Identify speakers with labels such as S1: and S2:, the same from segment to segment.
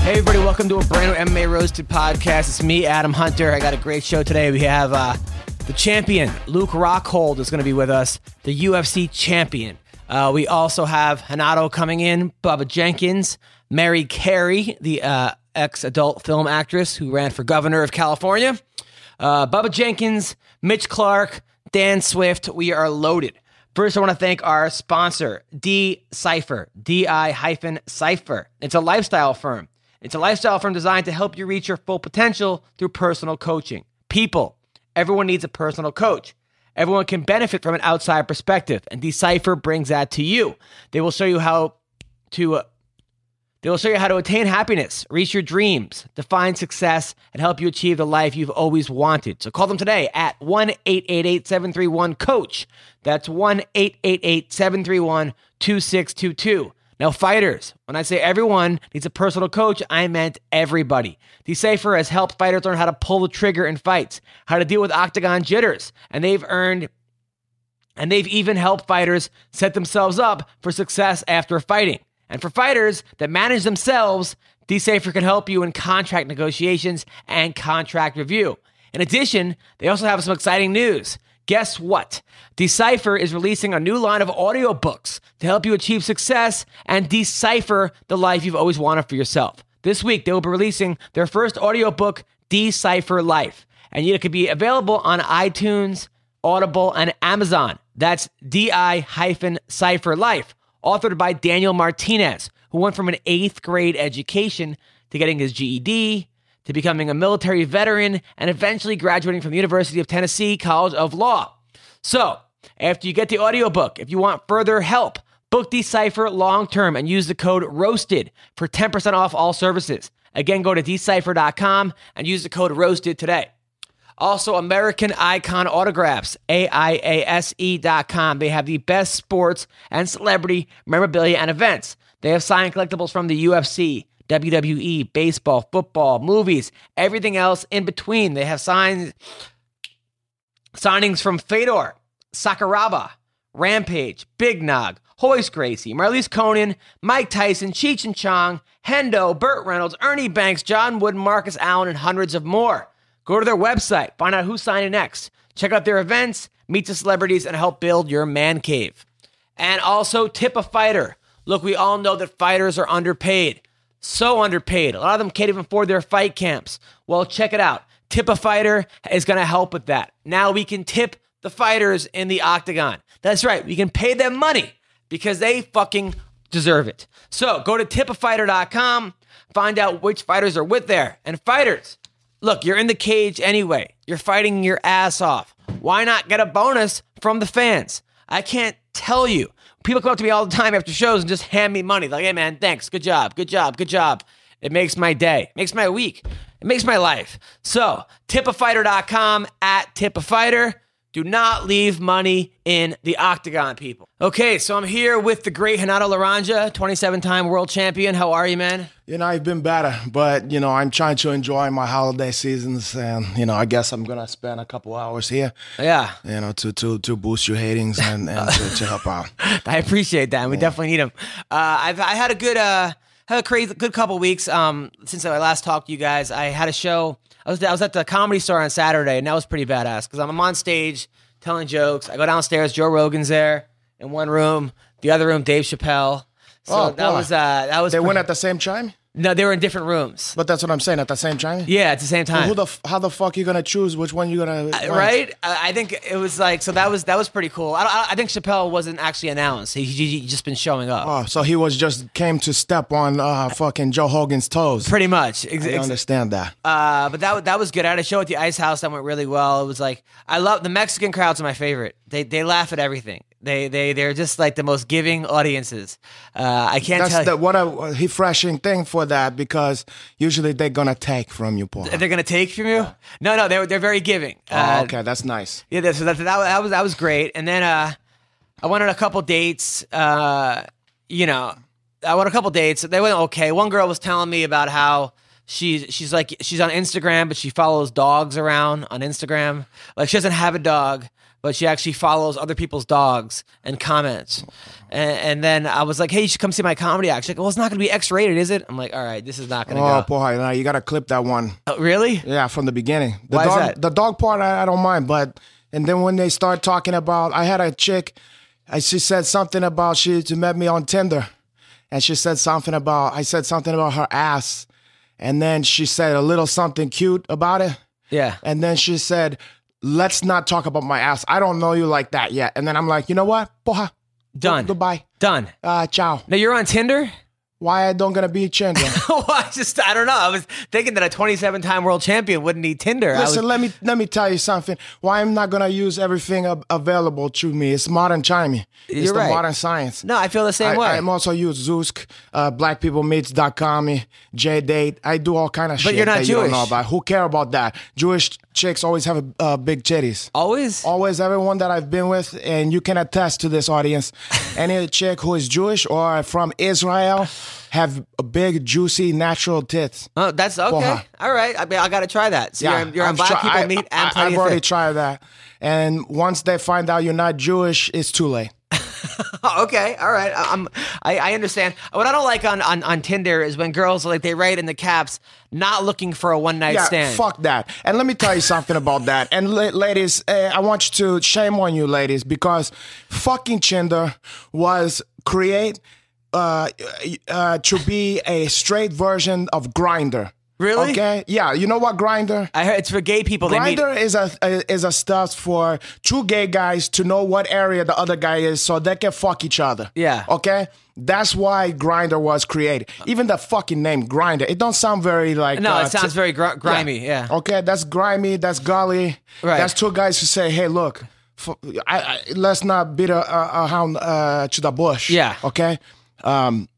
S1: Hey, everybody, welcome to a brand new MMA Roasted podcast. It's me, Adam Hunter. I got a great show today. We have uh, the champion, Luke Rockhold, is going to be with us, the UFC champion. Uh, we also have Hanato coming in, Bubba Jenkins, Mary Carey, the uh, ex adult film actress who ran for governor of California, uh, Bubba Jenkins, Mitch Clark, Dan Swift. We are loaded. First, I want to thank our sponsor, D Cipher, D I hyphen Cipher. It's a lifestyle firm. It's a lifestyle firm designed to help you reach your full potential through personal coaching. People, everyone needs a personal coach. Everyone can benefit from an outside perspective, and Decipher brings that to you. They will show you how to uh, they will show you how to attain happiness, reach your dreams, define success, and help you achieve the life you've always wanted. So call them today at 1 888 731 COACH. That's 1 888 731 2622. Now, fighters, when I say everyone needs a personal coach, I meant everybody. Decipher has helped fighters learn how to pull the trigger in fights, how to deal with octagon jitters, and they've earned and they've even helped fighters set themselves up for success after fighting. And for fighters that manage themselves, DSafer can help you in contract negotiations and contract review. In addition, they also have some exciting news. Guess what? Decipher is releasing a new line of audiobooks to help you achieve success and decipher the life you've always wanted for yourself. This week, they will be releasing their first audiobook, Decipher Life, and it could be available on iTunes, Audible, and Amazon. That's DI hyphen cipher life, authored by Daniel Martinez, who went from an eighth grade education to getting his GED, to becoming a military veteran, and eventually graduating from the University of Tennessee College of Law. So, after you get the audiobook, if you want further help, book Decipher long term and use the code ROASTED for 10% off all services. Again, go to decipher.com and use the code ROASTED today. Also, American Icon Autographs, A-I-A-S-E E dot com. They have the best sports and celebrity memorabilia and events. They have signed collectibles from the UFC, WWE, E, baseball, football, movies, everything else in between. They have signs, signings from Fedor, Sakuraba, Rampage, Big Nog, Hoist Gracie, Marlies Conan, Mike Tyson, Cheech and Chong, Hendo, Burt Reynolds, Ernie Banks, John Wood, Marcus Allen, and hundreds of more. Go to their website, find out who's signing next, check out their events, meet the celebrities, and help build your man cave. And also, tip a fighter. Look, we all know that fighters are underpaid. So underpaid. A lot of them can't even afford their fight camps. Well, check it out. Tip a fighter is going to help with that. Now we can tip the fighters in the octagon. That's right. We can pay them money because they fucking deserve it. So go to tipafighter.com, find out which fighters are with there. And fighters, look, you're in the cage anyway. You're fighting your ass off. Why not get a bonus from the fans? I can't tell you. People come up to me all the time after shows and just hand me money. Like, hey man, thanks. Good job. Good job. Good job. It makes my day. Makes my week. It makes my life. So tipafighter.com at tipafighter. Do not leave money in the octagon, people. Okay, so I'm here with the great Hanato Laranja, 27 time world champion. How are you, man?
S2: You know, I've been better, but you know, I'm trying to enjoy my holiday seasons, and you know, I guess I'm gonna spend a couple hours here,
S1: Yeah.
S2: you know, to to to boost your ratings and, and to, to help out.
S1: I appreciate that. and We definitely need him. Uh, I've I had a good uh had a crazy good couple weeks um since I last talked to you guys. I had a show. I was I was at the comedy store on Saturday, and that was pretty badass because I'm on stage telling jokes. I go downstairs. Joe Rogan's there in one room. The other room, Dave Chappelle. So
S2: Oh,
S1: that
S2: boy.
S1: was uh that was
S2: They
S1: pretty-
S2: went at the same time.
S1: No, they were in different rooms.
S3: But that's what I'm saying. At the same time,
S1: Yeah, at the same time.
S3: Who the f- how the fuck you gonna choose which one you gonna like,
S1: right? I I think it was like so that was that was pretty cool. I, I, I think Chappelle wasn't actually announced. He, he, he just been showing up.
S3: Oh, so he was just came to step on uh, fucking Joe Hogan's toes.
S1: Pretty much, Ex-
S3: I
S1: ex-
S3: understand that.
S1: uh, but that that was good. I had a show at the Ice House that went really well. It was like I love the Mexican crowds are my favorite. They they laugh at everything. They they they're just like the most giving audiences. Uh, I can't tell.
S3: That's the, what a refreshing thing for that because usually they're gonna take from you, Paul.
S1: they're gonna take from you? No, no, they're they're very giving.
S3: Oh,
S1: Uh,
S3: okay, that's nice.
S1: Yeah, that- so that, that, that was that was great. And then uh, I went on a couple dates. Uh, you know, I went on a couple dates. They went okay. One girl was telling me about how she's she's like she's on Instagram, but she follows dogs around on Instagram. Like she doesn't have a dog, but she actually follows other people's dogs and comments. And, and then I was like, hey, you should come see my comedy act. She's like, well, it's not going to be X rated, is it? I'm like, all right, this is not going to
S3: Oh,
S1: go.
S3: Paul, now you gotta clip that one.
S1: Oh, really?
S3: Yeah, from the beginning. The
S1: Why is
S3: dog,
S1: that?
S3: The dog part, I, I don't mind, but and then when they start talking about, I had a chick, and she said something about she she met me on Tinder, and she said something about I said something about her ass, and then she said a little something cute about it,
S1: Yeah.
S3: and then she said, "Let's not talk about my ass. I don't know you like that yet." And then I'm like, you know what, poha,
S1: Done.
S3: goodbye,
S1: Done.
S3: uh, ciao.
S1: Now you're on Tinder?
S3: Why I don't gonna be a Tinder?
S1: well, I just I don't know. I was thinking that a 27 time world champion wouldn't need Tinder. I was-
S3: Listen, let me let me tell you something. Why I'm not gonna use everything ab- available to me? It's modern chiming. It's
S1: You're
S3: the
S1: right.
S3: modern science.
S1: no, I feel the same way.
S3: I, am also use Zeusk, uh, blackpeoplemeets.com, JDate. I do all kind of shit
S1: you're not
S3: that you don't know
S1: Jewish.
S3: about. Who care about that? Jewish chicks always have uh, big titties.
S1: Always.
S3: Always, everyone that I've been with, and you can attest to this audience, any chick who is Jewish or from Israel have big, juicy, natural tits.
S1: Oh, that's okay.
S3: Boha.
S1: All right. I mean, I got to try that. So you're, you're on
S3: I've
S1: Black
S3: tri-
S1: People
S3: I-
S1: Meet
S3: I,
S1: and Plenty
S3: have
S1: of
S3: already
S1: Fish.
S3: tried that, and once they find out you're not Jewish, it's too late.
S1: Oh, okay. All right. I- I'm, I, I understand. What I don't like on, on, on Tinder is when girls like they write in the caps, not looking for a one night
S3: Yeah,
S1: stand.
S3: fuck that. And let me tell you something about that. And la- ladies, uh, I want you to shame on you, ladies, because fucking Tinder was create uh, uh, to be a straight version of Grinder.
S1: Really?
S3: Okay. Yeah. You know what Grinder?
S1: I heard it's for gay people. they meet.
S3: Grinder is a, a is a stuff for two gay guys to know what area the other guy is, so they can fuck each other.
S1: Yeah.
S3: Okay. That's why Grinder was created. Even the fucking name Grinder, it don't sound very like.
S1: No,
S3: uh,
S1: it sounds
S3: t-
S1: very gr- grimy. Yeah.
S3: Okay, that's grimy. That's gully.
S1: Right.
S3: That's two guys who say, "Hey, look, f- I, I, let's not beat a, a, a hound uh, to the bush."
S1: Yeah.
S3: Okay. Um,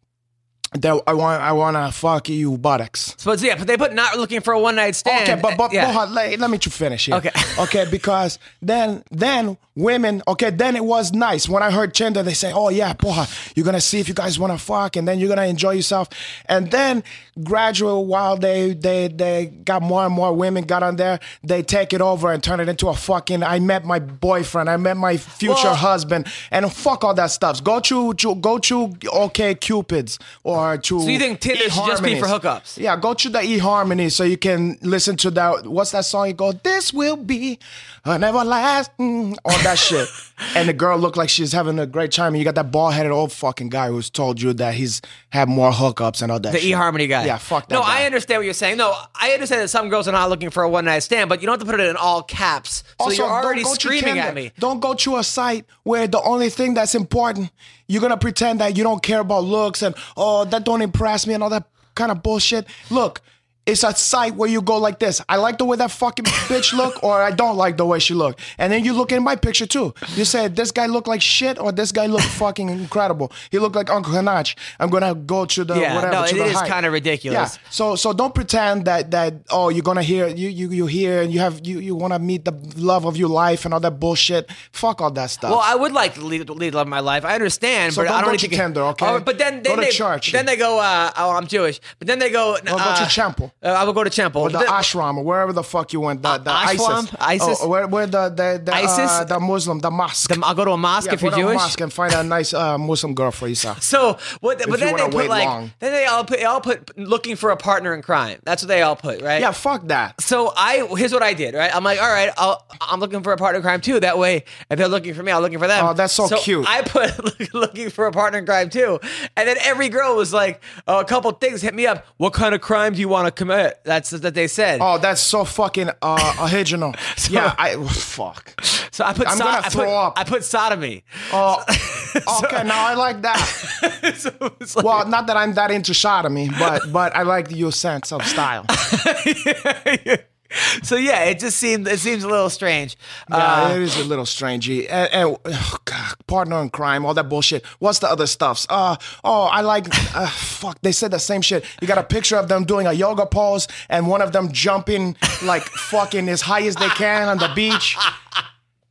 S3: that I want. I want to fuck you buttocks.
S1: So, it's- yeah, but they put not looking for a one night stand.
S3: Okay, but but
S1: yeah.
S3: Bohat, let, let me to finish here.
S1: Okay.
S3: okay, because then then women, okay, then it was nice when I heard Tinder. They say, oh yeah, Boha, you're gonna see if you guys wanna fuck, and then you're gonna enjoy yourself. And then gradual, while they they they got more and more women got on there, they take it over and turn it into a fucking. I met my boyfriend, I met my future
S1: Well-
S3: husband, and fuck all that stuff. Go to, to go to okay cupids or to.
S1: So you think Tinder should just be for
S3: eHarmonies.
S1: hookups?
S3: Yeah, go to the eHarmony so you can listen to that. What's that song? You go, this will be an everlasting, all that shit. And the girl looked like she's having a great time. And you got that bald headed old fucking guy who's told you that he's had more hookups and all that
S1: The
S3: shit.
S1: eHarmony guy.
S3: Yeah, fuck that
S1: No,
S3: guy.
S1: I understand what you're saying. No, I understand that some girls are not looking for a one night stand, but you don't have to put it in all caps. So
S3: Also,
S1: you're
S3: don't
S1: already
S3: go to
S1: screaming at
S3: Tinder.
S1: me.
S3: Don't go to a site where the only thing that's important, you're gonna pretend that you don't care about looks and oh that don't impress me and all that kind of bullshit. Look, it's a site where you go like this. I like the way that fucking bitch look, or I don't like the way she look. And then you look in my picture too. You say this guy look like shit, or this guy look fucking incredible. He look like Uncle Hanach. I'm gonna go to the
S1: Yeah,
S3: whatever.
S1: no,
S3: to
S1: it
S3: the
S1: is
S3: height.
S1: kinda ridiculous.
S3: Yeah. So so don't pretend that that oh you're gonna hear you you you hear and you have you you wanna meet the love of your life and all that bullshit. Fuck all that stuff.
S1: Well, I would like to lead, lead love my life. I understand,
S3: So
S1: but
S3: don't
S1: I don't
S3: go
S1: need
S3: to
S1: get-
S3: Tinder, okay?
S1: Oh, but then, then
S3: Go to
S1: they
S3: church.
S1: then they go, uh, "Oh, I'm Jewish." But then they go,
S3: Or go
S1: uh,
S3: to temple.
S1: Uh, I would go to temple.
S3: Or the
S1: Th-
S3: ashram or wherever the fuck you went. The, the
S1: Uh, ashram?
S3: ISIS.
S1: ISIS?
S3: Oh, where, where the the the,
S1: ISIS?
S3: Uh, the Muslim, the mosque.
S1: Um, I'll go to a mosque
S3: yeah,
S1: if you're
S3: go to a
S1: Jewish.
S3: mosque and find a nice uh, Muslim girl for yourself.
S1: So what? But
S3: you
S1: then they
S3: wanna
S1: put
S3: wait
S1: like
S3: long.
S1: then they all put they all put looking for a partner in crime. That's what they all put, right?
S3: Yeah, fuck that.
S1: So I here's what I did, right? I'm like, all right, I'll, I'm looking for a partner in crime too. That way, if they're looking for me, I'm looking for them.
S3: Oh, that's so cute.
S1: I put looking for a partner in crime too, and then every girl was like, oh, a couple things hit me up. What kind of crime do you want to commit? That's that they said.
S3: Oh, that's so fucking uh, original. yeah, I fuck.
S1: so I put
S3: I'm
S1: so-
S3: gonna
S1: I put,
S3: throw up.
S1: I put sodomy.
S3: Oh, okay, now I like that.
S1: so it's like,
S3: Well, not that I'm that into sodomy, but but I like your sense of style.
S1: so yeah, it just seemed it seems a little strange.
S3: Yeah,
S1: Uh,
S3: it is a little strange. And, and oh God, partner in crime, all that bullshit. What's the other stuffs? Uh, oh, I like. Uh, fuck, they said the same shit. You got a picture of them doing a yoga pose, and one of them jumping like fucking as high as they can on the beach.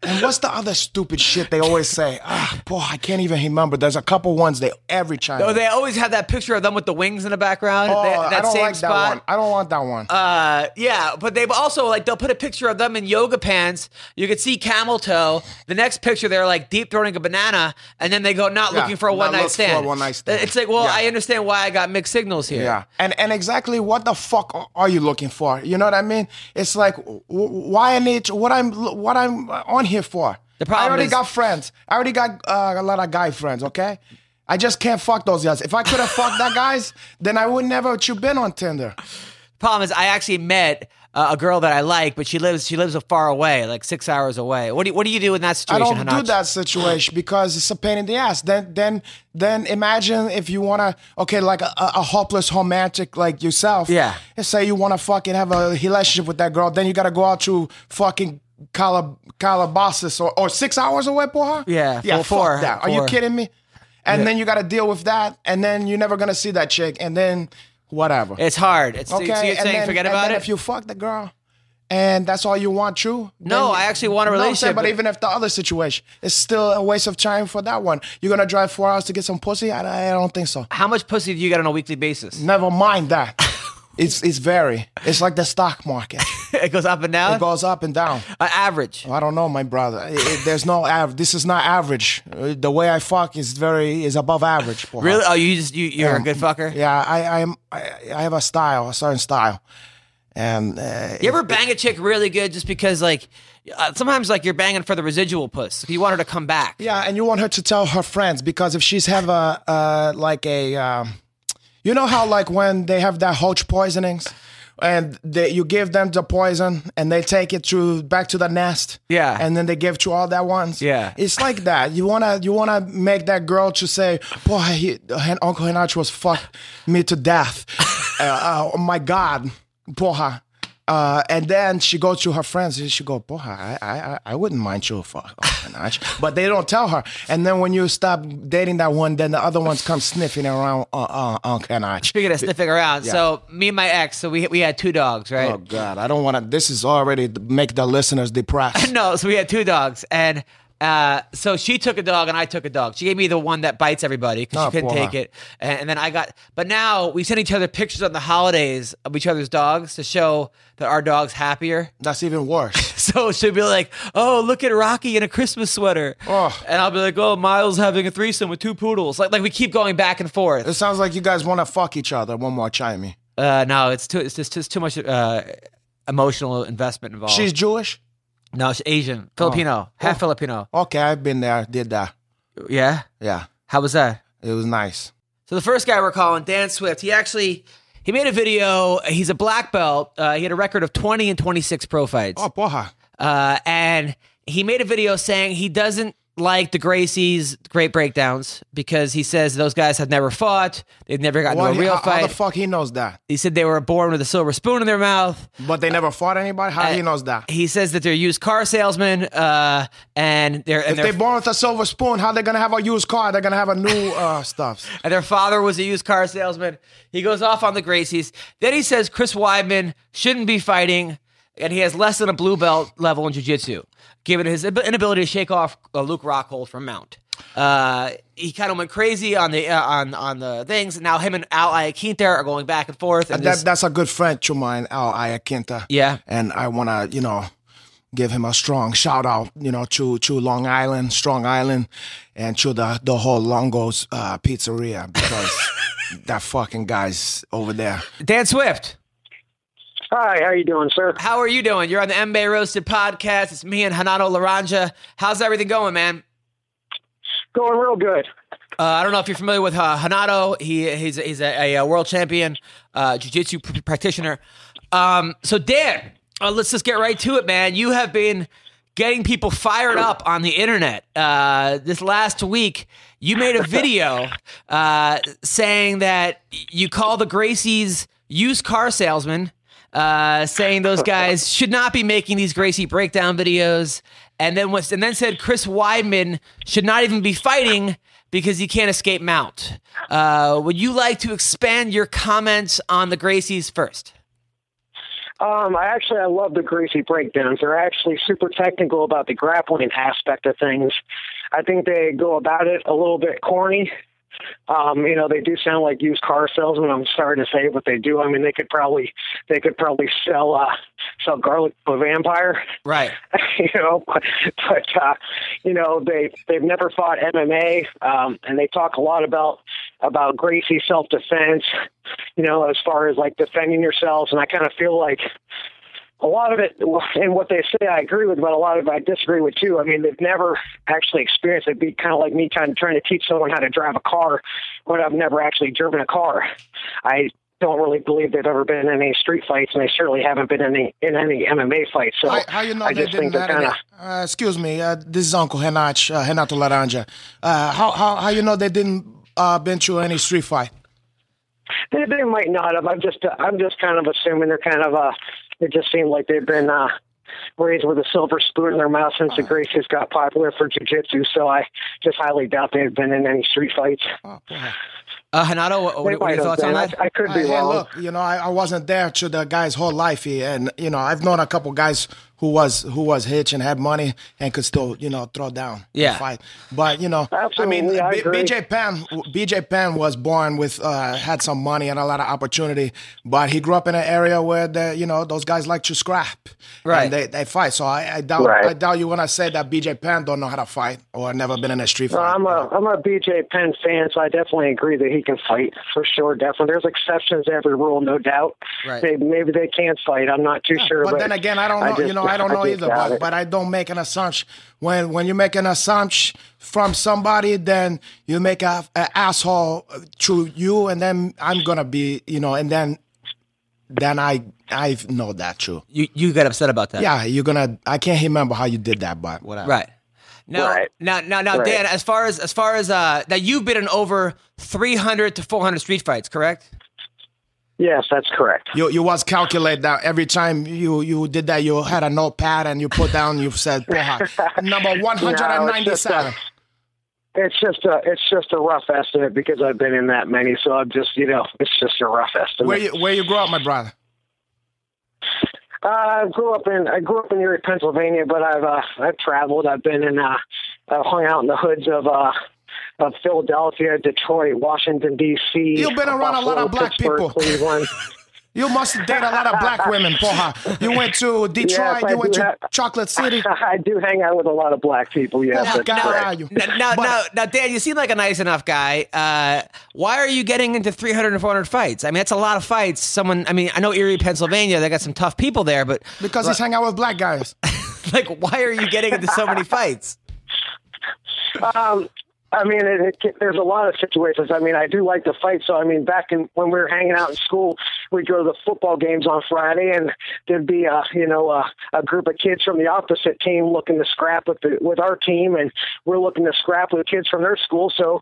S3: And what's the other stupid shit they always say? Ah, boy, I can't even remember. There's a couple ones they every time.
S1: Oh, they always have that picture of them with the wings in the background.
S3: Oh,
S1: that, that
S3: I don't
S1: same
S3: like
S1: spot.
S3: that one. I don't want that one.
S1: Uh, yeah, but they've also like they'll put a picture of them in yoga pants. You could see camel toe. The next picture, they're like deep throating a banana, and then they go not
S3: Yeah,
S1: looking for a
S3: not
S1: one night
S3: look for a
S1: stand.
S3: one-night stand.
S1: It's like, well,
S3: Yeah.
S1: I understand why I got mixed signals here.
S3: Yeah. And and exactly what the fuck a- are you looking for? You know what I mean? It's like w- why I need to, what I'm what I'm on here for.
S1: The problem
S3: I already
S1: is-
S3: got friends. I already got uh, a lot of guy friends. Okay. I just can't fuck those guys. If I could have fucked that guys, then I would never have you been on Tinder.
S1: Problem is, I actually met uh, a girl that I like, but she lives she lives far away, like six hours away. What do you, what do you do in that
S3: I
S1: situation?
S3: don't do
S1: Hanaj?
S3: that situation because it's a pain in the ass. Then then then imagine if you wanna okay like a, a hopeless romantic like yourself.
S1: Yeah.
S3: And say you wanna fucking have a relationship with that girl, then you gotta go out to fucking Calab- Calabasas or, or six hours away, porra.
S1: Yeah,
S3: yeah.
S1: four-
S3: fuck
S1: four-
S3: that. Are you
S1: four.
S3: kidding me? And then you gotta deal with that, and then you're never gonna see that chick, and then whatever.
S1: It's hard. It's
S3: okay.
S1: so you're
S3: and
S1: saying
S3: then,
S1: forget
S3: and
S1: about
S3: then
S1: it.
S3: If you fuck the girl. And that's all you want, true?
S1: No, I actually want a
S3: no, I'm
S1: relationship,
S3: saying, but
S1: but-
S3: even if the other situation, it's still a waste of time for that one. You're gonna drive four hours to get some pussy? I, I don't think so.
S1: How much pussy do you get on a weekly basis?
S3: Never mind that. it's it's very. It's like the stock market.
S1: it goes up and down.
S3: It Oh. goes up and down.
S1: on average.
S3: I don't know, my brother. It- it- there's no average. This is not average. Uh, The way I fuck is very is above average. porra.
S1: Really? Oh, you just you, you're a good fucker.
S3: Yeah, I I'm, I I have a style, a certain style, and uh,
S1: You ever bang a chick really good just because like uh, sometimes like you're banging for the residual puss. You want her to come back.
S3: Yeah, and you want her to tell her friends because if she's have a uh, like a, um, you know how like when they have that hoach poisonings, and they, you give them the poison and they take it to back to the nest.
S1: Yeah.
S3: and then they give to all that ones.
S1: Yeah.
S3: it's like that. You wanna you wanna make that girl to say, boy, he, Hen- Uncle Hinach was fucked me to death. uh, oh my God, porra. Uh, and then she goes to her friends and she go, Boha, I, I, I- I wouldn't mind you for But they don't tell her. And then when you stop dating that one, then the other ones come sniffing around uh, uh, on Kanach.
S1: Speaking of sniffing around,
S3: Yeah.
S1: so me and my ex, so we we had two dogs, right?
S3: Oh, God, I don't want to. This is already th- make the listeners depressed.
S1: No, so we had two dogs, and uh, so she took a dog and I took a dog. She gave me the one that bites everybody because
S3: Oh,
S1: she couldn't
S3: poor
S1: take
S3: her.
S1: it, and, and then I got. But now we send each other pictures on the holidays of each other's dogs to show that our dog's happier.
S3: That's even worse.
S1: So she'll be like, "Oh, look at Rocky in a Christmas sweater,"
S3: Oh.
S1: and I'll be like, "Oh, Miles having a threesome with two poodles." Like, like we keep going back and
S3: It
S1: forth.
S3: sounds like you guys want to fuck each other. One more chimey.
S1: Uh, no, it's too, it's just, just too much uh, emotional investment involved.
S3: She's Oh. Jewish?
S1: no, she's Asian, Filipino, half Filipino.
S3: Okay, I've been there, did that.
S1: Yeah,
S3: Yeah,
S1: how was that?
S3: it was nice.
S1: So the first guy we're calling, Dan Swift, he actually he made a video. He's a black belt. Uh, he had a record of twenty and twenty six pro fights.
S3: Oh, porra.
S1: uh, and he made a video saying he doesn't like the Gracie's great breakdowns because he says those guys have never fought, they've never gotten
S3: What,
S1: to a real
S3: how, how
S1: fight.
S3: the fuck he knows that?
S1: he said they were born with a silver spoon in their mouth.
S3: But they never fought anybody? How he
S1: uh,
S3: knows that?
S1: He says that they're used car salesmen, uh, and their and
S3: If they
S1: their,
S3: born with a silver spoon, how they gonna have a used car? They're gonna have a new uh, stuff.
S1: and their father was a used car salesman. He goes off on the Gracies. Then he says Chris Weidman shouldn't be fighting, and he has less than a blue belt level in jiu-jitsu, given his inability to shake off uh, Luke Rockhold from Mount. Uh, he kind of went crazy on the uh, on on the things. Now him and Al Iaquinta are going back and forth. And
S3: That,
S1: this-
S3: that's a good friend to mine, Al Iaquinta.
S1: Yeah.
S3: And I want to, you know, give him a strong shout out, you know, to to Long Island, Strong Island, and to the, the whole Longo's uh, pizzeria because that fucking guy's over there.
S1: Dan Swift,
S4: Hi, how you doing, sir?
S1: how are you doing? You're on the MBA Roasted podcast. It's me and Hanato Laranja. How's everything going, man?
S4: Going real good.
S1: Uh, I don't know if you're familiar with uh, Hanato. He he's he's a, a, uh, world champion uh, jiu-jitsu pr- practitioner. Um, so Dan, uh, let's just get right to it, man. You have been getting people fired up on the internet. Uh, this last week, you made a video uh, saying that you call the Gracies used car salesman, uh, saying those guys should not be making these Gracie breakdown videos, and then was, and then said Chris Weidman should not even be fighting because he can't escape mount. Uh, would you like to expand your comments on the Gracies first?
S4: Um, I actually I love the Gracie breakdowns. They're actually super technical about the grappling aspect of things. I think they go about it a little bit corny. Um, you know, they do sound like used car salesmen. I'm sorry to say, but they do. I mean, they could probably they could probably sell uh, sell garlic to a vampire.
S1: Right.
S4: you know, but, but uh, you know they they've never fought MMA, um, and they talk a lot about about Gracie self defense, you know, as far as like defending yourselves, and I kind of feel like a lot of it and what they say I agree with, but a lot of it I disagree with too. I mean, they've never actually experienced it. It'd be kind of like me trying to trying to teach someone how to drive a car when I've never actually driven a car. I don't really believe they've ever been in any street fights, and they certainly haven't been in any in any MMA fights. So
S3: How, how you know
S4: I
S3: they
S4: just think
S3: didn't
S4: they're
S3: let
S4: kind
S3: it
S4: of.
S3: uh, Excuse me, uh, this is Uncle Henach, uh, Henato Laranja. Uh, how, how, how you know they didn't uh, been to any street fight?
S4: They, they might not have. I'm just I'm just kind of assuming they're kind of uh It just seemed like they've been uh raised with a silver spoon in their mouth since the Gracies got popular for jujitsu. So I just highly doubt they've been in any street fights.
S3: Oh, boy.
S1: Uh, Hanato, what,
S4: They
S1: what are
S4: might
S1: your
S4: have
S1: thoughts on
S4: been. I-
S1: that?
S4: I, could be
S3: Hey,
S4: wrong.
S3: look, you know, I, I wasn't there to the guy's whole life here, and you know, I've known a couple guys who was who was hitch and had money and could still, you know, throw down, and
S1: Yeah.
S3: fight. But you know,
S4: Absolutely, I
S3: I mean, B-
S4: agree.
S3: BJ Penn, BJ Penn was born with uh, had some money and a lot of opportunity, but he grew up in an area where the you know those guys like to scrap,
S1: Right.
S3: And they, they fight. So I, I doubt
S4: Right.
S3: I doubt you when I say that BJ Penn don't know how to fight or never been in a street
S4: No,
S3: fight.
S4: Uh, I'm a I'm a BJ Penn fan, so I definitely agree that he can fight for sure. Definitely, there's exceptions to every rule, no doubt.
S1: Right.
S4: They, maybe they can't fight. I'm not too sure.
S3: But,
S4: But,
S3: then again, I don't know.
S4: just-
S3: you know, I don't know
S4: just
S3: either.
S4: doubt
S3: But,
S4: it.
S3: but I don't make an assumption. When when you make an assumption from somebody, then you make a, a asshole to you, and then I'm gonna be, you know, and then then I I know that too.
S1: You you got upset about that,
S3: Yeah, you're gonna. I can't remember how you did that, but whatever.
S1: Right. Now,
S4: Right.
S1: now, now, now,
S4: Right.
S1: Dan. As far as as far as uh, that, you've been in over three hundred to four hundred street fights, correct?
S4: yes, that's correct.
S3: You you was calculate that every time you you did that, you had a notepad and you put down. You said "Porra." number one
S4: uh,
S3: hundred and ninety-seven.
S4: It's just a it's just a rough estimate because I've been in that many, so I'm just you know it's just a rough estimate.
S3: Where you where you grew up, my brother?
S4: Uh, I grew up in I grew up in Erie, Pennsylvania, but I've uh, I've traveled. I've been in uh, I've hung out in the hoods of uh, of Philadelphia, Detroit, Washington D.C.
S3: You've been around a lot of
S4: Buffalo,
S3: black
S4: Pittsburgh,
S3: people.
S4: Cleveland.
S3: You must date a lot of black women, Poha. You went to Detroit,
S4: Yes, I
S3: you went
S4: do
S3: to
S4: have-
S3: Chocolate City.
S4: I do hang out with a lot of black people. Yes,
S3: What
S4: that's
S3: guy
S4: correct.
S3: are Ah, you?
S1: Now, now,
S3: But-
S1: now, now, Dan, you seem like a nice enough guy. Uh, why are you getting into 300 and 400 fights? I mean, that's a lot of fights. Someone, I mean, I know Erie, Pennsylvania, they got some tough people there, but
S3: Because he's hanging out with black guys.
S1: like, why are you getting into so many fights?
S4: Um, I mean, it, it, can- there's a lot of situations. I mean, I do like to fight. So, I mean, back in when we were hanging out in school, we'd go to the football games on Friday, and there'd be a you know a, a group of kids from the opposite team looking to scrap with the, with our team, and we're looking to scrap with kids from their school. So,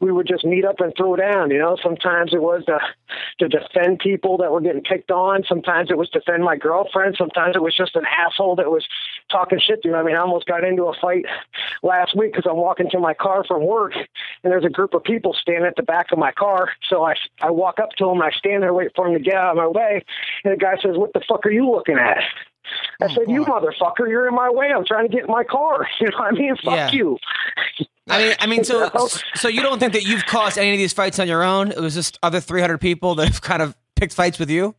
S4: we would just meet up and throw down. You know, sometimes it was uh, to to defend people that were getting picked on. Sometimes it was defend my girlfriend. Sometimes it was just an asshole that was talking shit to me. I mean, I almost got into a fight last week because I'm walking to my car from work, and there's a group of people standing at the back of my car. So I I walk up to them, I stand there, wait for them to get out of my way, and the guy says, "What the fuck are you looking at?" I said, "You motherfucker, you're in my way. I'm trying to get in my car. You know, what I mean, fuck
S1: Yeah.
S4: you.
S1: I mean, I mean, so
S4: You know?
S1: so you don't think that you've caused any of these fights on your own? It was just other 300 people that have kind of picked fights with you.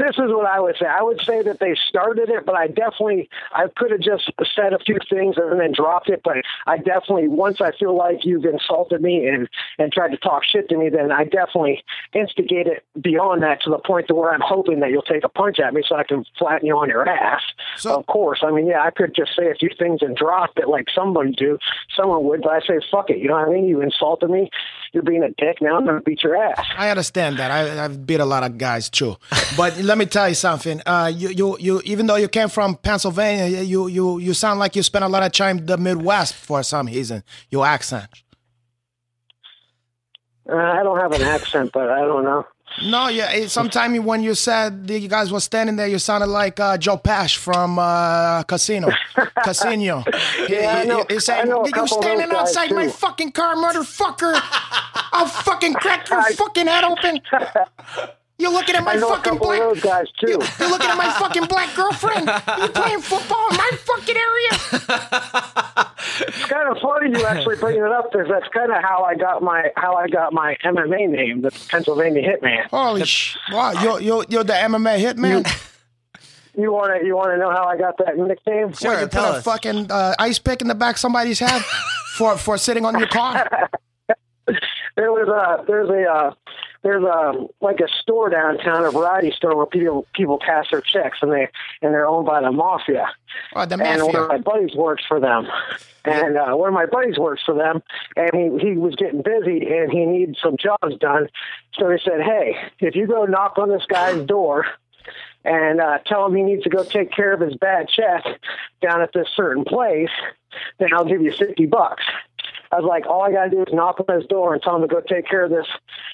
S4: this is what I would say. I would say that they started it, but I definitely I could have just said a few things and then dropped it. But I definitely once I feel like you've insulted me and and tried to talk shit to me, then I definitely instigate it beyond that to the point to where I'm hoping that you'll take a punch at me so I can flatten you on your ass.
S3: So-
S4: of course, I mean yeah, I could just say a few things and drop it like somebody do, someone would. But I say fuck it, you know what I mean? You insulted me, you're being a dick. Now I'm gonna beat your ass.
S3: I understand that. I, I've beat a lot of guys too, but let me tell you something. Uh, you, you, you. Even though you came from Pennsylvania, you, you, you sound like you spent a lot of time in the Midwest for some reason. Your accent.
S4: Uh, I don't have an accent, but I don't know.
S3: No, yeah. Sometimes when you said that you guys were standing there, you sounded like uh, Joe Pash from uh, Casino. Casino.
S4: Yeah, I know-
S3: He's saying,
S4: I know a
S3: "You're
S4: couple of
S3: standing
S4: those guys,
S3: outside my
S4: too."
S3: fucking car, motherfucker! I'll fucking crack your fucking head open. You're looking at my
S4: I know a
S3: fucking
S4: couple
S3: black.
S4: of those guys too.
S3: You're looking at my fucking black girlfriend. You playing football in my fucking area?
S4: It's kind of funny you actually bringing it up because that's kind of how I got my how I got my MMA name, the Pennsylvania Hitman.
S3: Holy sh! Wow, you're you're you're the MMA hitman.
S4: You want to you want to know how I got that nickname?
S3: Where
S1: Sure,
S3: you put
S1: tell
S3: a
S1: us.
S3: fucking uh, ice pick in the back of somebody's head for for sitting on your car.
S4: There was a there's a uh, there's a like a store downtown, a variety store where people people cash their checks and they and they're owned by the mafia.
S3: Oh, the
S4: and one of
S3: mafia.
S4: my buddies works for them. And uh, one of my buddies works for them, and he, he was getting busy and he needed some jobs done. So he said, Hey, if you go knock on this guy's door and uh, tell him he needs to go take care of his bad check down at this certain place, then I'll give you 50 bucks. I was like, all I gotta do is knock on his door and tell him to go take care of this,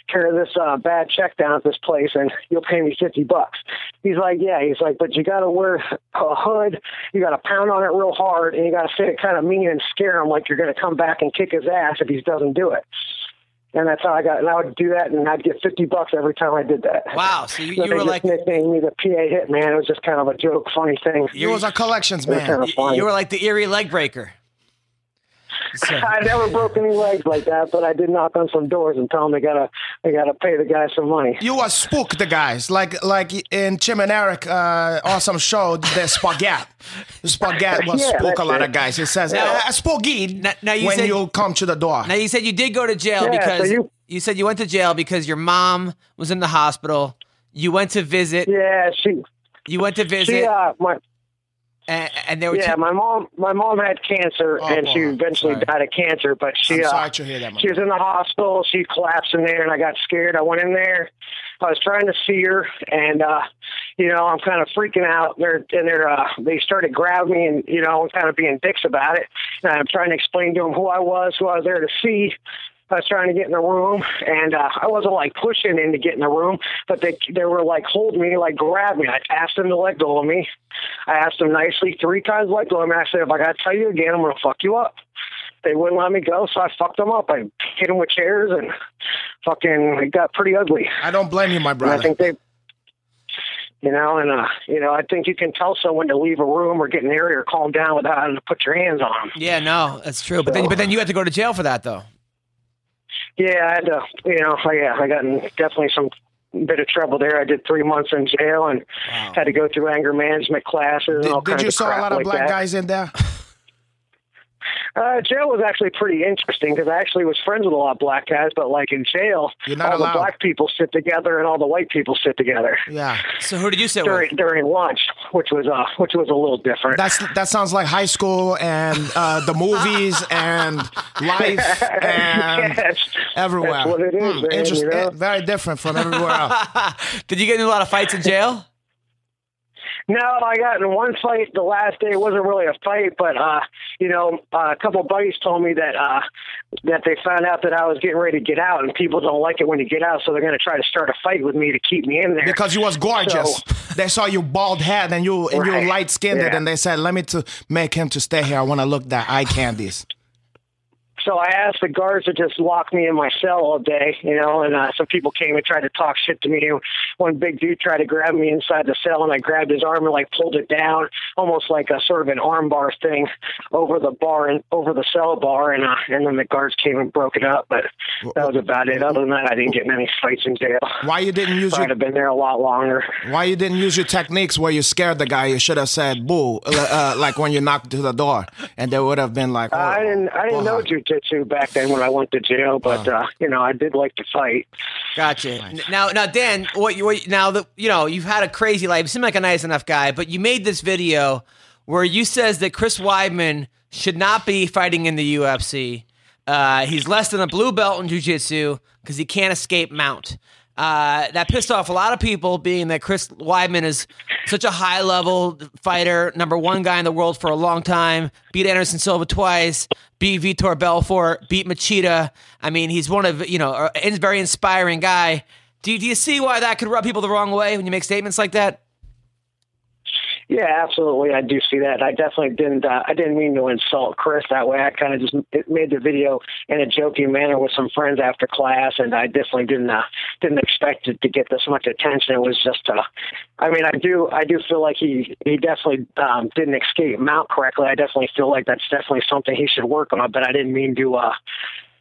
S4: care of this uh, bad check down at this place, and you'll pay me fifty bucks. He's like, yeah. He's like, but you gotta wear a hood, you gotta pound on it real hard, and you gotta say it kind of mean and scare him like you're gonna come back and kick his ass if he doesn't do it. And that's how I got. And I would do that, and I'd get fifty bucks every time I did that.
S1: Wow, so you-
S4: So
S1: you
S4: they
S1: were
S4: just
S1: like-
S4: nicknamed me the PA Hitman. It was just kind of a joke, funny thing.
S3: He was a collections
S4: It was kind
S3: man.
S4: of funny.
S1: You were like the eerie leg breaker. So-
S4: I never broke any legs like that, but I did knock on some doors and tell them they gotta they gotta pay the guy some money.
S3: You were spook the guys like like in Jim and Eric uh, awesome show the spaghetti. Spaghetti was
S4: Yeah,
S3: spook a
S4: that's
S3: lot
S4: it.
S3: of guys. He says,
S1: Now-
S3: "Uh, I spook it
S1: Now- now you
S3: when
S1: said-
S3: you come to the door."
S1: Now you said you did go to jail
S4: Yeah, so
S1: because you,
S4: you-
S1: said you went to jail because your mom was in the hospital. You went to visit.
S4: Yeah, she
S1: You went to visit,
S4: she uh my
S1: and, and there were
S4: yeah
S1: two,
S4: my mom my mom had cancer
S3: Oh,
S4: and she
S3: boy.
S4: eventually
S3: Sorry.
S4: died of cancer, but she
S3: I'm
S4: uh,
S3: sorry to hear that, my
S4: she was in the hospital. She collapsed in there, and I got scared. I went in there. I was trying to see her, and uh, you know I'm kind of freaking out. They're and they're uh, they started grabbing me, and you know I'm kind of being dicks about it. And I'm trying to explain to them who I was, who I was there to see. I was trying to get in the room, and uh, I wasn't like pushing in to get in the room, but they they were like holding me, like grab me. I asked them to let go of me. I asked them nicely three times, let go of me. I said, if I got to tell you again, I'm gonna fuck you up they wouldn't let me go, so I fucked them up. I hit them with chairs and fucking it got pretty ugly.
S3: I don't blame you, my
S4: And I
S3: brother.
S4: think they, you know, and uh, you know, I think you can tell someone to leave a room or get in an area or calm down without having to put your hands on them.
S1: Yeah, no, that's true. But then, but then you had to go to jail for that, though.
S4: Yeah, I had to, you know, I- yeah, I got in definitely some bit of trouble there. I did three months in jail and had to go through anger management classes and all
S3: Did, did
S4: kinds
S3: you
S4: of
S3: saw
S4: crap
S3: a lot of
S4: like
S3: black
S4: that.
S3: guys in there?
S4: Uh, jail was actually pretty interesting because I actually was friends with a lot of black guys, but like in jail,
S3: You're not
S4: all
S3: allowed.
S4: the black people sit together and all the white people sit together
S3: Yeah,
S1: So who did you sit with?
S4: during during lunch, which was uh, which was a little different.
S3: that's that sounds like high school and uh, the movies and life and
S4: Yes.
S3: everywhere.
S4: That's what it is,
S3: Hmm,
S4: man, you
S3: interest-
S4: know?
S3: Very different from everywhere else.
S1: Did you get into a lot of fights in jail?
S4: No, I got in one fight the last day. It wasn't really a fight, but uh, you know, uh, a couple buddies told me that uh, that they found out that I was getting ready to get out, and people don't like it when you get out, so they're going to try to start a fight with me to keep me in there.
S3: because you was gorgeous. they saw you bald head and you and
S4: Right.
S3: you light skinned,
S4: Yeah.
S3: and they said, "Let me to make him to stay here. I want to look that eye candies."
S4: So I asked the guards to just lock me in my cell all day, you know, and uh, some people came and tried to talk shit to me. One big dude tried to grab me inside the cell, and I grabbed his arm and like pulled it down, almost like a sort of an arm bar thing over the bar and over the cell bar, and uh, and then the guards came and broke it up. But that was about it. Other than that, I didn't get many fights in jail.
S3: Why you didn't use
S4: I'd
S3: your
S4: have been there a lot longer.
S3: Why you didn't use your techniques where you scared the guy? You should have said "boo," uh, uh, like when you knocked to the door, and they would have been like, oh,
S4: I didn't. I didn't know jujitsu back then when I went to jail, but uh, you know, I did like to fight.
S1: Gotcha. N- Now, now, Dan, what you what, now that you know you've had a crazy life. You seem like a nice enough guy, but you made this video where you says that Chris Weidman should not be fighting in the UFC. Uh, he's less than a blue belt in jiu-jitsu because he can't escape mount. Uh, that pissed off a lot of people, being that Chris Weidman is such a high level fighter, number one guy in the world for a long time, beat Anderson Silva twice, beat Vitor Belfort, beat Machida. I mean, he's one of, you know, a a very inspiring guy. Do you, do you see why that could rub people the wrong way when you make statements like that?
S4: Yeah, absolutely. I do see that. I definitely didn't. Uh, I didn't mean to insult Chris that way. I kind of just it made the video in a joking manner with some friends after class, and I definitely didn't uh, didn't expect it to get this much attention. It was just. Uh, I mean, I do. I do feel like he he definitely um, didn't escape Mount correctly. I definitely feel like that's definitely something he should work on. But I didn't mean to. Uh,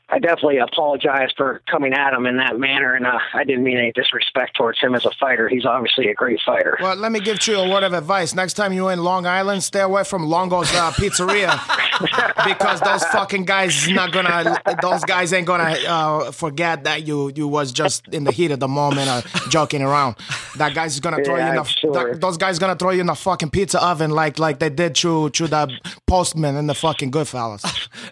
S4: I definitely apologize for coming at him in that manner, and uh, I didn't mean any disrespect towards him as a fighter. He's obviously a great fighter.
S3: Well, let me give you a word of advice. Next time you're in Long Island, stay away from Longo's uh, pizzeria because those fucking guys is not gonna. Those guys ain't gonna uh, forget that you you was just in the heat of the moment or joking around. That guy's is gonna throw
S4: Yeah,
S3: you in
S4: I'm
S3: the.
S4: sure.
S3: that- those guys gonna throw you in the fucking pizza oven like like they did to to the postman in the fucking Goodfellas.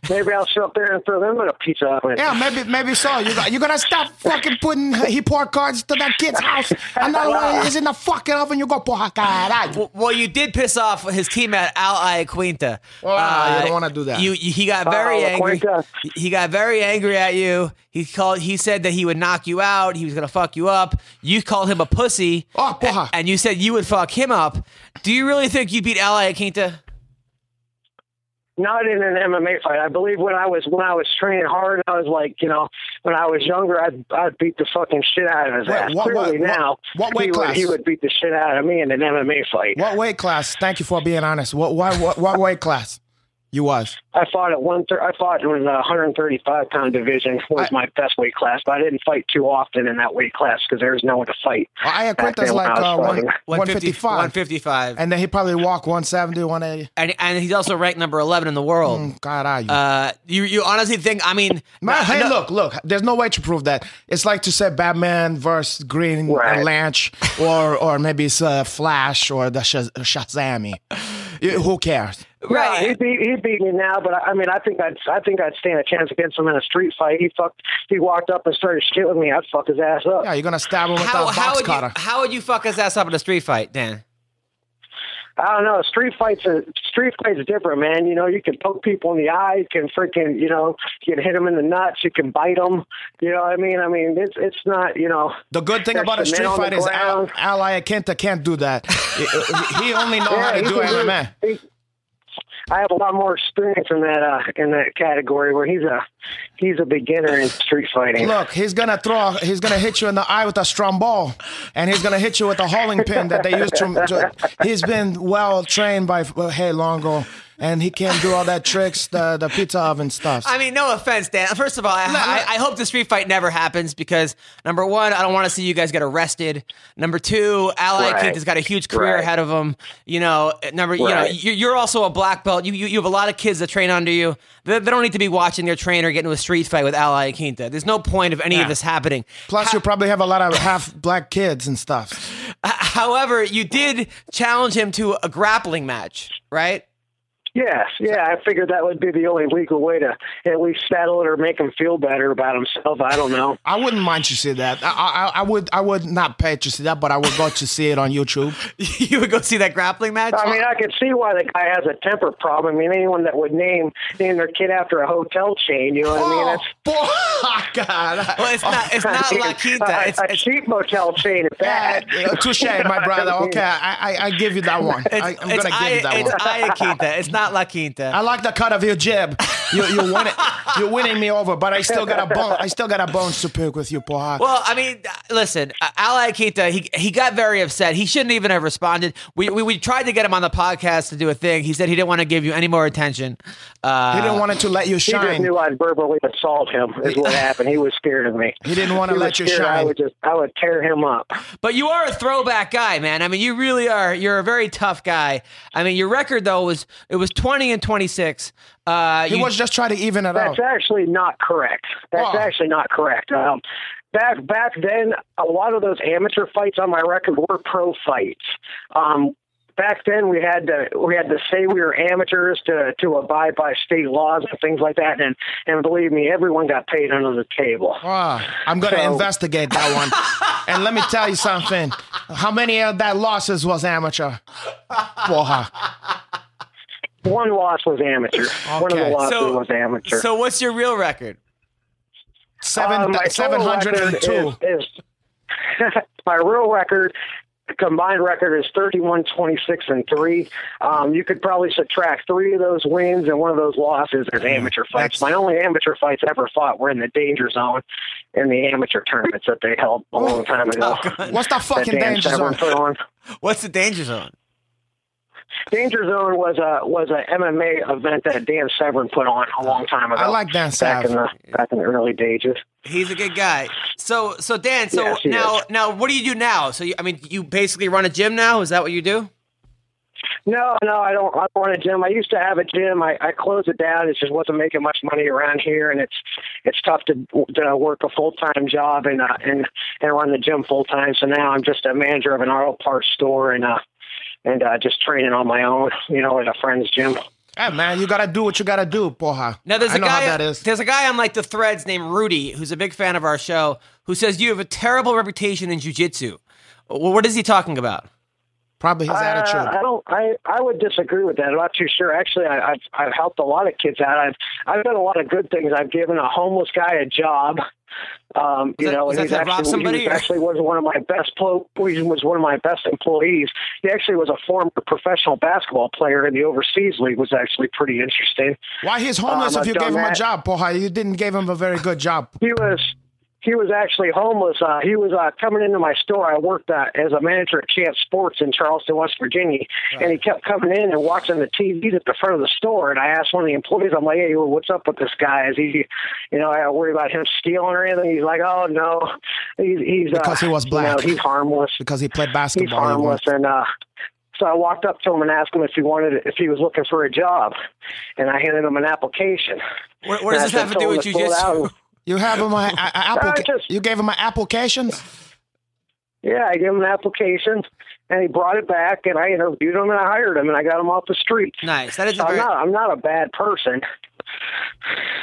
S4: Maybe I'll show up there and throw them in a pizza oven.
S3: Yeah, maybe maybe so. You got, you're gonna stop fucking putting report cards to that kid's house. Another one is in the fucking oven. You go por caralho.
S1: Well, well, you did piss off his teammate Al Iaquinta. Uh,
S3: Ah, you don't wanna do that.
S1: You, you- he got very
S4: Oh,
S1: angry.
S4: Iaquinta.
S1: He got very angry at you. He called. He said that he would knock you out. He was gonna fuck you up. You called him a pussy.
S3: Oh, porra.
S1: And you said you would fuck him up. Do you really think you beat Al Iaquinta?
S4: Not in an MMA fight. I believe when I was when I was training hard, I was like, you know, when I was younger, I'd I'd beat the fucking shit out of his
S3: Wait,
S4: ass.
S3: what-
S4: Clearly
S3: what-
S4: now,
S3: what- what weight
S4: he,
S3: class?
S4: Would, he would beat the shit out of me in an MMA fight.
S3: What weight class? Thank you for being honest. What what what, what weight class? You was.
S4: I fought at one. Thir- I fought in the 135 pound division was my best weight class, but I didn't fight too often in that weight class because there was no one to fight.
S3: I had
S4: back
S3: Quintas
S4: then when
S3: like
S4: I
S3: uh,
S4: was
S3: one,
S4: fighting.
S3: 155.
S1: 155.
S3: And then he probably walked 170, 180.
S1: And, and he's also ranked number 11 in the world.
S3: God, are you?
S1: Uh, you you honestly think? I mean,
S3: Hmm. Man, hey,
S1: no-
S3: look, look. There's no way to prove that. It's like to say Batman versus Green
S4: Right.
S3: and Lanch, or or maybe it's uh, Flash or the Shaz- Shazami. You- Who cares?
S1: right?
S4: No, he beat he beat me now, but I, I mean, I think I'd I think I'd stand a chance against him in a street fight. He fucked. He walked up and started shit with me. I'd fuck his ass up.
S3: Yeah, you're gonna stab him with
S1: how,
S3: that
S1: how
S3: box
S1: would you,
S3: cutter.
S1: how would you fuck his ass up in a street fight, Dan?
S4: I don't know. Street fights are street fights are different, man. You know, you can poke people in the eye. You can freaking, you know, you can hit them in the nuts. You can bite them. You know what I mean? I mean, it's it's not, you know.
S3: The good thing
S4: there's
S3: about a
S4: some men
S3: street
S4: on the
S3: fight is Al,
S4: ground.
S3: Ally Akenta can't do that. he he only know how to
S4: Yeah,
S3: do
S4: he can
S3: MMA.
S4: he- I have a lot more experience in that uh, in that category where he's a he's a beginner in street fighting.
S3: Look, he's gonna throw. He's gonna hit you in the eye with a strong ball, and he's gonna hit you with a hauling pin that they used to. to- he's been well trained by well, Hey Longo, and he can do all that tricks, the the pizza oven stuff.
S1: I mean, no offense, Dan. First of all, I, I, I hope the street fight never happens because number one, I don't want to see you guys get arrested. Number two, Ally
S4: Right.
S1: Keith has got a huge career
S4: Right.
S1: ahead of him. You know, number you know,
S4: Right.
S1: you- you're also a black belt. You, you you have a lot of kids that train under you. They, they don't need to be watching their trainer get into a street fight with Ally Quinta. There's no point of any of this happening.
S3: Plus, you probably have a lot of half black kids and stuff.
S1: However, you did challenge him to a grappling match, right?
S4: Yes, yeah, I figured that would be the only legal way to at least settle it or make him feel better about himself. I don't know.
S3: I wouldn't mind to see that. I, I I would I would not pay to see that, but I would go to see it on YouTube.
S1: you would go see that grappling match.
S4: I mean, I could see why the guy has a temper problem. I mean, anyone that would name name their kid after a hotel chain, you know what I mean?
S3: Oh,
S4: That's
S3: boy, God.
S1: well, it's not. It's not La Quinta.
S4: a,
S1: It's,
S4: a
S1: it's
S4: cheap motel chain at that.
S3: Uh, Touche, my brother. Okay, I, I, I give you that one. I, I'm
S1: it's
S3: gonna give you that
S1: I-
S3: one.
S1: It's Iaquinta. It's not La Quinta.
S3: I like the cut of your jib. You, you're winning. You're winning me over, but I still got a bone. I still got a bones to pick with you, Poha.
S1: Well, I mean, uh, listen, uh, Ally Keita, he he got very upset. He shouldn't even have responded. We, we we tried to get him on the podcast to do a thing. He said he didn't want to give you any more attention. Uh,
S3: he didn't want to let you
S4: He just
S3: shine.
S4: knew I'd verbally assault him. Is what happened. He was scared of me.
S3: He didn't wanna
S4: was
S3: let you
S4: scared I
S3: shine.
S4: would just, I would tear him up.
S1: But you are a throwback guy, man. I mean, you really are. You're a very tough guy. I mean, your record though was it was twenty and twenty six. Uh,
S3: He
S1: you-
S3: was just trying to even it out.
S1: Oh.
S4: That's actually not correct. That's
S3: Wow.
S4: actually not correct. Um, back back then, a lot of those amateur fights on my record were pro fights. Um, back then, we had to we had to say we were amateurs to to abide by state laws and things like that. And and believe me, everyone got paid under the table.
S1: Oh.
S3: Wow. Ah, I'm gonna
S4: So-
S3: investigate that one. and let me tell you something. How many of that losses was amateur? Poha.
S4: One loss was amateur. One of the
S3: Okay.
S4: losses
S1: So-
S4: was amateur.
S1: so what's your real record?
S3: Seven
S4: Um, my
S3: seven
S4: total
S3: hundred
S4: record
S3: and two.
S4: Is, is my real record, combined record is 31, 26, and 3. Um, you could probably subtract three of those wins and one of those losses as amateur fights.
S3: Mm-hmm. that's-
S4: My only amateur fights ever fought were in the danger zone in the amateur tournaments that they held a long time ago.
S3: What's the
S4: That
S3: Oh, fucking
S4: Dan
S3: danger
S4: Severn
S3: zone?
S4: put on.
S1: What's the danger zone?
S4: Danger Zone was a was a MMA event that Dan Severn put on a long time ago.
S3: I like Dan
S4: back in
S3: Severn.
S4: the back in the early days.
S1: He's a good guy. So so Dan, so
S4: Yes, he
S1: now
S4: is.
S1: now what do you do now? So you, I mean, you basically run a gym now. Is that what you do?
S4: No, no, I don't. I don't want a gym. I used to have a gym. I, I closed it down. It just wasn't making much money around here, and it's it's tough to, to work a full time job and uh, and and run the gym full time. So now I'm just a manager of an auto parts store and uh and uh, just training on my own, you know, at a friend's gym.
S3: Hey man, you gotta do what you gotta do, Poha.
S1: Now there's
S3: I
S1: a
S3: know
S1: guy.
S3: how that is.
S1: There's a guy on like the threads named Rudy, who's a big fan of our show, who says you have a terrible reputation in jujitsu. Well, what is he talking about?
S3: Probably his
S4: Uh,
S3: attitude.
S4: I don't. I, I would disagree with that. I'm not too sure. Actually, I, I've I've helped a lot of kids out. I've I've done a lot of good things. I've given a homeless guy a job. Um, you
S1: that-
S4: know,
S1: was
S4: and
S1: that
S4: he's
S1: to rob
S4: actually, he
S1: somebody,
S4: was
S1: or-
S4: actually was one of my best plo- he was one of my best employees. He actually was a former professional basketball player in the overseas league. Was actually pretty interesting.
S3: Why he's homeless
S4: um,
S3: if you
S4: I've
S3: gave
S4: done
S3: him a
S4: that.
S3: job, Poha? You didn't give him a very good job.
S4: he was he was actually homeless. Uh, he was uh, coming into my store. I worked uh, as a manager at Champ Sports in Charleston, West Virginia, and he kept coming in and watching the TVs at the front of the store. And I asked one of the employees, "I'm like, hey, well, what's up with this guy? Is he, you know, I worry about him stealing or anything?" He's like, "Oh no, he's, he's
S3: Because
S4: uh,
S3: he was
S4: you
S3: black.
S4: know, he's harmless.
S3: Because he played
S4: He's
S3: basketball. he
S4: harmless."
S3: was-
S4: And uh, so I walked up to him and asked him if he wanted, if he was looking for a job, and I handed him an application.
S1: What, what does
S4: And
S1: this
S4: I
S1: have to do
S4: told
S1: with
S4: him fill it out
S1: jujitsu?
S4: and-
S3: You have him a, a, a applica-
S4: just-
S3: You gave him an applications.
S4: Yeah, I gave him an application, and he brought it back, and I interviewed him, and I hired him, and I got him off the street.
S1: Nice. That is a
S4: I'm
S1: very,
S4: not. I'm not a bad person.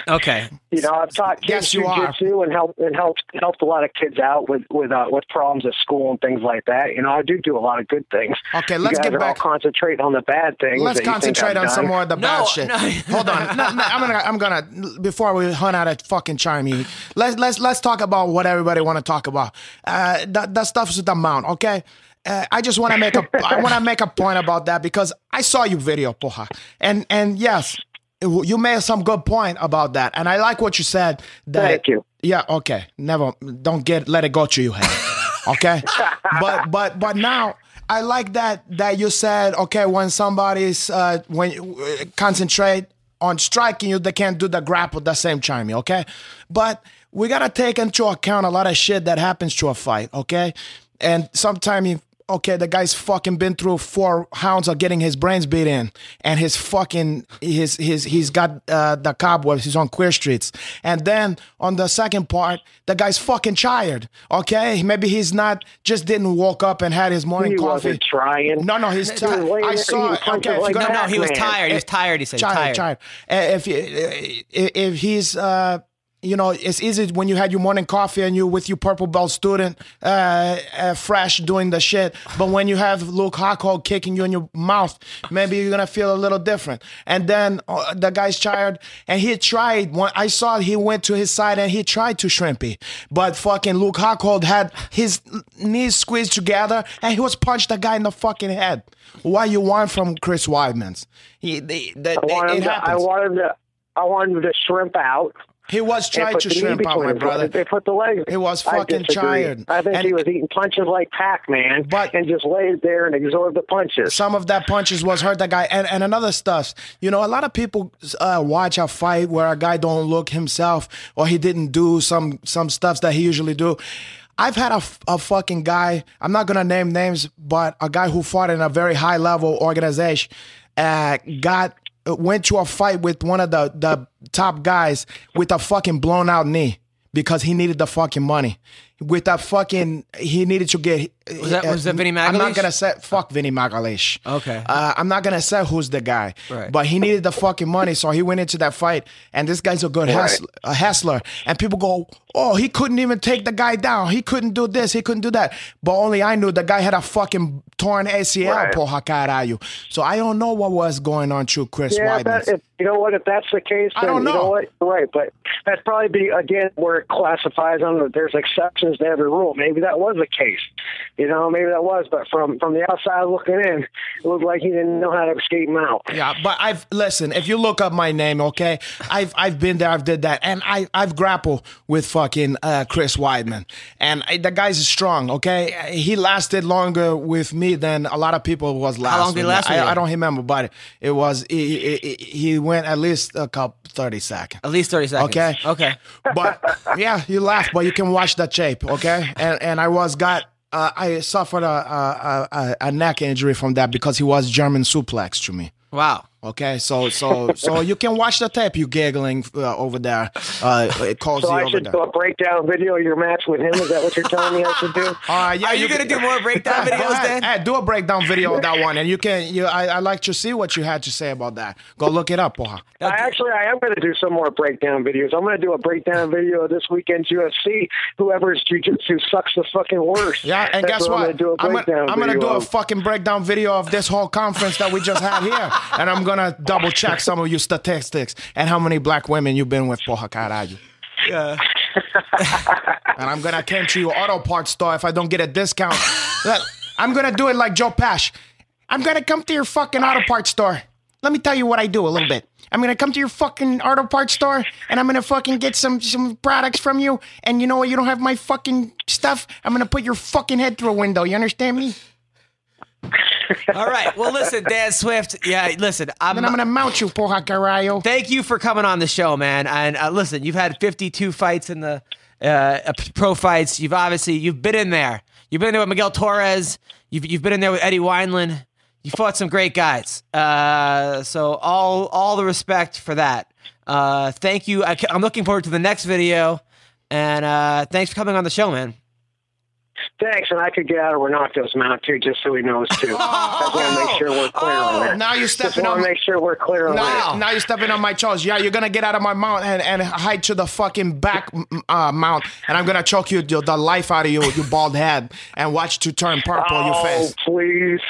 S1: okay.
S4: You know, I've taught
S3: Yes,
S4: kids
S3: you are.
S4: jujitsu and helped and helped helped a lot of kids out with with uh, with problems at school and things like that. You know, I do do a lot of good things.
S3: Okay,
S4: You
S3: let's
S4: guys
S3: get
S4: are
S3: back-
S4: All concentrating on the bad things.
S3: Let's
S4: that you think
S3: concentrate on
S4: I've
S3: some
S4: done.
S3: more of the
S1: No,
S3: bad shit.
S1: no.
S3: Hold on. No, no, I'm gonna I'm gonna before we hunt out a fucking chime here, Let's let's let's talk about what everybody wanna talk about. Uh that that stuff's with the mount, okay? Uh, I just want to make a I want to make a point about that because I saw your video, Poha, and and yes, you made some good point about that, and I like what you said. That,
S4: Thank you.
S3: Yeah. Okay. Never. Don't get let it go to you, head. Okay. but but but now I like that that you said okay when somebody's uh, when you, uh, concentrate on striking you they can't do the grapple the same time. Okay. But we gotta take into account a lot of shit that happens to a fight. Okay. And sometimes you okay, the guy's fucking been through four hounds of getting his brains beat in, and his fucking his his he's got uh, the cobwebs. He's on queer streets, and then on the second part, the guy's fucking tired. Okay, maybe he's not just didn't walk up and had his morning
S4: He
S3: coffee.
S4: wasn't trying.
S3: No, no, he's
S4: was
S3: tired.
S4: laying
S3: I
S4: there
S3: saw
S4: eating
S3: it.
S4: punches
S3: Okay, if
S4: like
S3: you're
S1: No,
S3: gonna
S1: no, he was
S4: Man.
S1: tired. He was tired. He said tired.
S3: child, child. Uh, If you- uh, if he's uh, you know, it's easy when you had your morning coffee and you with your purple belt student, uh, uh, fresh doing the shit. But when you have Luke Hockhold kicking you in your mouth, maybe you're gonna feel a little different. And then uh, the guy's tired, and he tried. One, I saw he went to his side and he tried to shrimpy, but fucking Luke Hockhold had his knees squeezed together and he was punched the guy in the fucking head. What you want from Chris Weidman's? He, they, they,
S4: I want
S3: it
S4: him to, I
S3: happens.
S4: want him to. I wanted to shrimp out.
S3: He was
S4: and
S3: trying
S4: put
S3: to
S4: the knee
S3: shrimp out
S4: between
S3: my
S4: his legs.
S3: brother.
S4: They put the legs.
S3: He was
S4: I
S3: fucking
S4: disagree.
S3: tired.
S4: I think
S3: And-
S4: he was eating punches like Pac-Man,
S3: But-
S4: and just laid there and absorbed the punches.
S3: some of that punches was hurt that guy and, and another stuff you know a lot of people uh, watch a fight where a guy don't look himself or he didn't do some some stuff that he usually do i've had a, f- a fucking guy i'm not gonna name names but a guy who fought in a very high level organization uh, got went to a fight with one of the the top guys with a fucking blown out knee because he needed the fucking money with that fucking he needed to get uh,
S1: Was that- was that Vinny
S3: i'm
S1: Magalish?
S3: not gonna say fuck Vinny Magalish.
S1: Okay.
S3: Uh, I'm not gonna say who's the guy,
S1: Right.
S3: but he needed the fucking money, so he went into that fight. And this guy's a good hustler, a hustler. And people go, "Oh, he couldn't even take the guy down. He couldn't do this. He couldn't do that." But only I knew the guy had a fucking torn ACL,
S4: Right.
S3: porra caralho. So I don't know what was going on to Chris
S4: Yeah,
S3: Weidman.
S4: if that, if, you know what? If that's the case,
S3: I
S4: then
S3: don't
S4: you know
S3: know.
S4: what? Right, but that's probably be again where it classifies them. that There's exceptions to every rule. Maybe that was the case. You know, maybe that was. But from from the outside looking in, it looked like he didn't know how to escape him out.
S3: Yeah, but I've listen. If you look up my name, okay, I've I've been there, I've did that, and I I've grappled with fucking uh, Chris Weidman, and I, the guy's strong. Okay, he lasted longer with me than a lot of people was last.
S1: long did he
S3: with me.
S1: last with you?
S3: I, I don't remember, but it was he, he, he- he went at least a couple thirty seconds.
S1: At least 30 seconds.
S3: Okay.
S1: Okay.
S3: But yeah, you laugh, but you can watch the tape, okay? And and I was got uh, I suffered a, a a a neck injury from that because he was German suplex to me.
S1: Wow.
S3: Okay, so so so you can watch the tape. You giggling uh, over there. Uh, it calls
S4: So
S3: you
S4: I
S3: over
S4: should
S3: there.
S4: do a breakdown video of your match with him. Is that what you're telling me I should do?
S3: Uh, yeah,
S1: Are you, going to
S3: can-
S1: do more breakdown
S3: Go
S1: videos
S3: ahead.
S1: then?
S3: Hey, do a breakdown video on that one, and you can. You, I, I like to see what you had to say about that. Go look it up, Poha.
S4: I actually I am going to do some more breakdown videos. I'm going to do a breakdown video of this weekend's UFC. Whoever's jujitsu sucks the fucking worst.
S3: Yeah, and
S4: That's
S3: guess what?
S4: I'm going to do a
S3: I'm gonna-
S4: breakdown
S3: I'm gonna
S4: video
S3: do a
S4: of.
S3: fucking breakdown video of this whole conference that we just had here, and I'm gonna double check some of your statistics and how many black women you've been with, Poha Caralho.
S1: Yeah.
S3: and I'm gonna come to your auto parts store if I don't get a discount. Look, I'm gonna do it like Joe Pash. I'm gonna come to your fucking auto parts store. Let me tell you what I do a little bit. I'm gonna come to your fucking auto parts store and I'm gonna fucking get some some products from you. And you know what? You don't have my fucking stuff. I'm gonna put your fucking head through a window. You understand me?
S1: All right. Well, listen, Dan Swift. Yeah, listen. I'm,
S3: Then I'm gonna mount you, porra caralho.
S1: thank you for coming on the show, man. And uh, listen, you've had 52 fights in the uh, uh, pro fights. You've obviously you've been in there. You've been there with Miguel Torres. You've you've been in there with Eddie Wineland. You fought some great guys. Uh, so all all the respect for that. Uh, thank you. I, ca- I'm looking forward to the next video. And uh, thanks for coming on the show, man.
S4: Thanks, and I could get out of Renato's mouth too, just so he knows too. I want to make sure we're clear on that.
S3: Oh, Now you're
S4: just
S3: stepping
S4: want
S3: on
S4: to make sure we're clear on
S3: Now,
S4: that.
S3: now you're stepping on my toes. Yeah, you're gonna get out of my mount and, and hide to the fucking back mm, uh, mount, and I'm gonna choke you the the life out of you, you bald head, and watch to turn purple your
S4: Oh,
S3: face.
S4: please.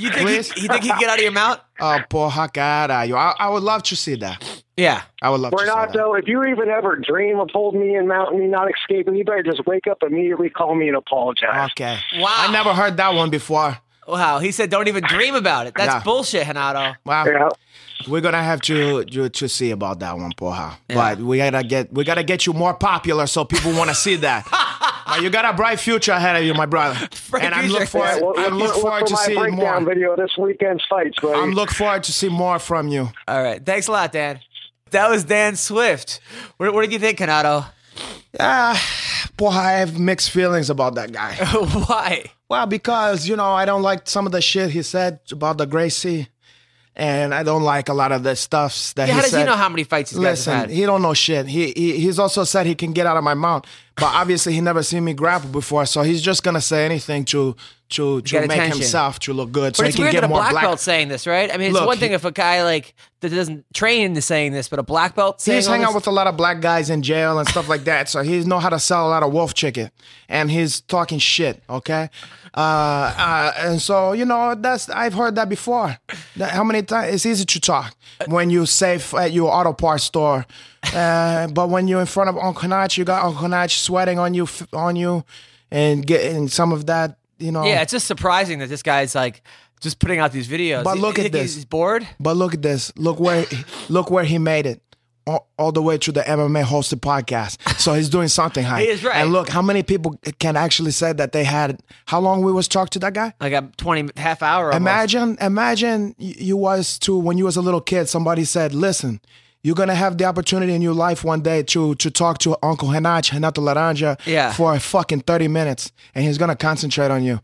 S1: You think he,
S3: Please?
S1: you think he can get out of your mouth?
S3: Oh, porra caralho. I, I would love to see that.
S1: Yeah.
S3: I would love to see that.
S4: Renato, if you even ever dream of holding me in mountain, me not escaping, you better just wake up immediately, call me, and apologize.
S3: Okay.
S1: Wow.
S3: I never heard that one before.
S1: Wow. He said, "Don't even dream about it." That's
S3: Yeah.
S1: bullshit, Hanato.
S3: Wow.
S4: Yeah.
S3: We're gonna have to to, to see about that one, porra.
S1: Yeah.
S3: But we gotta get we gotta get you more popular so people want to see that. Now, you got a bright future ahead of you, my brother.
S1: Bright
S3: and I'm
S1: future.
S3: look forward,
S1: Yeah,
S4: Well,
S3: I
S4: look,
S3: look
S4: look
S3: forward
S4: for
S3: to
S4: my
S3: seeing more.
S4: breakdown video of this weekend's fights, buddy.
S3: I'm look forward to see more from you.
S1: All right. Thanks a lot, Dan. That was Dan Swift. What, what did you think, Hanato?
S3: Ah, boy, I have mixed feelings about that guy.
S1: Why?
S3: well, because you know I don't like some of the shit he said about the Gracie, and I don't like a lot of the stuffs
S1: Yeah,
S3: that he
S1: how does
S3: said.
S1: he know how many fights these guys have had?
S3: Listen, he don't know shit. He, he he's also said he can get out of my mouth, but obviously he never seen me grapple before, so he's just gonna say anything to to to
S1: Get
S3: make
S1: attention.
S3: himself to look good, so
S1: but
S3: he
S1: it's
S3: can
S1: weird that
S3: get
S1: a
S3: more
S1: black,
S3: black.
S1: belt saying this, right? I mean, it's
S3: Look,
S1: one thing
S3: he-
S1: if a guy like that doesn't train into saying this, but a black belt saying
S3: He's
S1: all
S3: hanging out
S1: this-
S3: with a lot of black guys in jail and stuff like that, so he know how to sell a lot of wolf chicken, and he's talking shit. Okay, uh, uh, and so you know that's I've heard that before. That- how many times it's easy to talk when you safe at your auto parts store, uh, but when you're in front of Uncle Nach, you got Uncle Nach sweating on you f- on you, and getting some of that. You know,
S1: yeah, it's just surprising that this guy's like just putting out these videos.
S3: But
S1: You
S3: look at
S1: think
S3: this.
S1: He's bored.
S3: But look at this. Look where look where he made it. all, all the way to the MMA hosted podcast. So he's doing something high.
S1: He is right.
S3: And look, how many people can actually say that they had? How long we was talk to that guy?
S1: like a 20 half hour. almost.
S3: Imagine, imagine y- you was to when you was a little kid. Somebody said, "Listen, you're gonna have the opportunity in your life one day to to talk to Uncle Henach Henato Laranja
S1: Yeah.
S3: for fucking thirty minutes, and he's gonna concentrate on you."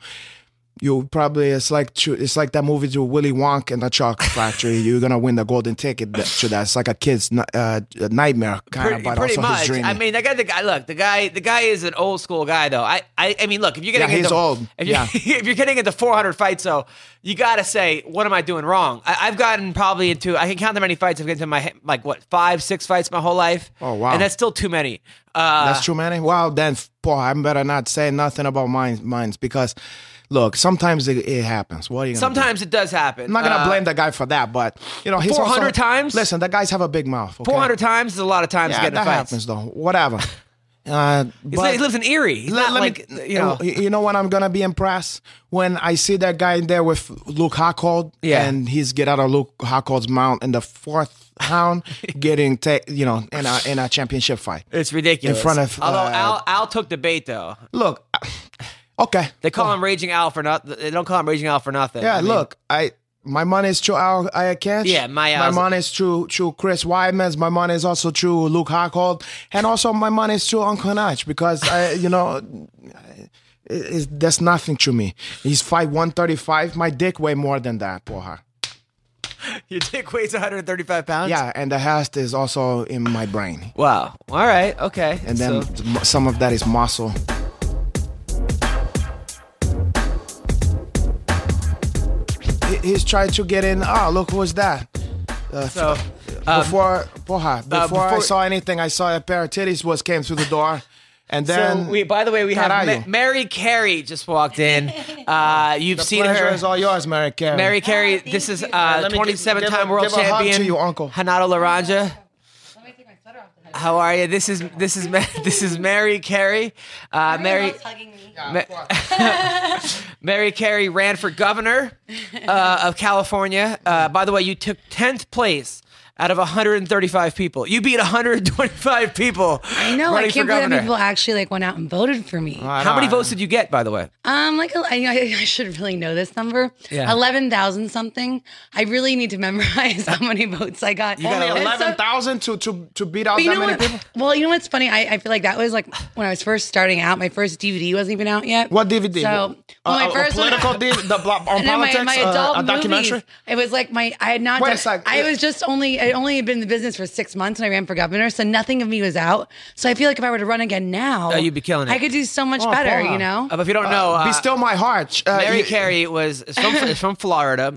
S3: You probably it's like to, it's like that movie to Willy Wonka and the Chocolate Factory. You're gonna win the golden ticket th- to that. It's like a kid's n- uh, nightmare kind
S1: Pretty,
S3: of, but
S1: pretty
S3: also his
S1: much.
S3: dream.
S1: I mean, I got the guy. Look, the guy. The guy is an old school guy, though. I. I, I mean, look. If you're getting
S3: Yeah, he's
S1: into,
S3: old.
S1: If you're,
S3: Yeah.
S1: if you're getting into 400 fights, though, you gotta say, what am I doing wrong? I, I've gotten probably into. I can count how many fights I've gotten into my like what five, six fights my whole life.
S3: Oh, wow.
S1: And that's still too many. Uh,
S3: That's true, man. Well, then, Paul, I better not say nothing about mine, mines because, look, sometimes it, it happens. What are you gonna do?
S1: sometimes it does happen.
S3: I'm not gonna
S1: Uh,
S3: blame the guy for that, but you know, he's
S1: 400
S3: also-
S1: times?
S3: Listen, the guys have a big mouth. okay?
S1: 400 times is a lot of times
S3: Yeah,
S1: getting
S3: that
S1: fights.
S3: happens though. Whatever. Uh,
S1: He's
S3: but-
S1: li- he lives in Erie. He's
S3: let,
S1: not
S3: let
S1: like
S3: me,
S1: you know.
S3: you know when I'm gonna be impressed when I see that guy in there with Luke Harcourt,
S1: Yeah.
S3: and he's get out of Luke Harcourt's mount in the fourth round, getting ta- you know in a in a championship fight.
S1: It's ridiculous.
S3: In front of,
S1: although
S3: uh,
S1: Al Al took the bait though.
S3: Look, okay,
S1: They call him Raging Al for nothing. They don't call him Raging Al for nothing.
S3: oh. Yeah,
S1: I mean,
S3: look, I my money is to Al Ayakesh.
S1: Yeah, my uh,
S3: my
S1: eyes-
S3: money is to to Chris Wyman's. My money is also to Luke Harcourt, and also my money is to Uncle Nach because I, you know, it- it's, that's nothing to me. He's five one thirty five. My dick weigh more than that, porra.
S1: your dick weighs 135 pounds.
S3: Yeah, and the hast is also in my brain,
S1: Wow. All right. Okay.
S3: and then
S1: So-
S3: m- some of that is muscle. He- He's trying to get in. Ah, look who's that?
S1: so, um,
S3: before, porra, before, I
S1: before-
S3: saw anything, I saw a pair of titties was came through the door, and then
S1: so we. By the way, we have Ma-
S3: Carayo.
S1: Mary Carey just walked in. Uh, you've seen
S3: pleasure
S1: her.
S3: is all yours, Mary Carey.
S1: Mary Carey.
S5: thank
S1: this is
S5: you. Uh,
S1: uh,
S5: let
S3: me give-
S1: 27
S3: give
S1: time
S3: a-
S1: world
S3: give a hug
S1: champion.
S3: to you, Uncle.
S1: Hanato Laranja.
S5: Let me take my sweater off. The
S1: How are you? This is this is Ma- this is Mary Carey. Uh, Mary.
S5: hugging me.
S1: Ma- Mary Carey ran for governor uh, of California. Uh, by the way, you took 10th place out of 135 people. You beat 125 people.
S5: I know.
S1: running for
S5: I can't believe that
S1: governor.
S5: many people actually like went out and voted for me.
S3: Uh-huh.
S1: How many votes did you get, by the way?
S5: Um, like I, I should really know this number.
S1: Yeah.
S5: eleven thousand something. I really need to memorize how many votes I got.
S1: got
S3: only
S1: It's so-
S3: eleven thousand to to to beat out that
S5: But you know
S3: many
S5: what?
S3: people.
S5: Well, you know what's funny? I, I feel like that was like when I was first starting out. My first DVD wasn't even out yet.
S3: What DVD?
S5: So
S3: Uh,
S5: well, my
S3: uh,
S5: first one-
S3: political D- the blo- on
S5: And then
S3: politics,
S5: my, my
S3: uh,
S5: adult
S3: a documentary.
S5: movies. It was like my I had not
S3: Wait a
S5: done,
S3: sec.
S5: I was just only I only had been in the business for six months and I ran for governor, so nothing of me was out. So I feel like if I were to run again now,
S1: Oh, you'd be killing it.
S5: I could do so much better,
S3: Oh, wow.
S5: you know.
S1: Uh, if you don't know, uh,
S3: Be still my heart. Uh,
S1: Mary
S3: you-
S1: Carey was is from, is from Florida.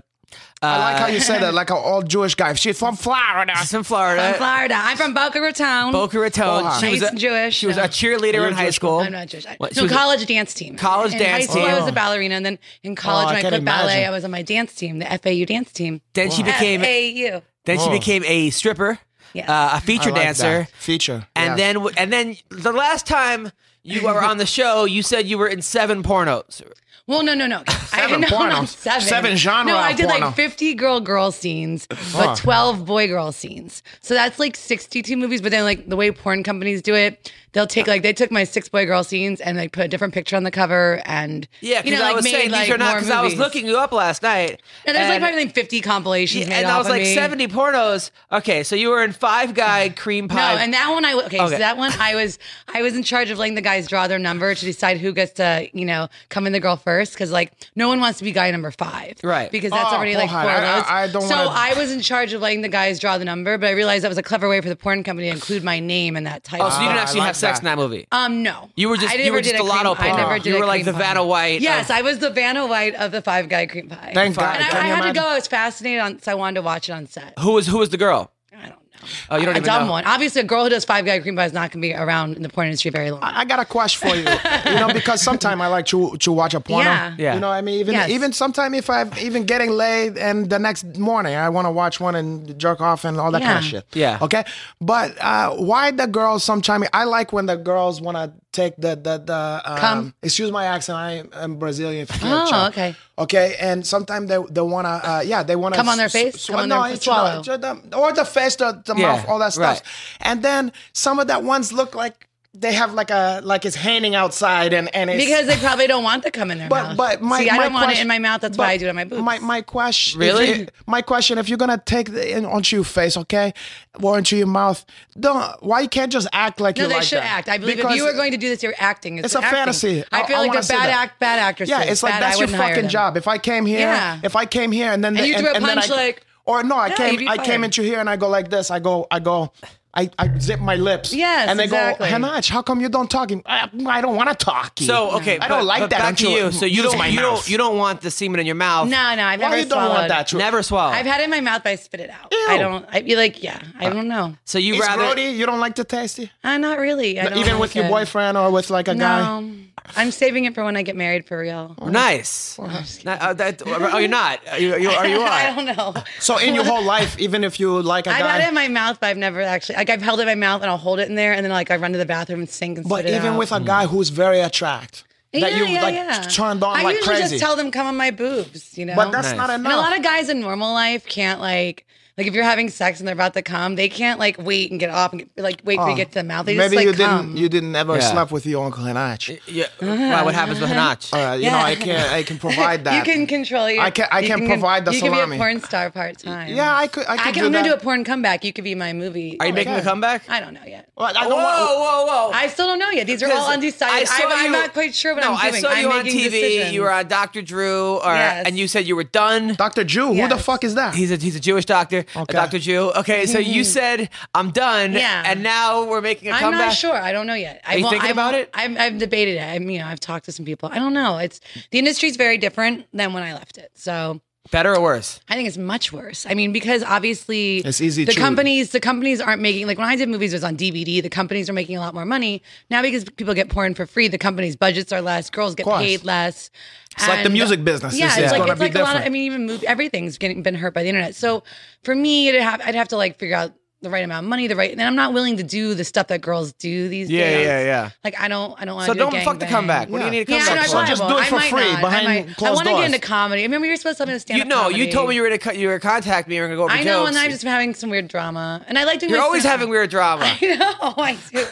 S3: I like
S1: uh,
S3: how you said that, like an old Jewish guy. She's from Florida.
S1: She's from Florida.
S5: I'm Florida. I'm from Boca Raton.
S1: Boca Raton.
S5: Nice
S1: She was a,
S5: and Jewish.
S1: She was a
S5: No.
S1: cheerleader in high school.
S5: I'm not Jewish. I-
S1: What, she
S5: so
S1: was a-
S5: college dance team.
S1: College
S5: in
S1: dance
S5: high school,
S1: team.
S5: I was a ballerina, and then in college,
S3: Oh, I
S5: when I
S3: can
S5: quit ballet,
S3: imagine.
S5: I was on my dance team, the FAU dance team.
S1: Then she became
S5: FAU.
S1: then she became a stripper,
S5: Yes.
S1: uh, a
S3: I
S1: feature
S3: like that.
S1: dancer.
S3: feature,
S1: And
S3: yes.
S1: then w- and then the last time you were on the show, you said you were in seven pornos.
S5: Well, no, no, no.
S3: Seven
S5: no,
S3: pornos.
S5: not Seven.
S3: Seven genre
S5: No, I did
S3: porno.
S5: like 50 girl girl scenes, but 12 boy girl scenes. So that's like 62 movies. But then, like, the way porn companies do it, they'll take, like, they took my six boy girl scenes and they put a different picture on the cover. And,
S1: Yeah,
S5: you
S1: because
S5: know, like,
S1: I was
S5: made
S1: saying
S5: like
S1: these are not
S5: more
S1: because I was
S5: movies.
S1: looking you up last night.
S5: And there's like probably like 50 compilations. made
S1: and I
S5: off
S1: was
S5: of
S1: like
S5: me.
S1: seventy pornos. Okay, so you were in Five Guy Cream
S5: No,
S1: Pie.
S5: and that one I okay,
S1: Okay.
S5: So that one I was I was in charge of letting the guys draw their number to decide who gets to you know come in the girl first because like no one wants to be guy number five,
S1: Right.
S5: Because that's
S3: Oh,
S5: already like four
S3: God, I-
S5: loads.
S3: I- I don't
S5: so
S3: wanna-
S5: I was in charge of letting the guys draw the number, but I realized that was a clever way for the porn company to include my name in that title.
S1: oh, so you didn't actually
S3: Ah, like
S1: have sex
S3: that.
S1: in that movie.
S5: um, no,
S1: You were just-
S5: I
S1: you
S5: never
S1: were just
S5: did
S1: a lotto
S5: cream, I
S1: pie.
S5: never did
S1: You
S5: a
S1: were like the
S5: cream pie.
S1: Vanna White of-
S5: Yes, I was the Vanna White of the Five Guy Cream Pie.
S3: Thank God.
S5: And I,
S3: Can
S5: I
S3: you
S5: had to
S3: imagine?
S5: go. I was fascinated on, so I wanted to watch it on set.
S1: who was who was the girl?
S5: I don't know.
S1: Oh, you don't
S5: a
S1: even
S5: dumb
S1: know.
S5: one. Obviously, a girl who does five guy cream pie is not going to be around in the porn industry very long.
S3: I got a question for you. you know, because sometimes I like to to watch a porno.
S5: Yeah.
S1: Yeah.
S3: You know, what I mean, even
S5: Yes.
S3: even sometimes if I'm even getting laid and the next morning I want to watch one and jerk off and all that kind
S5: Yeah.
S3: of shit.
S1: Yeah.
S3: Okay. But uh, why the girls sometimes I like when the girls want to take the the the um,
S5: Come.
S3: excuse my accent. I am Brazilian. if you
S5: Oh,
S3: can't tell.
S5: okay.
S3: Okay, and sometimes they they wanna uh, yeah they wanna
S5: Come on their
S3: s-
S5: face?
S3: s-
S5: Come on
S3: no,
S5: their-
S3: it's not-
S5: swallow.
S3: just the- or the face, the, the
S1: Yeah,
S3: mouth, all that stuff.
S1: right.
S3: And then some of that ones look like they have like a like it's hanging outside and and it's
S5: Because they probably don't want to come in their
S3: but
S5: mouth.
S3: but my
S5: See, I
S3: my
S5: don't want it
S3: question-
S5: in my mouth. That's why
S3: but
S5: I do it on my boobs.
S3: My my question
S1: Really?
S3: if you- my question if you're gonna take the, in, onto your face, okay, or onto your mouth, don't why you can't just act like
S5: no,
S3: you
S5: they
S3: like
S5: should
S3: that?
S5: act. I believe if
S3: Because-
S5: you are going to do this, you're acting. It's,
S3: It's a
S5: acting.
S3: fantasy.
S5: I
S3: I-
S5: feel
S3: I
S5: like
S3: wanna
S5: a
S3: see
S5: bad
S3: that.
S5: act, bad actress.
S3: yeah, it's like that's your fucking job. If I came here,
S5: Yeah.
S3: if I came here and then
S5: And
S3: the-
S5: you
S3: and,
S5: threw a
S3: and then
S5: punch
S3: I-
S5: like-
S3: or no, I
S5: Yeah, you'd be
S3: came I
S5: fine.
S3: came into here and I go like this. I go I go. I, I zip my lips.
S5: Yes,
S3: and they
S5: exactly.
S3: go, Hanaj, how come you don't talk? I, I don't want to talk.
S1: So okay,
S3: I don't
S1: but-
S3: like
S1: but
S3: that.
S1: Back
S3: until
S1: to you. So you
S3: use
S1: don't,
S3: my
S1: you
S3: mouth.
S1: don't, you don't want the semen in your mouth.
S5: No, no, I've
S3: Why
S5: never
S3: you don't
S5: swallowed.
S3: want that? True.
S1: never swallow.
S5: I've had it in my mouth, but I spit it out. I don't. I'd be like, yeah,
S3: Uh,
S5: I don't know.
S1: so you
S3: It's
S1: rather
S3: grody. You don't like the tasty.
S5: Uh, not really. I don't
S3: even
S5: like
S3: with your
S5: it.
S3: boyfriend or with like a guy.
S5: No, I'm saving it for when I get married for real.
S1: nice. Not- uh, that- oh, you're not. Are you, you,
S3: Oh,
S1: are you
S5: I
S1: are.
S5: don't know.
S3: So in your whole life, even if you like a
S5: I've
S3: guy,
S5: had it in my mouth, but I've never actually like I've held it in my mouth and I'll hold it in there and then like I run to the bathroom and sink and
S3: but
S5: spit it
S3: even
S5: out.
S3: with a guy who's very attractive, that
S5: Yeah,
S3: you
S5: yeah,
S3: like
S5: yeah.
S3: turned on
S5: I
S3: like
S5: usually
S3: crazy.
S5: just tell them come on my boobs, you know.
S3: but that's
S1: Nice.
S3: not
S5: And a
S3: enough.
S5: lot of guys in normal life can't like like if you're having sex and they're about to come, they can't like wait and get off and like wait till you get to the mouth. They
S3: Oh, Maybe
S5: just like
S3: you
S5: come.
S3: didn't. You didn't ever
S1: Yeah.
S3: sleep with your uncle Hanach.
S1: Yeah. Wow, what happens with Hanach?
S3: Uh, you know, I can. I can provide that.
S5: You can control your.
S3: I can. I
S5: you
S3: can, provide the
S5: you can be
S3: salami.
S5: a porn star part time.
S3: yeah, I could. I
S5: I
S3: could
S5: can.
S3: do
S5: I'm
S3: that.
S5: gonna do a porn comeback. You could be Oh my movie.
S1: Are you making a comeback?
S5: I don't know yet.
S3: But I
S1: Whoa,
S3: don't want.
S1: whoa, whoa!
S5: I still don't know yet. These are all undecided. I am
S1: you-
S5: not quite sure what
S1: no,
S5: I'm doing.
S1: I saw
S5: am
S1: you on
S5: making
S1: TV.
S5: Decisions.
S1: You were on Dr. Drew, or,
S5: Yes.
S1: and you said you were done.
S3: Dr. Jew, who
S5: Yes.
S3: the fuck is that?
S1: He's a he's a Jewish doctor, a
S3: Okay.
S1: Dr. Jew. Okay, so you said I'm done,
S5: Yeah.
S1: and now we're making a
S5: I'm
S1: comeback.
S5: not sure. I don't know yet. I
S1: you
S5: won't-
S1: thinking
S5: I
S1: about
S5: won't-
S1: it?
S5: I've, I've debated it. I mean, you know, I've talked to some people. I don't know. It's the industry's very different than when I left it. So
S1: Better or worse?
S5: I think it's much worse. I mean, because obviously
S3: It's easy
S5: The
S3: to-
S5: companies, the companies aren't making like when I did movies it was on DVD. The companies are making a lot more money now because people get porn for free. The companies' budgets are less. Girls get
S3: course.
S5: paid less. It's
S3: like the music business.
S5: Yeah,
S3: It's-
S5: it's,
S3: it's
S5: like
S3: gonna
S5: it's
S3: be
S5: like a lot. Of,
S3: different.
S5: I mean, even movie, everything's getting been hurt by the internet. So for me, it'd have, I'd have to like figure out the right amount of money, the right, and I'm not willing to do the stuff that girls do these days.
S1: yeah.
S5: Like I don't, I don't want
S1: So
S5: to. do a
S1: don't fuck the
S5: gangbang.
S1: comeback. What do you
S3: Yeah.
S1: need a
S5: Yeah, I
S1: comeback
S5: know,
S3: So
S5: I
S1: for?
S5: probably
S3: just do
S5: won't.
S3: it for
S5: I might
S3: free,
S5: not.
S3: behind
S5: I, might- I
S3: closed
S5: want to get
S3: doors.
S5: into comedy. I remember you were supposed to have a stand
S1: you know, you told me you were gonna cut- you were gonna contact me. You were gonna go over
S5: I know,
S1: jokes.
S5: and I'm just having some weird drama, and I like doing.
S1: You're
S5: my
S1: always
S5: stand-up.
S1: having weird drama.
S5: I know, I do.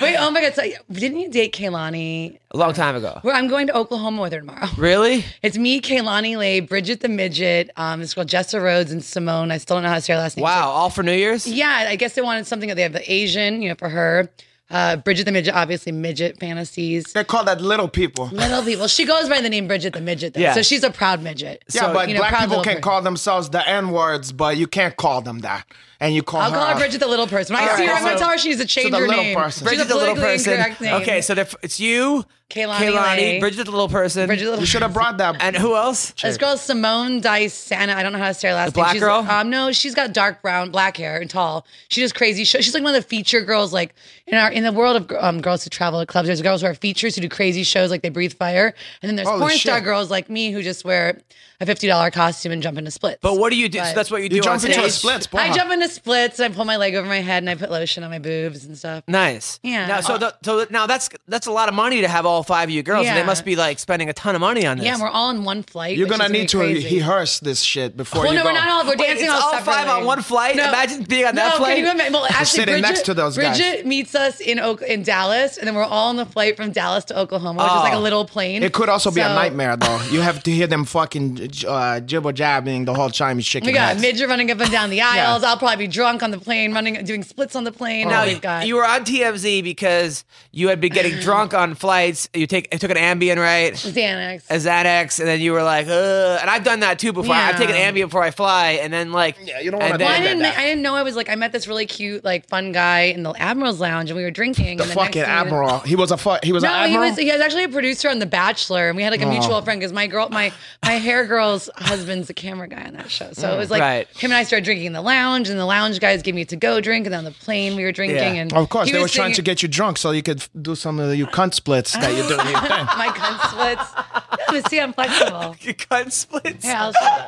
S5: Wait, oh my god! So didn't you date Kaylani?
S1: A long time ago.
S5: Where I'm going to Oklahoma with her tomorrow.
S1: Really?
S5: It's me, Kaylani Lay, Bridget the Midget, um, this girl Jessa Rhodes, and Simone. I still don't know how to say her last name.
S1: Wow. All for New Year's?
S5: Yeah, I guess they wanted something that they have the Asian, you know, for her. Uh, Bridget the Midget, obviously midget fantasies.
S3: They call that little people.
S5: Little people. She goes by the name Bridget the Midget, though.
S1: Yeah.
S5: So she's a proud midget.
S3: Yeah, but
S5: you know,
S3: black
S5: proud
S3: people
S5: little
S3: can
S5: person.
S3: call themselves the N words, but you can't call them that. And you call
S5: I'll
S3: her.
S5: call her
S3: a-
S5: Bridget the little person. When I
S3: Uh-huh. All
S5: see
S3: right,
S5: her, I'm gonna
S3: so-
S5: tell her she needs to change
S3: the
S5: her
S3: little
S5: name.
S3: person.
S5: She's a
S1: Bridget the little
S5: politically
S1: person.
S5: incorrect name.
S1: Okay, so they're- it's you,
S5: Kehlani Lay.
S1: Kaylani, Bridget the little person,
S5: Bridget the
S3: You
S5: little
S3: should have brought that.
S1: and who else?
S5: This girl's Simone Dice Santa. I don't know how to say her last
S1: black
S5: name. She's,
S1: girl?
S5: Um, no, she's got dark brown, black hair, and tall. She does crazy shows. She's like one of the feature girls. Like in our in the world of um, girls who travel to clubs, there's girls who are features who do crazy shows, like they breathe fire, and then there's
S3: Holy
S5: porn star
S3: shit.
S5: girls like me who just wear a fifty dollar costume and jump into splits.
S1: But what do you do? so
S5: But-
S1: that's what you do
S3: you
S1: on
S3: jump
S1: stage.
S3: into a splits.
S5: I
S3: Pornhub.
S5: jump into splits and I pull my leg over my head and I put lotion on my boobs and stuff.
S1: Nice.
S5: Yeah.
S1: Now, so, the, so now that's that's a lot of money to have all five of you girls. And
S5: Yeah.
S1: they must be like spending a ton of money on this.
S5: Yeah, and we're all in one flight.
S3: You're
S5: which is
S3: gonna need to
S5: gonna be crazy.
S3: rehearse this shit before
S5: Well,
S3: you
S5: no,
S3: go.
S5: we're not all. We're
S1: Wait,
S5: dancing
S1: it's all five
S5: separately.
S1: on one flight? Imagine being on that
S5: no,
S1: flight.
S5: Can you imagine? Well, actually,
S3: sitting
S5: Bridget,
S3: next to those guys.
S5: Bridget meets us in Oak, in Dallas, and then we're all on the flight from Dallas to Oklahoma, which is
S1: Oh.
S5: like a little plane.
S3: It could also be a
S5: So-
S3: nightmare, though. You have to hear them fucking uh, jibber jabbing the whole time. You shaking
S5: We got
S3: heads.
S5: midget running up and down the aisles. I'll probably be drunk on the plane, running, doing splits on the plane.
S1: Now,
S5: Now we've got
S1: you were on TMZ because you had been getting drunk on flights. You take you took an Ambien, right?
S5: Xanax.
S1: a Xanax, and then you were like, Ugh. and I've done that too before. I've
S5: Yeah.
S1: taken Ambien before I fly, and then like,
S3: Yeah, you don't
S1: and
S3: wanna
S5: well, I
S1: then-
S3: do
S5: didn't.
S3: that.
S5: ma- I didn't know I was like. I met this really cute, like, fun guy in the Admiral's Lounge, and we were drinking.
S3: the
S5: and the
S3: fucking
S5: next thing you know-
S3: admiral. He was a fu- he was an
S5: No, he
S3: admiral.
S5: was he was actually a producer on The Bachelor, and we had
S1: Oh.
S5: like a mutual friend because my girl, my my hair girl's husband's a camera guy on that show, so it was like
S1: Right.
S5: him and I started drinking in the lounge, and the lounge guys gave me a to go drink, and then on the plane we were drinking,
S1: Yeah.
S5: and
S3: of course,
S5: he
S3: they were
S5: was
S3: trying to
S5: singing-
S3: get you drunk so you could f- do some of your cunt splits that you do. You think.
S5: my gun splits. No, but see, I'm flexible.
S1: Your gun splits.
S5: Yeah, I'll show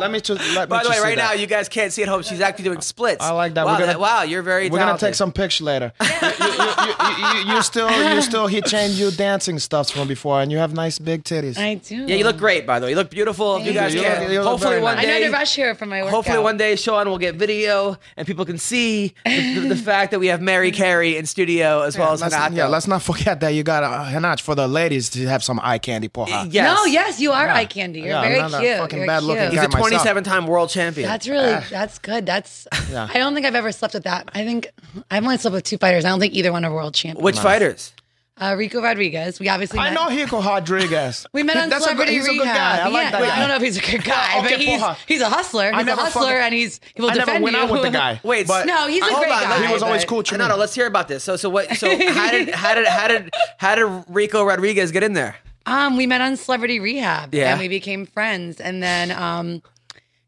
S3: Let me just.
S1: By
S3: Let me
S1: the way,
S3: just say
S1: right
S3: that.
S1: now you guys can't see at home. She's actually doing splits.
S3: I like that.
S1: Wow,
S3: We're gonna-
S1: that- wow you're very.
S3: We're gonna
S1: talented.
S3: take some pictures later. you, you- you- you- you still, you still, he changed you dancing stuffs from before, and you have nice big titties.
S5: I do.
S1: Yeah, you look great. By the way, you look beautiful. If you
S5: Thank
S1: guys
S5: you.
S1: can,
S3: You look
S1: hopefully
S3: very
S1: one
S3: nice.
S5: I
S1: day.
S5: know to rush here for my workout.
S1: Hopefully one day, Sean will get video and people can see the, the, the fact that we have Mary Carey in studio as well as
S3: Let's,
S1: Renato.
S3: yeah, let's not forget that you got a Hanach for the ladies to have some eye candy for her.
S1: Yes.
S5: No, yes, you are eye candy. You're
S3: Yeah, I'm
S5: very
S3: not a
S5: cute.
S3: fucking
S5: You're
S3: bad-looking
S5: cute.
S3: guy. Ah.
S1: He's a
S3: myself.
S1: 27-time world champion.
S5: That's really that's good. That's I don't think I've ever slept with that. I think I've only slept with two fighters. I don't think either one are world champions.
S1: Which fighters?
S5: Uh, Rico Rodriguez. We obviously
S3: I
S5: met-
S3: know Hico Rodriguez.
S5: We met
S3: He-
S5: on
S3: that's
S5: Celebrity
S3: a good, He's a
S5: Rehab.
S3: good guy. I like
S5: yeah,
S3: that
S5: but
S3: guy.
S5: I don't know if he's a good guy,
S3: Okay,
S5: but he's
S3: porra.
S5: he's a hustler.
S3: I
S5: He's a
S3: never
S5: hustler,
S3: fucking-
S5: and he's he will
S3: I never
S5: defend
S3: went
S5: you.
S3: out with the guy.
S1: Wait,
S3: but
S5: No, he's a
S1: Hold
S5: great
S1: on,
S5: guy.
S3: he was always
S5: but-
S3: cool to
S1: no,
S3: me.
S1: no. Let's hear about this. So, so what? So how did how did how did how did Rico Rodriguez get in there?
S5: Um, we met on Celebrity Rehab,
S1: Yeah.
S5: and we became friends. And then um,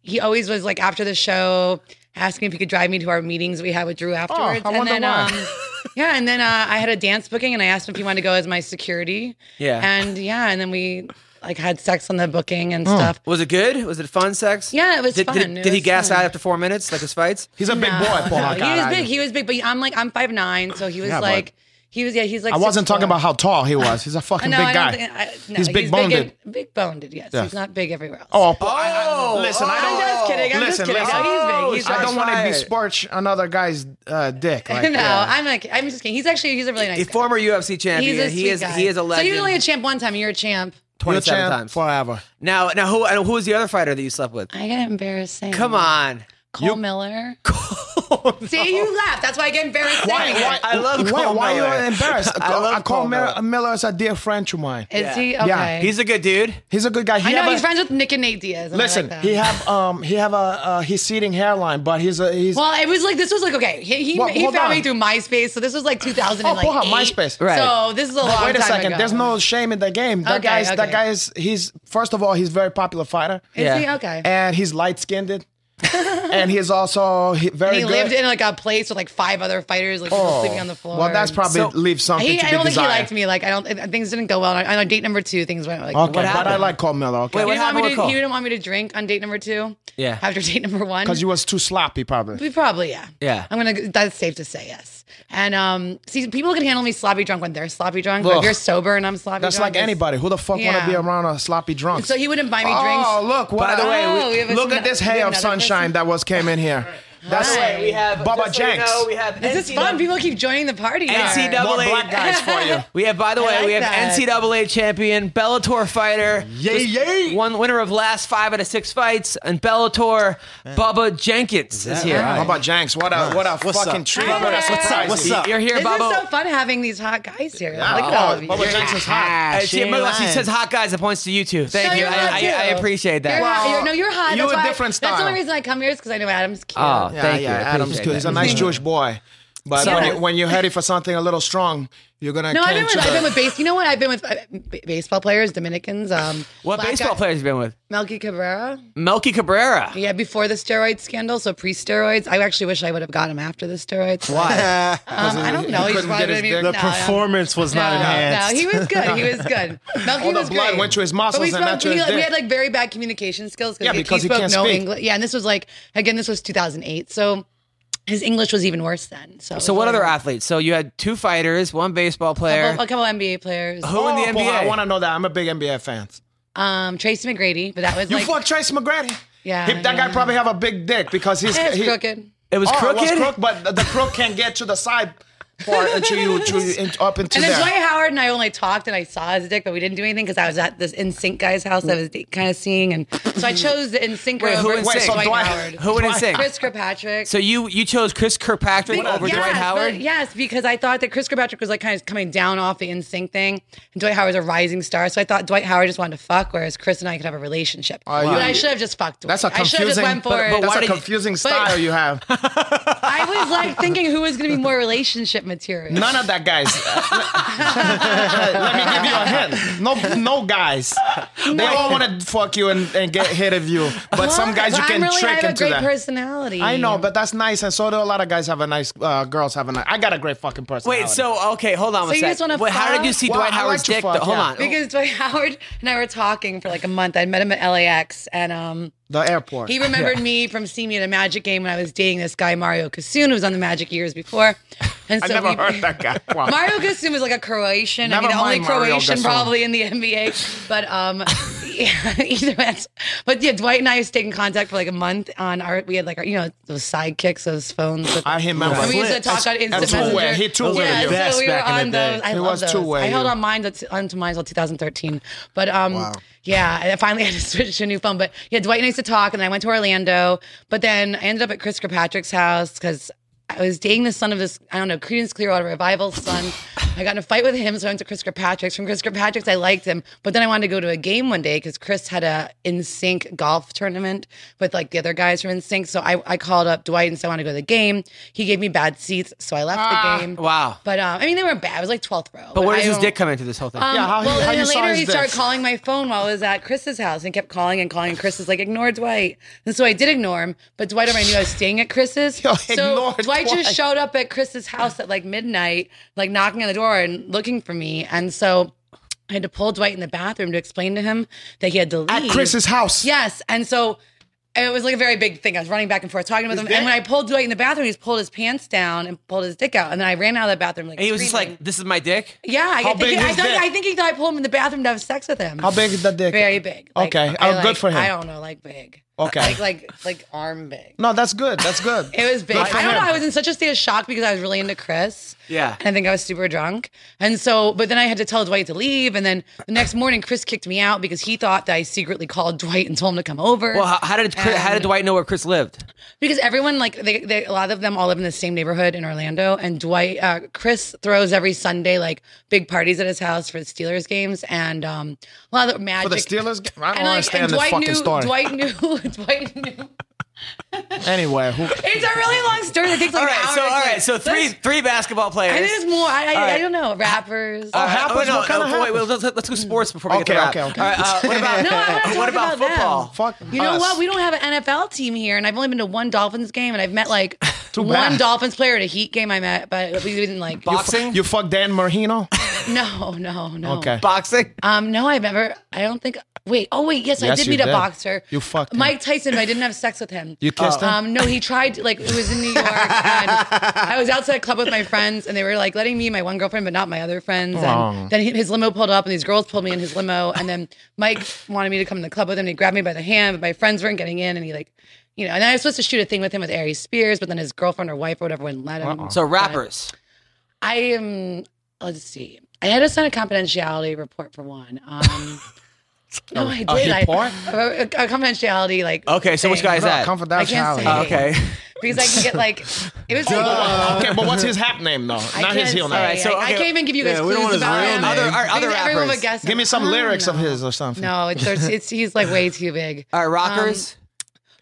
S5: he always was like after the show asking if he could drive me to our meetings we had with Drew afterwards.
S3: Oh, I
S5: and
S3: wonder
S5: then,
S3: why.
S5: Um, yeah, and then uh, I had a dance booking, and I asked him if he wanted to go as my security.
S1: Yeah.
S5: and yeah, and then we like had sex on the booking
S3: Hmm.
S5: and stuff.
S1: Was it good? Was it fun sex?
S5: Yeah, it was
S1: Did,
S5: fun.
S1: Did,
S5: It
S1: did he
S5: was
S1: gas
S5: fun.
S1: out after four minutes, like his fights?
S3: he's a big boy. Porra,
S5: he was
S3: caralho.
S5: big. He was big, but I'm like I'm five nine, so he was
S3: Yeah, but-
S5: like he was yeah he's like.
S3: I wasn't talking
S5: 6'4".
S3: about how tall he was. He's a fucking
S5: No,
S3: big
S5: I
S3: guy.
S5: don't think, I, no,
S3: he's big boned.
S5: Big, and- big boned. Yes,
S3: Yes.
S5: he's not big everywhere else.
S3: Oh, I- I- listen, I
S5: I'm
S3: don't.
S5: just kidding. I'm
S3: listen,
S5: just kidding.
S3: listen.
S5: No, he's big. He's
S3: I
S1: Shots
S3: don't
S5: big.
S3: want to
S1: fired.
S3: besparch another guy's uh, dick. Like,
S5: no,
S3: uh,
S5: I'm like, I'm just kidding. He's actually, he's a really nice
S1: A
S5: guy.
S1: former UFC champion.
S5: He's a
S1: he
S5: sweet
S1: is
S5: guy.
S1: he is a
S5: So
S1: legend.
S5: you were only a champ one time. You're a champ.
S3: you're
S1: 27
S3: champ
S1: times.
S3: forever.
S1: Now, now who and who was the other fighter that you slept with?
S5: I get embarrassed saying.
S1: Come on.
S5: Cole Miller. See, you laughed. That's why I get embarrassed saying it.
S1: I love
S3: Why,
S1: Cole
S3: why
S1: Miller.
S3: are you embarrassed?
S1: I love
S3: I call
S1: Cole
S3: Miller,
S1: Miller.
S3: Miller is a dear friend to mine.
S5: Is he okay?
S3: Yeah,
S1: He's a good dude.
S3: He's a good guy. He
S5: I know
S3: have
S5: he's
S3: a,
S5: friends with Nick and Nate Diaz. and I
S3: Listen,
S5: like that.
S3: he have um he have a uh, he's seating hairline, but he's a he's
S5: Well, it was like this was like okay. He he,
S3: Well,
S5: he
S3: hold
S5: found
S3: on.
S5: me through MySpace, so this was like 2000.
S3: Oh, pull out MySpace.
S1: Right.
S5: So this is a long
S3: Wait a
S5: time
S3: second.
S5: ago.
S3: There's no shame in the game. That
S5: Okay,
S3: guy's that
S5: okay.
S3: guy is he's first of all he's very popular fighter.
S5: Is
S1: Yeah.
S5: he okay?
S3: And he's light skinned. and he's also he- very
S5: he
S3: good.
S5: lived in like a place with like five other fighters, like people sleeping on the floor.
S3: Oh. Well, that's
S5: and-
S3: probably
S1: So-
S3: leaves something
S5: He,
S3: to be
S5: I don't think he
S3: desired.
S5: liked me. Like I don't. it- Things didn't go well. On, on date number two, things went like.
S3: Okay, but I
S1: happened?
S3: like Cole Miller. Okay,
S1: Wait,
S5: He
S1: what
S5: didn't, want
S1: happened
S5: me
S1: with
S5: to,
S1: Cole?
S5: he didn't want me to drink on date number two.
S1: Yeah.
S5: After date number one,
S3: because you was too sloppy, probably.
S5: we probably yeah.
S1: Yeah.
S5: I'm gonna. That's safe to say yes. And um, see, people can handle me sloppy drunk when they're sloppy drunk. But
S3: Ugh.
S5: if you're sober and I'm sloppy,
S3: That's
S5: drunk,
S3: like
S5: it's-
S3: anybody. Who the fuck want
S5: Yeah.
S3: to be around a sloppy drunk?
S5: So he wouldn't buy me drinks.
S3: oh, look! What,
S1: By the way, we-
S5: Oh, we have a-
S3: look at this hay
S5: we have
S3: of
S5: another
S3: sunshine
S5: person.
S3: that was came in here. That's
S5: Hi. We
S1: have
S3: Baba just so you Jenks. know, we
S1: have
S5: This is fun. People keep joining the party. here.
S3: more
S1: NCAA.
S3: black guys for you.
S1: We have, by the way,
S5: like
S1: we have
S5: that.
S1: NCAA champion, Bellator fighter,
S3: Yay,
S1: just
S3: yay.
S1: one winner of last five out of six fights, and Bellator, Bubba Jenkins is, here.
S3: How about Jenks? What a what a
S6: What's
S3: fucking
S6: up?
S3: treat!
S5: Hi.
S3: What a surprise!
S6: What's up?
S1: You're here,
S5: This
S1: Bubba.
S5: is so fun having these hot guys here. Look at all
S3: Oh,
S5: of you.
S3: Bubba Jenks is hot.
S1: Uh, she, my God, she says hot guys. It points to you two. Thank
S5: No,
S1: you.
S5: you're hot,
S1: I, I,
S5: too.
S1: I appreciate that.
S5: You're hot.
S3: Wow.
S5: You're- no, you're hot.
S3: You
S5: that's
S3: a
S5: why-
S3: different
S5: That's
S3: style.
S5: the only reason I come here is because I know Adam's cute.
S1: Oh,
S3: Yeah,
S1: thank
S3: yeah,
S1: you. I
S3: Adam's
S1: appreciate
S3: good.
S1: that. Mm-hmm.
S3: He's a nice Jewish boy. But
S1: So-
S3: when, you, when you're headed for something a little strong, you're gonna.
S5: no, I've been
S3: clench
S5: with, I've
S3: the-
S5: been with base. You know what? I've been with uh, b- baseball players, Dominicans. Um,
S1: What
S5: black
S1: baseball
S5: guy-
S1: players have you been with?
S5: Melky Cabrera.
S1: Melky Cabrera.
S5: Yeah, before the steroid scandal, so pre-steroids. I actually wish I would have got him after the steroids. Why? Um, I don't know. He
S3: Uh,
S5: just
S3: couldn't
S5: wanted
S3: get his
S5: me-
S3: dick.
S6: The
S5: no,
S6: performance was
S5: No,
S6: not
S5: no,
S6: enhanced.
S5: he was good. He was good. Melky
S3: All the
S5: was
S3: blood
S5: great.
S3: went to his
S5: But
S3: muscles
S5: we
S3: and
S5: spoke-
S3: not to his
S5: we, like,
S3: dick.
S5: we had like very bad communication skills.
S3: Yeah,
S5: he,
S3: because he
S5: spoke
S3: can't
S5: no
S3: speak.
S5: English. Yeah, and this was like again, this was 2008. So his English was even worse then. So it
S1: So
S5: was
S1: what
S5: really
S1: other
S5: hard.
S1: athletes? So you had two fighters, one baseball player.
S5: A couple, a couple NBA players.
S1: Who in the
S3: Oh, boy,
S1: NBA?
S3: I want to know that. I'm a big NBA fan.
S5: Um, Tracy McGrady, but that was
S3: You
S5: like
S3: fuck Tracy McGrady.
S5: Yeah,
S3: He- that guy
S5: yeah.
S3: probably have a big dick because he's
S5: it's
S3: he-
S5: eh, crooked.
S1: it was
S3: Oh,
S1: crooked.
S3: It was crook, but the- the crook can get to the side part into you, to you in, up into
S5: And then
S3: there.
S5: Dwight Howard and I only talked and I saw his dick, but we didn't do anything because I was at this NSYNC guy's house I was kind of seeing, and so I chose the NSYNC
S1: Wait, who
S5: over
S1: in
S5: Dwight
S1: sync? So
S3: Dwight-
S5: Howard.
S1: Who would it sing?
S5: Chris Kirkpatrick.
S1: So you you chose Chris Kirkpatrick
S5: But
S1: over
S5: yes,
S1: Dwight
S5: but-
S1: Howard.
S5: yes, because I thought that Chris Kirkpatrick was like kind of coming down off the NSYNC thing, and Dwight Howard's a rising star, so I thought Dwight Howard just wanted to fuck, whereas Chris and I could have a relationship.
S3: Oh, yeah.
S5: But I should have just fucked. Dwight.
S3: that's a
S5: I should have just
S3: confusing.
S5: went for
S3: but-
S5: it.
S3: but
S1: why
S3: that's a
S1: did you-
S3: confusing style you have.
S5: I was like thinking who was going to be more relationship material.
S3: None of that guys. Let me give you a hint. No, no guys. They all want to fuck you and, and get hit of you, but some guys you
S5: I'm
S3: can
S5: really, I
S3: trick
S5: have
S3: into
S5: a great
S3: that.
S5: personality.
S3: I know, but that's nice, and so do a lot of guys have a nice. Uh, girls have a nice. I got a great fucking personality.
S1: Wait, so okay, hold on. one
S5: you
S1: sec.
S5: just wanna
S1: Wait, How did you
S5: fuck?
S1: see
S3: Well,
S1: Dwight
S3: I like
S1: Howard's
S3: to
S1: dick?
S3: fuck,
S1: Hold
S3: yeah.
S1: on.
S5: because Dwight Howard and I were talking for like a month. I met him at LAX, and um,
S3: the airport.
S5: He remembered me from seeing me at a Magic game when I was dating this guy Mario Kassoon, who was on the Magic years before. And
S2: I
S5: so
S2: never
S5: we-
S2: heard that guy. Wow.
S5: Mario Gassoon was like a Croatian. I
S2: Never
S5: mean, the only
S2: mind Mario
S5: Croatian
S2: Gassoon.
S5: probably in the NBA. But um, yeah, either that's. But yeah, Dwight and I stayed in contact for like a month on our. We had like our, you know, those sidekicks, those phones. with-
S2: I remember.
S5: And we used to talk on instant
S2: That's two-way.
S5: messenger.
S2: He two-way
S5: Yeah,
S2: you.
S1: Best
S5: so we were
S1: back in the
S5: on
S1: day.
S5: those. I
S2: It
S5: love
S2: was
S5: those.
S2: two-way
S5: I held
S2: you.
S5: on mine that's onto mine until 2013. But um, yeah, and I finally had to switch to a new phone. But yeah, Dwight and I used to talk, and then I went to Orlando. But then I ended up at Chris Kirkpatrick's house because I was dating the son of this, I don't know, Creedence Clearwater Revival's son. I got in a fight with him, so I went to Chris Kirkpatrick's. From Chris Kirkpatrick's, I liked him, but then I wanted to go to a game one day because Chris had a in sync golf tournament with like the other guys from in sync. So I, I called up Dwight and said I want to go to the game. He gave me bad seats, so I left the game.
S1: Ah. wow.
S5: But um, I mean, they weren't bad. It was like 12th row.
S1: But where does
S5: I
S1: his
S5: don't-
S1: dick come into this whole thing?
S5: um,
S2: how-
S5: well,
S2: how
S5: then
S2: you saw
S5: later
S2: his
S5: he started
S2: dick?
S5: calling my phone while I was at Chris's house and kept calling and calling. And Chris is like, ignore Dwight. And so I did ignore him, but Dwight already knew I was staying at Chris's.
S2: Yo,
S5: so
S2: ignore
S5: Dwight just
S2: Dwight.
S5: showed up at Chris's house at like midnight, like knocking on the door and looking for me. And so I had to pull Dwight in the bathroom to explain to him that he had to leave.
S2: At Chris's house.
S5: Yes. And so it was like a very big thing. I was running back and forth talking with him. And when I pulled Dwight in the bathroom, he's pulled his pants down and pulled his dick out. And then I ran out of the bathroom like
S1: and he was just
S5: screaming.
S1: like, "This is my dick."
S5: Yeah, I, I think,
S2: big
S5: he, I,
S2: is
S5: thought,
S2: that?
S5: I think he thought I pulled him in the bathroom to have sex with him.
S3: How big is the dick?
S5: Very big. Like,
S3: Okay.
S5: I
S3: Oh, good
S5: like-
S3: for him.
S5: I don't know, like big.
S3: Okay.
S5: Like like like arm big.
S3: No, that's good. That's good.
S5: It was big.
S3: Good for
S5: I don't know.
S3: him.
S5: I was in such a state of shock because I was really into Chris.
S1: Yeah.
S5: And I think I was super drunk. And so, but then I had to tell Dwight to leave. And then the next morning, Chris kicked me out because he thought that I secretly called Dwight and told him to come over.
S1: Well, how, how did Chris, how did Dwight know where Chris lived?
S5: Because everyone, like, they, they, a lot of them all live in the same neighborhood in Orlando. And Dwight, uh, Chris throws every Sunday, like, big parties at his house for the Steelers games. And um, a lot of the
S3: For
S5: magic.
S3: the Steelers game? I don't
S5: and, like,
S3: understand
S5: and
S3: this
S5: Dwight
S3: fucking
S5: knew,
S3: story.
S5: Dwight knew. Dwight knew.
S3: Anyway, who,
S5: It's a really long story that takes like
S1: All
S5: an
S1: right,
S5: hour.
S1: so
S5: to
S1: all right,
S5: explain.
S1: so three
S5: Let's-
S1: three basketball players.
S5: I think there's more. I, I,
S1: right.
S5: I don't know. Rappers.
S1: All right,
S3: happens?
S1: Oh, no,
S3: What kinda
S1: no, wait,
S3: happens?
S1: wait, let's, let's go sports before we get to
S3: Okay,
S1: rap.
S3: okay, okay.
S1: All right, uh, what about
S5: No, I
S1: what
S5: wanna
S1: about,
S5: talk about them.
S1: football?
S3: fuck
S5: You know
S3: us.
S5: what? We don't have an NFL team here, and I've only been to one Dolphins game, and I've met like one
S3: bad.
S5: Dolphins player at a Heat game I met, but we didn't like.
S1: Boxing,
S3: You fuck Dan Marino?
S5: No, no, no.
S3: Okay.
S1: boxing.
S5: Um, no, I've never. I don't think. Wait. Oh, wait. Yes, I
S3: Yes,
S5: did
S3: you
S5: meet a
S3: did.
S5: boxer.
S3: You fucked him.
S5: Mike Tyson, but I didn't have sex with him.
S3: You kissed him?
S5: Um, no, he tried. Like it was in New York. and I was outside a club with my friends, and they were like letting me, and my one girlfriend, but not my other friends.
S3: Oh.
S5: And then he- his limo pulled up, and these girls pulled me in his limo, and then Mike wanted me to come in the club with him. And he grabbed me by the hand, but my friends weren't getting in, and he like, you know. And I was supposed to shoot a thing with him with Ari Spears, but then his girlfriend or wife or whatever wouldn't let him.
S1: So rappers.
S5: I am. Let's see. I had to sign a confidentiality report for one. Um,
S1: Oh,
S5: no, I did. I-
S3: report?
S5: a, a confidentiality like.
S1: Okay, so which
S5: thing.
S1: guy is that?
S5: I can't
S3: Confidentiality.
S5: say.
S3: Uh,
S1: Okay.
S5: Because I can get like it was.
S3: okay, but what's his hap name though?
S5: I
S3: Not
S5: can't
S3: his heel
S5: say.
S3: name.
S1: right, so,
S5: I, I
S1: okay.
S5: can't even give you guys
S6: Yeah, we don't
S5: clues
S6: want his
S5: about
S6: real
S5: him.
S6: name. Other-
S1: our other
S5: Because everyone
S1: rappers.
S5: would guess him.
S3: Give me some
S5: I don't
S3: lyrics of
S5: know.
S3: his or something.
S5: No, it's, it's, it's he's like way too big.
S1: All right, rockers.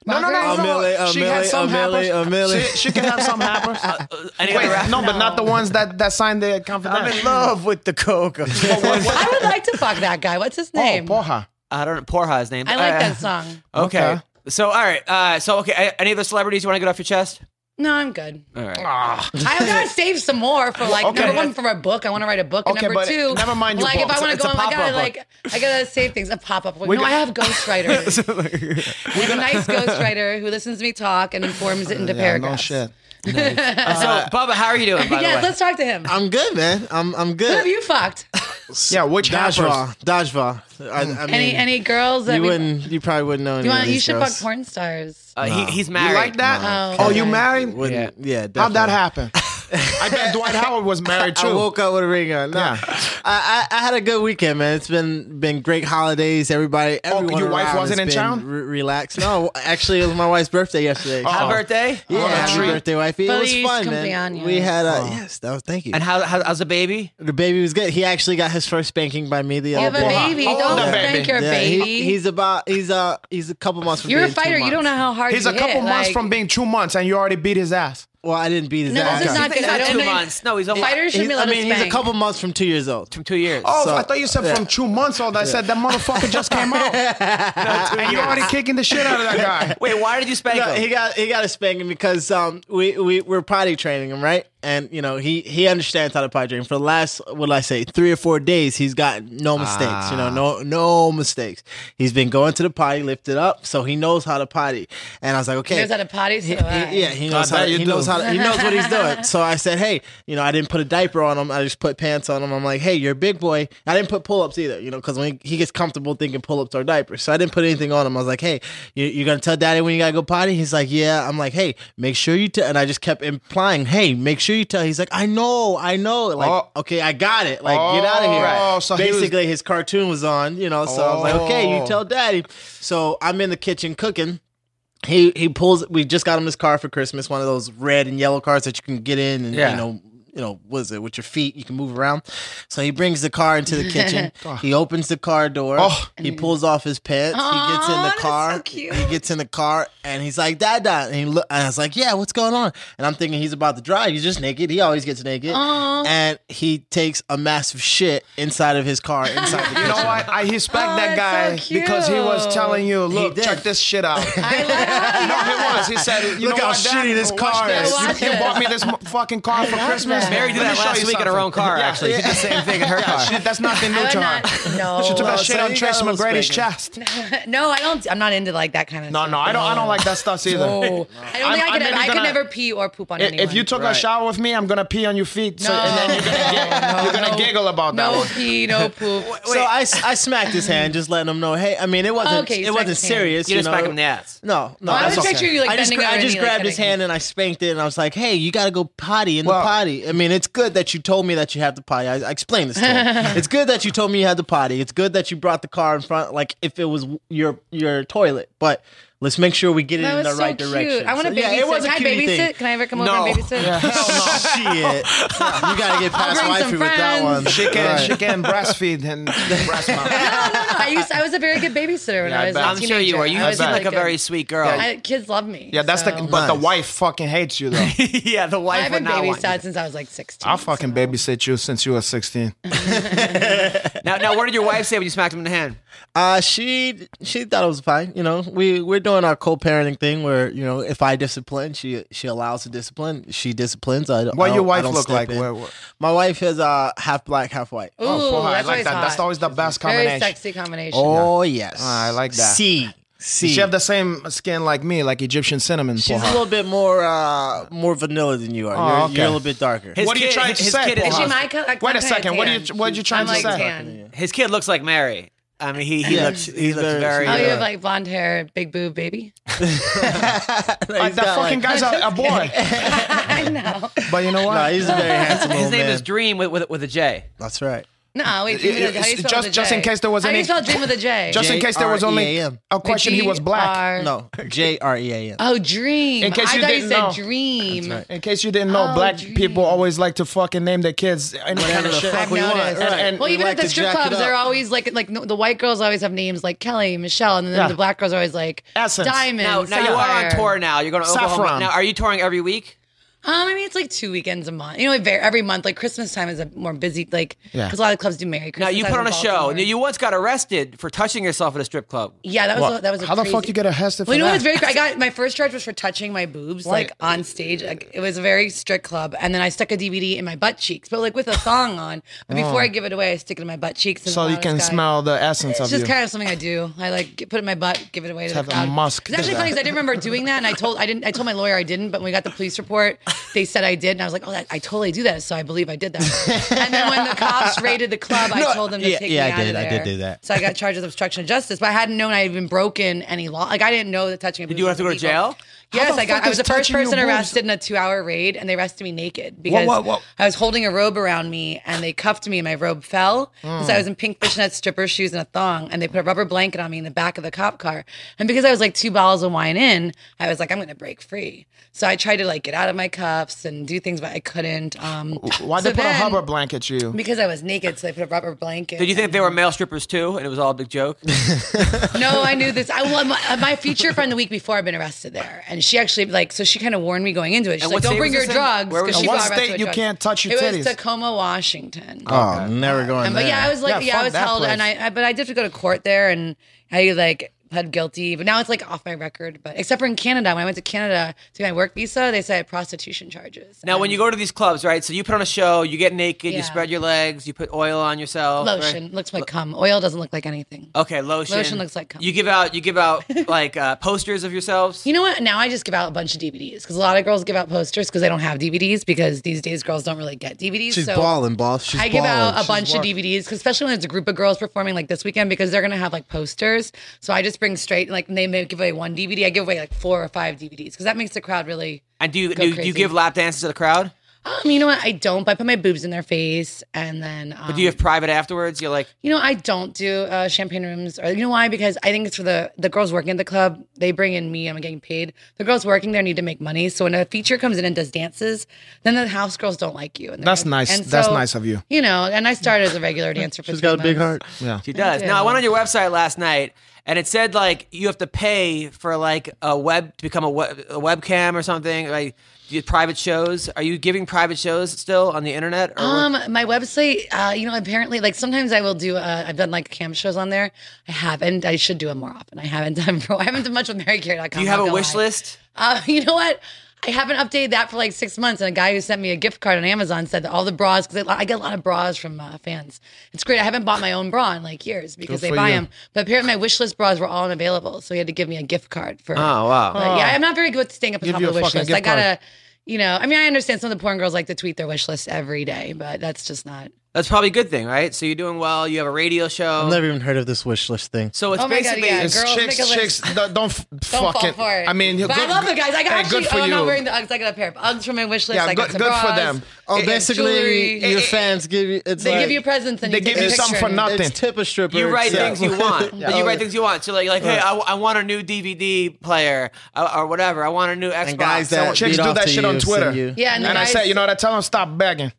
S3: no, no, no, no.
S6: Amele,
S3: she had
S6: Amele,
S3: some
S6: Amele,
S3: happers.
S6: Amele.
S3: She, she can have some happers.
S1: Any
S3: Um, Wait,
S1: other rappers?
S3: no, but not the ones that that signed the
S1: I'm in
S3: confidentiality.
S1: love with the coke.
S5: I would like to fuck that guy. What's his
S3: Oh,
S5: name?
S3: porra.
S1: I don't know. Porha's name.
S5: I like
S1: Uh,
S5: that song.
S1: Okay.
S3: Okay.
S1: So all right. Uh, so okay. a- Any other celebrities you want to get off your chest?
S5: No, I'm good. Ah.
S1: All right.
S5: I gotta save some more for like
S3: Okay.
S5: number one for a book. I want to write a book. and
S3: Okay,
S5: number
S3: but
S5: two,
S3: never mind your
S5: Like
S3: book.
S5: if I want to
S3: It's a
S5: go, oh my
S3: pop-up
S5: god,
S3: book.
S5: like I gotta save things. A pop up. No,
S3: got-
S5: I have ghostwriters. I have a nice ghostwriter who listens to me talk and informs it into
S3: Yeah, no
S5: paragraphs.
S3: shit.
S1: so Bubba, how are you doing? By
S5: Yes,
S1: the way?
S5: Uh, let's talk to him.
S6: I'm good, man. I'm I'm
S5: Who have
S6: good.
S5: you fucked?
S3: Yeah, which happers?
S6: Dajva, Dajva. I, I
S3: Hmm.
S6: mean,
S5: Any any girls that
S6: you
S5: we,
S6: wouldn't, you probably wouldn't know.
S5: You,
S6: any
S5: want,
S6: of
S5: you
S6: these
S5: should fuck
S6: girls.
S5: porn stars.
S1: Uh, he, he's
S3: You
S1: married.
S3: like that?
S5: No.
S3: Oh,
S5: Okay.
S3: you married?
S6: Wouldn't, yeah. definitely.
S3: How'd that happen? I bet Dwight Howard was married too.
S6: I woke up with a ring on. No,
S3: Yeah.
S6: I, I I had a good weekend, man. It's been been great holidays. Everybody, everyone
S3: Oh, your wife
S6: around
S3: wasn't in
S6: has been
S3: town? Oh.
S6: re- relaxed. No, actually, it was my wife's birthday yesterday. so-
S1: Happy birthday.
S6: Yeah, happy
S3: treat.
S6: birthday, wifey. It was
S5: Feliz
S6: fun, man.
S5: cumpleaños.
S6: We had a
S3: Oh.
S6: yes. That was thank you.
S1: And how, how how's the baby?
S6: the baby was good. He actually got his first spanking by me the
S5: You
S6: other
S5: have a
S6: day.
S5: baby.
S3: Oh,
S5: Don't
S3: the
S5: spank
S3: baby.
S5: your
S6: Yeah, he-
S5: baby.
S6: he's about he's uh he's a couple months. From
S5: You're a
S6: being two
S5: fighter. You don't
S6: months.
S5: know how hard
S3: He's
S5: you
S3: a couple
S5: hit,
S3: months
S5: like-
S3: from being two months, and you already beat his ass.
S6: Well, I didn't beat his
S5: No,
S6: ass.
S5: this is not good.
S1: He's not
S5: I don't
S1: two
S5: think-
S1: months. No, he's a
S5: Fighters should
S6: He's-
S5: be
S6: I
S5: allowed
S6: mean,
S5: to
S6: he's a
S5: spank.
S6: couple months from two years old.
S1: from two years.
S3: Oh,
S6: So-
S3: I thought you said from two months old. I said that motherfucker just came out, and you're already kicking the shit out of that guy.
S1: Wait, why did you spank
S6: No,
S1: him?
S6: he got he got a spanking because um we we were potty training him right, and you know he he understands how to pipe dream. For the last what did I say, three or four days, he's got no mistakes. You know, no no mistakes. He's been going to the potty, lifted up, so he knows how to potty. And I was like, okay,
S5: He knows how to potty, so
S6: He-
S5: do I.
S6: he- yeah, he knows
S1: I
S6: how
S1: bet you
S6: he knows
S1: do.
S6: how to, he knows what he's doing. So I said, hey, you know, I didn't put a diaper on him. I just put pants on him. I'm like, hey, you're a big boy. I didn't put pull ups either, you know, because when he gets comfortable thinking pull ups are diapers, so I didn't put anything on him. I was like, hey, you, you're gonna tell daddy when you gotta go potty. He's like, yeah. I'm like, hey, make sure you tell. And I just kept implying, hey, make sure you tell. He's like, I know, I know. Like,
S3: Oh.
S6: okay, I got it. Like, get out of here.
S3: Oh, so he was- Oh.
S6: Basically, his cartoon was on, you know. So I was like, okay, you tell daddy. So I'm in the kitchen cooking he he pulls we just got him this car for christmas one of those red and yellow cars that you can get in and
S1: Yeah.
S6: you know you know what is it with your feet you can move around so he brings the car into the kitchen
S1: Oh.
S6: he opens the car door he pulls off his pants he gets in
S5: Aw,
S6: the
S5: that's
S6: car
S5: so cute.
S6: he gets in the car and he's like dad dad and he look and i was like yeah what's going on and i'm thinking he's about to drive he's just naked he always gets naked and he takes a massive shit inside of his car inside the kitchen
S3: You know what? I respect
S5: Oh,
S3: that guy
S5: that's so
S3: because he was
S5: cute.
S3: telling you, look,
S6: did.
S3: check this shit out.
S5: I love
S3: no, he
S5: that.
S3: was. He said, you
S6: Look
S3: know
S6: how
S3: what, Dad?
S6: shitty this
S3: Watch
S6: car
S3: this.
S6: is.
S5: Watch
S3: You
S5: it.
S3: bought me this mo- fucking car for Christmas.
S5: that.
S1: Mary did
S3: Let me
S1: that
S3: show
S1: last
S3: you
S1: week in her own
S3: something.
S1: car,
S3: Yeah,
S1: actually. She did the same thing in her
S3: yeah,
S1: car.
S3: shit, that's nothing new
S5: I
S3: to her.
S5: would not-
S3: She took
S5: no.
S3: a
S6: so
S3: shit on
S6: you
S3: Tracy
S6: got a little
S3: McGrady's
S6: spanking.
S3: chest.
S5: No, I don't. I'm not into like that kind of.
S3: No,
S5: stuff.
S3: no, I don't. I don't like that stuff either.
S5: No. I don't
S3: I'm-
S5: think I
S3: I'm
S5: could.
S3: maybe
S5: Ever, I could
S3: gonna-
S5: never pee or poop on
S3: I-
S5: anyone.
S3: If you took a shower with me, I'm gonna pee on your feet. So,
S5: No.
S3: and then you're gonna, giggle- you're gonna
S5: No.
S3: giggle about that
S5: no
S3: one.
S5: pee, no poop.
S6: So I, I smacked his hand, just letting him know, hey, I mean, it wasn't
S5: Okay, you
S6: it wasn't
S5: smacked his hand.
S6: serious.
S1: You just
S6: know?
S1: smack him in the ass.
S6: No, no.
S5: Oh, I
S6: that's
S5: was
S6: okay.
S5: picturing you, like,
S6: I just,
S5: bending over
S6: I
S5: and
S6: just
S5: he, like,
S6: grabbed his
S5: hitting
S6: hand and I spanked it, and I was like, hey, you got to go potty in
S3: Well-
S6: the potty. I mean, it's good that you told me that you have to potty. I, I explained this to him. it's good that you told me you had the potty. It's good that you brought the car in front, like if it was your your toilet, but. Let's make sure we get it
S5: That
S6: in
S5: was
S6: the
S5: so
S6: right
S5: cute.
S6: direction.
S5: I want to
S6: so,
S5: babysit.
S6: Yeah, it was a
S5: Can I
S6: cutie
S5: babysit?
S6: thing.
S5: Can I ever come over and babysit?
S6: Shit. You gotta get past
S5: bring
S6: wifey
S5: some
S6: with that
S5: friends.
S6: one.
S3: She can,
S6: Right.
S3: she can breastfeed and breast mouth.
S5: no, no, no. I used. I was a very good babysitter when
S3: Yeah, I
S5: I was.
S3: bet.
S5: a
S1: I'm sure you
S5: teenager.
S1: were. You
S5: I
S1: seem
S5: was really
S1: like a
S5: good.
S1: very sweet girl.
S5: I, kids love me.
S3: Yeah, that's the.
S5: so.
S3: But the
S6: Nice.
S3: wife fucking hates you though.
S1: yeah, the wife
S5: I've
S1: would
S5: been
S1: not want you.
S5: babysat since I was like 16.
S3: I'll fucking
S5: so.
S3: babysit you since you were 16.
S1: Now, now, what did your wife say when you smacked him in the hand?
S6: Uh, she she thought it was fine. You know, we we're doing our co-parenting thing where you know if I discipline, she she allows to discipline. She disciplines. I don't.
S3: What
S6: I
S3: your
S6: don't- I
S3: wife
S6: don't
S3: look
S6: step
S3: like?
S6: in.
S3: Where- where-
S6: My wife is uh half black, half white.
S5: Ooh,
S3: Oh, I
S5: that's
S3: like
S5: always
S3: that.
S5: Hot.
S3: That's always the best
S5: very
S3: combination.
S5: sexy combination.
S6: Oh yes,
S3: Ah, I like that.
S6: C C.
S3: She have the same skin like me, like Egyptian cinnamon.
S6: She's
S3: for
S6: a
S3: her.
S6: little bit more uh more vanilla than you are.
S3: Oh,
S6: you're,
S3: okay.
S6: you're a little bit darker.
S1: His
S3: What are you
S1: kid-
S3: trying
S1: his,
S3: to
S1: his
S3: say,
S1: Kid is-
S5: Is she
S3: Paul?
S5: my co- like,
S3: Wait
S5: I'm
S3: a
S5: kinda
S3: second, what are you-
S5: tan.
S3: what are you trying
S5: I'm
S3: to
S5: like
S3: say?
S5: Tan.
S1: his kid looks like Mary. I mean, he, he
S6: Yeah,
S1: looks he
S6: he's
S1: looks
S6: very-
S1: very.
S6: Yeah.
S5: Oh, you
S1: uh,
S5: have like blonde hair, big boob, baby.
S3: Like, that fucking guy's a, a boy.
S5: I know.
S3: But you know what?
S6: No, he's a very handsome.
S1: uh, his
S6: little
S1: name
S6: man.
S1: is Dream with with, with a J.
S6: That's right.
S5: No, wait.
S3: It-
S5: Dream with a, how do you
S3: it's
S5: spell
S3: just-
S5: the J?
S3: just in case there was
S5: How do you
S3: any-
S5: spell Dream with a J? E
S3: Just in case there was only
S6: J-R-E-A-M.
S3: a question, he was black.
S5: G-R-
S6: No, J R E A N.
S5: Oh, dream.
S3: In case
S5: I
S3: you
S5: thought
S3: didn't
S5: you said
S3: know.
S5: dream.
S3: In case you didn't know,
S5: Oh,
S3: black
S5: gee.
S3: people always like to fucking name their kids any kind
S6: Whatever
S3: of
S6: the
S3: shit.
S6: fuck we want.
S5: noticed.
S6: right.
S3: And
S5: Well,
S6: We
S5: even at
S6: like
S5: the
S6: to
S5: strip
S6: jack it
S5: clubs, they're
S6: up.
S5: always like like no, the white girls always have names like Kelly, Michelle, and then
S3: Yeah.
S5: the black girls are always like
S3: Essence.
S5: Diamond.
S1: Now, now you are on
S5: Sapphire.
S1: tour. Now you're going to Oklahoma.
S3: Saffron.
S1: Now, are you touring every week?
S5: Um, I mean, it's like two weekends a month. You know, it var- every month, like Christmas time is a more busy, like,
S3: Yeah.
S5: because a lot of clubs do Merry
S1: Now
S5: Christmas.
S1: you
S5: I
S1: put on a
S5: was in
S1: show.
S5: Baltimore.
S1: Now, you once got arrested for touching yourself at a strip club.
S5: yeah, that was, a, that was a
S3: How the
S5: crazy-
S3: fuck you get arrested for
S5: Well, you know
S3: that?
S5: what's very, I got, my first charge was for touching my boobs, like on stage. Like, it was a very strict club. And then I stuck a DVD in my butt cheeks, but like with a thong on. But before I give it away, I stick it in my butt cheeks. and
S3: Oh. so
S5: allow
S3: you
S5: this
S3: can
S5: guy-
S3: smell the essence
S5: It's
S3: of
S5: just
S3: you.
S5: kind of something I do. I like get, put it in my butt, give it away to the
S3: have a
S5: crowd.
S3: musk
S5: It's actually
S3: do
S5: funny
S3: that.
S5: because I didn't remember doing that, and I told I didn't. I told my lawyer I didn't, but when we got the police report, they said I did, and I was like, oh, that, I totally do that, so I believe I did that. and then when the cops raided the club, I told them to
S6: yeah,
S5: take
S6: yeah,
S5: me
S6: I
S5: out
S6: did.
S5: of
S6: I
S5: there.
S6: did do that.
S5: So I got charged with obstruction of justice, but I hadn't known I had even broken any law. Like I didn't know that touching. Did
S1: you have to go to jail?
S5: Yes,
S3: the
S5: I got.
S3: fuck
S5: I
S3: is
S5: was the first
S3: touching your
S5: person
S3: boobs?
S5: arrested in a two-hour raid, and they arrested me naked because
S3: whoa, whoa.
S5: I was holding a robe around me and they cuffed me and my robe fell because I was in pink fishnet stripper shoes and a thong and they put a rubber blanket on me in the back of the cop car. And because I was like two bottles of wine in, I was like, I'm going to break free. So I tried to like get out of my cuffs and do things, but I couldn't. Um,
S3: Why
S5: so
S3: they put a
S5: then-
S3: rubber blanket to you?
S5: Because I was naked, so they put a rubber blanket.
S1: Did you think
S5: and-
S1: they were male strippers too, and it was all a big joke?
S5: No, I knew this. I well, my, my feature friend the week before I've been arrested there, and she actually like so she kind of warned me going into it. She's
S1: And what
S5: like, "Don't
S1: state
S5: bring
S1: was
S5: your
S1: this in?
S5: drugs."
S1: Where was this?
S5: 'cause she
S1: What
S5: got arrested
S3: state
S5: with
S3: you
S5: drugs.
S3: can't touch your
S5: it
S3: titties?
S5: was Tacoma, Washington.
S6: Oh, never going
S5: And- but
S6: there.
S5: yeah, I was
S3: Yeah,
S5: like, yeah, I
S3: fuck
S5: was
S3: that
S5: held,
S3: place.
S5: and I, I but I did have to go to court there, and I like pled guilty, but now it's like off my record. But except for in Canada, when I went to Canada to get my work visa, they said prostitution charges. Um,
S1: Now, when you go to these clubs, right? So you put on a show, you get naked, you
S5: Yeah.
S1: spread your legs, you put oil on yourself. right?
S5: lotion looks like cum. Oil doesn't look like anything.
S1: Okay, lotion.
S5: Lotion looks like cum.
S1: You give out you give out like uh, posters of yourselves.
S5: You know what? Now I just give out a bunch of DVDs because a lot of girls give out posters because they don't have DVDs because these days girls don't really get DVDs.
S6: She's
S5: so
S6: balling, boss. She's
S5: I give out
S6: ballin'.
S5: a bunch
S6: She's
S5: of
S6: ballin'.
S5: DVDs, 'cause especially when it's a group of girls performing like this weekend because they're gonna have like posters. So I just bring straight like they may give away one DVD. I give away like four or five DVDs because that makes the crowd really.
S1: and do you do,
S5: Go
S1: you- do you
S5: crazy.
S1: give lap dances to the crowd?
S5: Um, you know what? I don't. But I put my boobs in their face and then. Um,
S1: Do you have private afterwards? You're like,
S5: You know, I don't do uh, champagne rooms. Or you know why? Because I think it's for the the girls working at the club. They bring in me. I'm getting paid. The girls working there need to make money. So when a feature comes in and does dances, then the house girls don't like you. And they're
S3: That's
S5: like-
S3: nice.
S5: and
S3: That's nice of you.
S5: You know, and I started as a regular dancer. for
S6: She's got a
S5: three
S6: big
S5: months.
S6: heart.
S3: Yeah.
S1: she does.
S5: do.
S1: Now I went on your website last night, and it said like you have to pay for like a web to become a, web, a webcam or something. Like do you private shows. Are you giving private shows still on the internet? Or
S5: Um, my website, uh, you know, apparently, like sometimes I will do. Uh, I've done like cam shows on there. I haven't. I should do it more often. I haven't done. I haven't done much with MaryCare.com.
S1: do you have a wish list?
S5: Uh, you know what? I haven't updated that for like six months. And a guy who sent me a gift card on Amazon said that all the bras, because I get a lot of bras from uh, fans. It's great. I haven't bought my own bra in like years because they buy them. But apparently my wish list bras were all unavailable. So he had to give me a gift card for.
S1: Oh wow.
S5: But yeah, I'm not very good at staying up on top
S3: you
S5: of the
S3: a
S5: wish
S3: fucking
S5: list. I
S3: gift card.
S5: gotta, you know, I mean, I understand some of the porn girls like to tweet their wish list every day, but that's just not.
S1: That's probably a good thing, right? So you're doing well. You have a radio show.
S6: I've never even heard of this wish list thing.
S1: so it's
S5: Oh my God,
S1: basically
S5: yeah.
S3: It's
S5: Girls,
S3: chicks,
S5: make a list.
S3: chicks. Don't, don't, f-
S5: Don't
S3: fucking.
S5: fall for it.
S3: I mean,
S5: but I
S3: good-
S5: love the guys. I got
S3: hey,
S5: actually,
S3: good for
S5: oh, I'm
S3: you.
S5: not wearing the Uggs. I got a pair of Uggs from my wish list.
S3: Yeah,
S5: I got
S3: good-
S5: some
S3: good for
S5: bras.
S3: them.
S6: Oh,
S5: It-
S6: basically,
S5: jewelry.
S6: your
S5: It-
S6: fans give you. It's
S5: They
S6: like,
S5: give you presents and
S3: They
S5: you
S3: give
S5: take a
S3: you something
S5: picture
S3: for
S5: and-
S3: nothing.
S6: It's tip a stripper.
S1: You write
S6: It's-
S1: things you want. But you write things you want. So like, you're like hey, I, I want a new DVD player uh, or whatever. I want a new Xbox.
S6: And guys
S1: So-
S6: that
S3: Chicks
S6: beat
S3: do
S6: off
S3: that
S6: to
S3: shit
S6: you
S3: on
S6: send
S3: Twitter.
S6: you-
S5: Yeah, and, the
S3: And I
S5: guys,
S3: said, you know what? I tell them stop begging.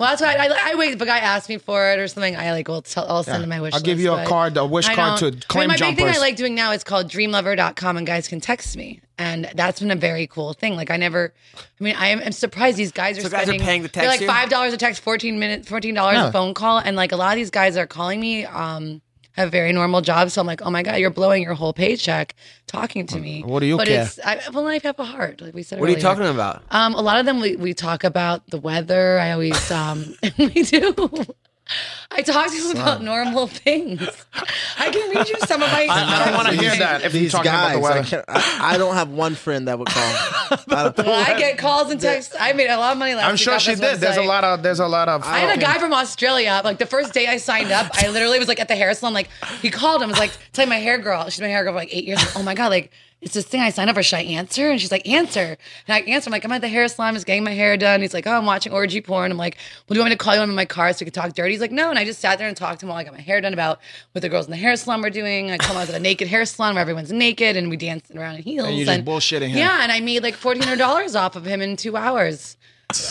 S5: Well, that's why I, I, I wait. If a guy asks me for it or something, I like will tell, I'll send him my wish.
S3: I'll give
S5: list,
S3: you a
S5: but
S3: card, a wish
S5: I
S3: card
S5: don't-
S3: to
S5: I mean,
S3: claim
S5: my big thing I
S3: jumpers.
S5: like doing now is called dreamlover.com, and guys can text me, and that's been a very cool thing. Like I never, I mean, I am I'm surprised these guys are
S1: So guys are
S5: spending-
S1: paying the
S5: They're like
S1: text you?
S5: five dollars a text, fourteen minutes, fourteen dollars
S6: Yeah.
S5: a phone call, and like a lot of these guys are calling me. um have very normal jobs, so I'm like, oh my god, you're blowing your whole paycheck talking to me.
S3: What do you
S5: but
S3: care?
S5: It's, I, well, I have a heart, like we said.
S1: what are you
S5: earlier.
S1: talking about?
S5: Um, a lot of them we, we talk about the weather. I always um we do. I talk to them about normal things. I can read you some of my.
S3: I don't want to hear that if you're
S6: These
S3: talking
S6: guys,
S3: about the
S6: I,
S3: weather.
S6: can't, I, I don't have one friend that would call. I don't-
S5: I get calls and texts. I made a lot of money last.
S3: I'm
S5: week
S3: sure
S5: off
S3: she
S5: this
S3: did. There's a
S5: website.
S3: lot of, there's a lot of.
S5: I had a guy from Australia. Like the first day I signed up, I literally was like at the hair salon. Like he called him. I was like, "Tell my hair girl. She's my hair girl for like eight years. Like, oh my god, like it's this thing I signed up for. Should I answer?" And she's like, "Answer." And I answer. I'm like, "I'm at the hair salon. I'm just getting my hair done." He's like, "Oh, I'm watching orgy porn." I'm like, "Well, do you want me to call you? I'm in my car so we can talk dirty." He's like, "No." And I just sat there and talked to him while I got my hair done about what the girls in the hair salon were doing. I told him I was at a naked hair salon where everyone's naked and we danced around in heels.
S3: And you just bullshitting him.
S5: Yeah, and I made like fourteen hundred dollars off of him in two hours.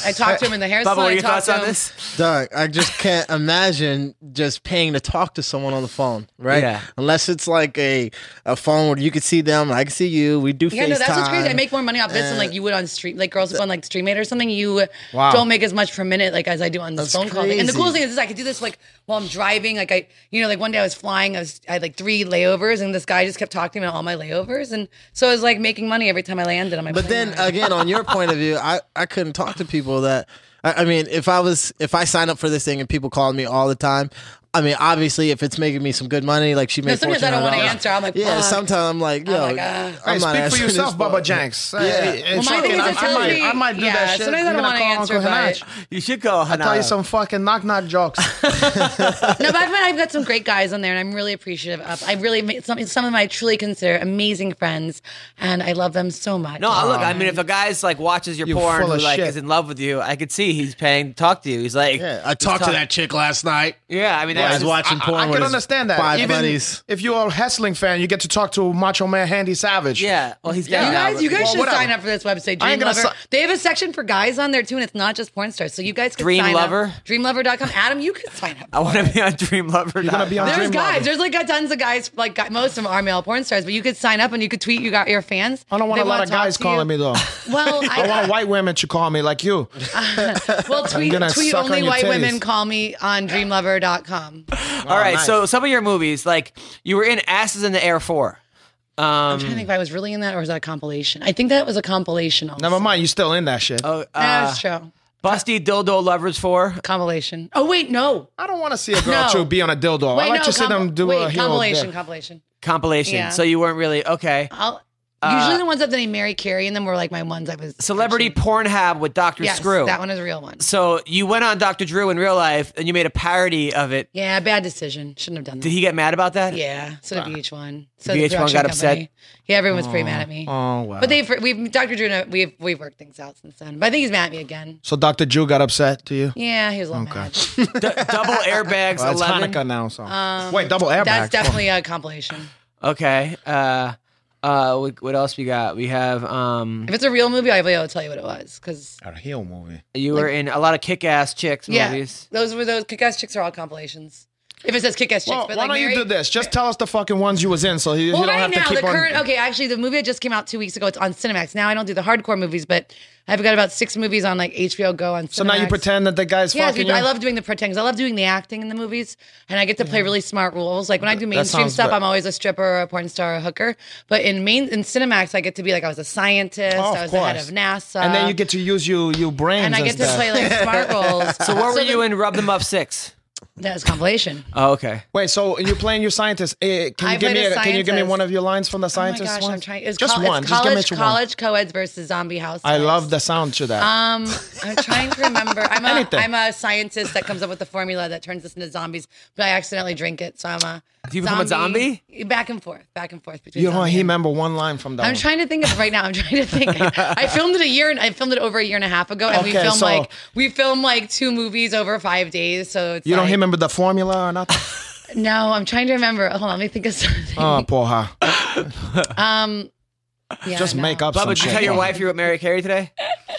S5: I talked to him in the hair
S1: Bubba,
S5: salon.
S1: what are
S5: I
S1: your thoughts
S5: talked to
S1: on
S5: him-
S1: this?
S6: Doug, I just can't imagine just paying to talk to someone on the phone, right?
S1: Yeah.
S6: Unless it's like a, a phone where you can see them, and I can see you. We do
S5: Yeah, no, that's what's crazy. I
S6: FaceTime.
S5: make more money off this than like you would on street, like girls who go on like Streammate or something. You don't make as much per minute like as I do on this
S6: That's
S5: phone call. thing. And the
S6: crazy.
S5: cool thing is, is I could do this like while I'm driving. Like I, you know, like one day I was flying, I was I had like three layovers, and this guy just kept talking about all my layovers, and so I was like making money every time I landed on my.
S6: But
S5: plane
S6: then uh,
S5: ride.
S6: again, on your point of view, I, I couldn't talk to people that I, I mean, if I was if I sign up for this thing and people call me all the time, I mean, obviously if it's making me some good money, like she made.
S5: sometimes I don't wanna
S6: $1,400.
S5: answer. I'm like,
S6: yeah.
S5: fuck. uh,
S6: Sometimes I'm like, yo,
S5: my God.
S3: Hey,
S6: I'm not
S3: speak for
S6: answering this
S3: yourself,
S6: phone.
S3: Bubba Jenks.
S6: Yeah.
S3: Hey,
S6: Well,
S3: it's
S5: my thing
S3: shocking.
S5: is
S3: I,
S5: it
S3: I
S5: tells
S3: might,
S5: me-
S3: I might do
S5: yeah,
S3: that shit.
S5: sometimes I
S3: I'm
S5: don't
S3: gonna
S5: wanna
S3: call
S5: answer,
S3: Uncle
S5: but-
S3: Hanach.
S1: You should go.
S3: I tell you some fucking knock knock jokes.
S5: no, but I've, I've got some great guys on there, and I'm really appreciative of. I really made some some of my truly consider amazing friends, and I love them so much.
S1: No, uh, look. I mean, if a guy's like watches your
S3: You're
S1: porn,
S3: full
S1: who
S3: of
S1: like
S3: shit.
S1: is in love with you, I could see he's paying to talk to you. He's like,
S6: Yeah, I talked to that chick last night.
S1: yeah. I mean,
S6: I
S1: that's
S6: was
S1: just-
S6: watching
S3: I-
S6: porn.
S3: I,
S6: with
S3: can
S6: his
S3: understand that.
S6: Five
S3: Even
S6: buddies.
S3: if you're a wrestling fan, you get to talk to Macho Man Handy Savage.
S1: yeah. Well, he's
S5: You
S1: dead now,
S5: guys, you
S1: but-
S5: guys
S3: Well,
S5: should
S3: whatever.
S5: sign up for this website.
S3: I ain't
S5: Dream
S3: gonna
S5: Lover.
S3: si-
S5: they have a section for guys on there too, and it's not just porn stars. So you guys could
S1: Dream
S5: sign
S1: Lover?
S5: up. Dreamlover.com. Adam, you could sign
S1: I
S5: up.
S1: want to be on Dream Lover. You're
S3: gonna be on
S5: There's
S3: Dream
S5: guys.
S3: Lover.
S5: There's like tons of guys. Like guy- most of them are male porn stars, but you could sign up and you could tweet. You got your fans.
S3: I don't want
S5: They
S3: a lot
S5: wanna
S3: of
S5: talk
S3: guys
S5: to
S3: calling
S5: you.
S3: me Oh, though.
S5: Well, I,
S3: I want white women to call me like you.
S5: well tweet,
S3: gonna
S5: tweet
S3: suck
S5: only
S3: on your
S5: white
S3: titties.
S5: women. Call me on Dreamlover.com.
S1: All right.
S3: nice.
S1: So some of your movies, like you were in Asses in the Air Four. um,
S5: I'm trying to think if I was really in that or was that a compilation. I think that was a compilation. Also.
S3: Never Ah. mind, you still in that shit.
S1: Oh, uh,
S5: That's true.
S1: busty dildo lovers for
S5: Compilation. Oh wait, no.
S3: I don't want to see a girl
S5: No.
S3: to be on a dildo.
S5: Wait,
S3: I like
S5: no,
S3: to see
S5: com-
S3: them do
S5: wait,
S3: a heel
S5: compilation.
S3: dick.
S5: Compilation.
S1: compilation.
S5: Yeah. Oh,
S1: So you weren't really okay.
S5: I'll, usually the ones that they marry Carrie in them were like my ones I was
S1: Uh, Celebrity Pornhab with Doctor
S5: Yes,
S1: Screw.
S5: that one is a real one.
S1: So you went on Doctor Drew in real life and you made a parody of it.
S5: Yeah, bad decision. Shouldn't have done that.
S1: Did he get mad about that?
S5: yeah, so did VH1. So
S1: VH1
S5: the production
S1: got upset?
S5: company. Yeah, everyone was pretty mad at me.
S3: Oh wow.
S5: But they've we've Dr. Drew and I- we've we've worked things out since then. But I think he's mad at me again.
S3: so Dr. Jew got upset to you?
S5: Yeah, he was a little mad.
S1: D- double airbags.
S3: Well, it's Um,
S1: Eleven.
S3: Hanukkah now, so wait, double airbag.
S5: That's definitely a compilation.
S1: Okay. Uh, uh, what, what else we got? We have um,
S5: If it's a real movie, I'll be able to tell you what it was because
S3: a heel movie.
S1: you were in a lot of kick-ass chicks
S5: yeah,
S1: movies.
S5: those were those kick-ass chicks are all compilations. If it says kick-ass chicks,
S3: Well,
S5: but
S3: why
S5: like
S3: don't
S5: Mary,
S3: you do this? Just tell us the fucking ones you was in, so you,
S5: Well,
S3: you don't
S5: right
S3: have to
S5: now
S3: keep
S5: the current.
S3: on.
S5: Okay, actually, the movie that just came out two weeks ago. It's on Cinemax now. I don't do the hardcore movies, but I've got about six movies on like HBO Go on. Cinemax.
S3: So now you pretend that the guy's
S5: Yes,
S3: fucking
S5: because
S3: you.
S5: I love doing the pretend 'cause I love doing the acting in the movies, and I get to play really smart roles. Like when I do mainstream
S3: sounds
S5: stuff,
S3: bet-
S5: I'm always a stripper, or a porn star, or a hooker. But in main in Cinemax, I get to be like I was a scientist,
S3: Oh, of
S5: I was the head
S3: course.
S5: of NASA,
S3: and then you get to use you you brains.
S5: and I get to
S3: stuff.
S5: play like smart roles.
S1: So what were
S5: Uh, the-
S1: you in? Rub them up six.
S5: That was compilation.
S1: Oh, okay.
S3: Wait, so you're playing your scientist? Eh, can
S5: I
S3: you give me?
S5: played
S3: A,
S5: a
S3: can you give me
S5: scientist.
S3: one of your lines from the
S5: Oh my
S3: scientist?
S5: gosh,
S3: one?
S5: I'm trying. It's
S3: just
S5: col- it's
S3: one.
S5: college,
S3: just give me
S5: college co-eds versus zombie house.
S3: one. I
S5: types.
S3: love the sound to that.
S5: Um, I'm trying to remember. I'm a,
S3: Anything.
S5: I'm a scientist that comes up with the formula that turns us into zombies, but I accidentally drink it, so I'm a.
S1: Do you become a
S5: Back and forth, back and forth between.
S3: you don't
S5: zombie and-
S3: remember one line from that.
S5: I'm
S3: one.
S5: trying to think of right now. I'm trying to think. I filmed it a year and I filmed it over a year and a half ago, and we
S3: Okay,
S5: filmed
S3: so-
S5: like we filmed like two movies over five days. So it's
S3: You don't
S5: like-
S3: remember the formula or nothing?
S5: No, I'm trying to remember. Hold on, let me think of something.
S3: oh, poor her.
S5: um, yeah,
S3: Just
S5: no.
S3: make up
S1: Bubba,
S3: some
S1: did you
S3: shit.
S1: tell your wife you were at Mary Carey today?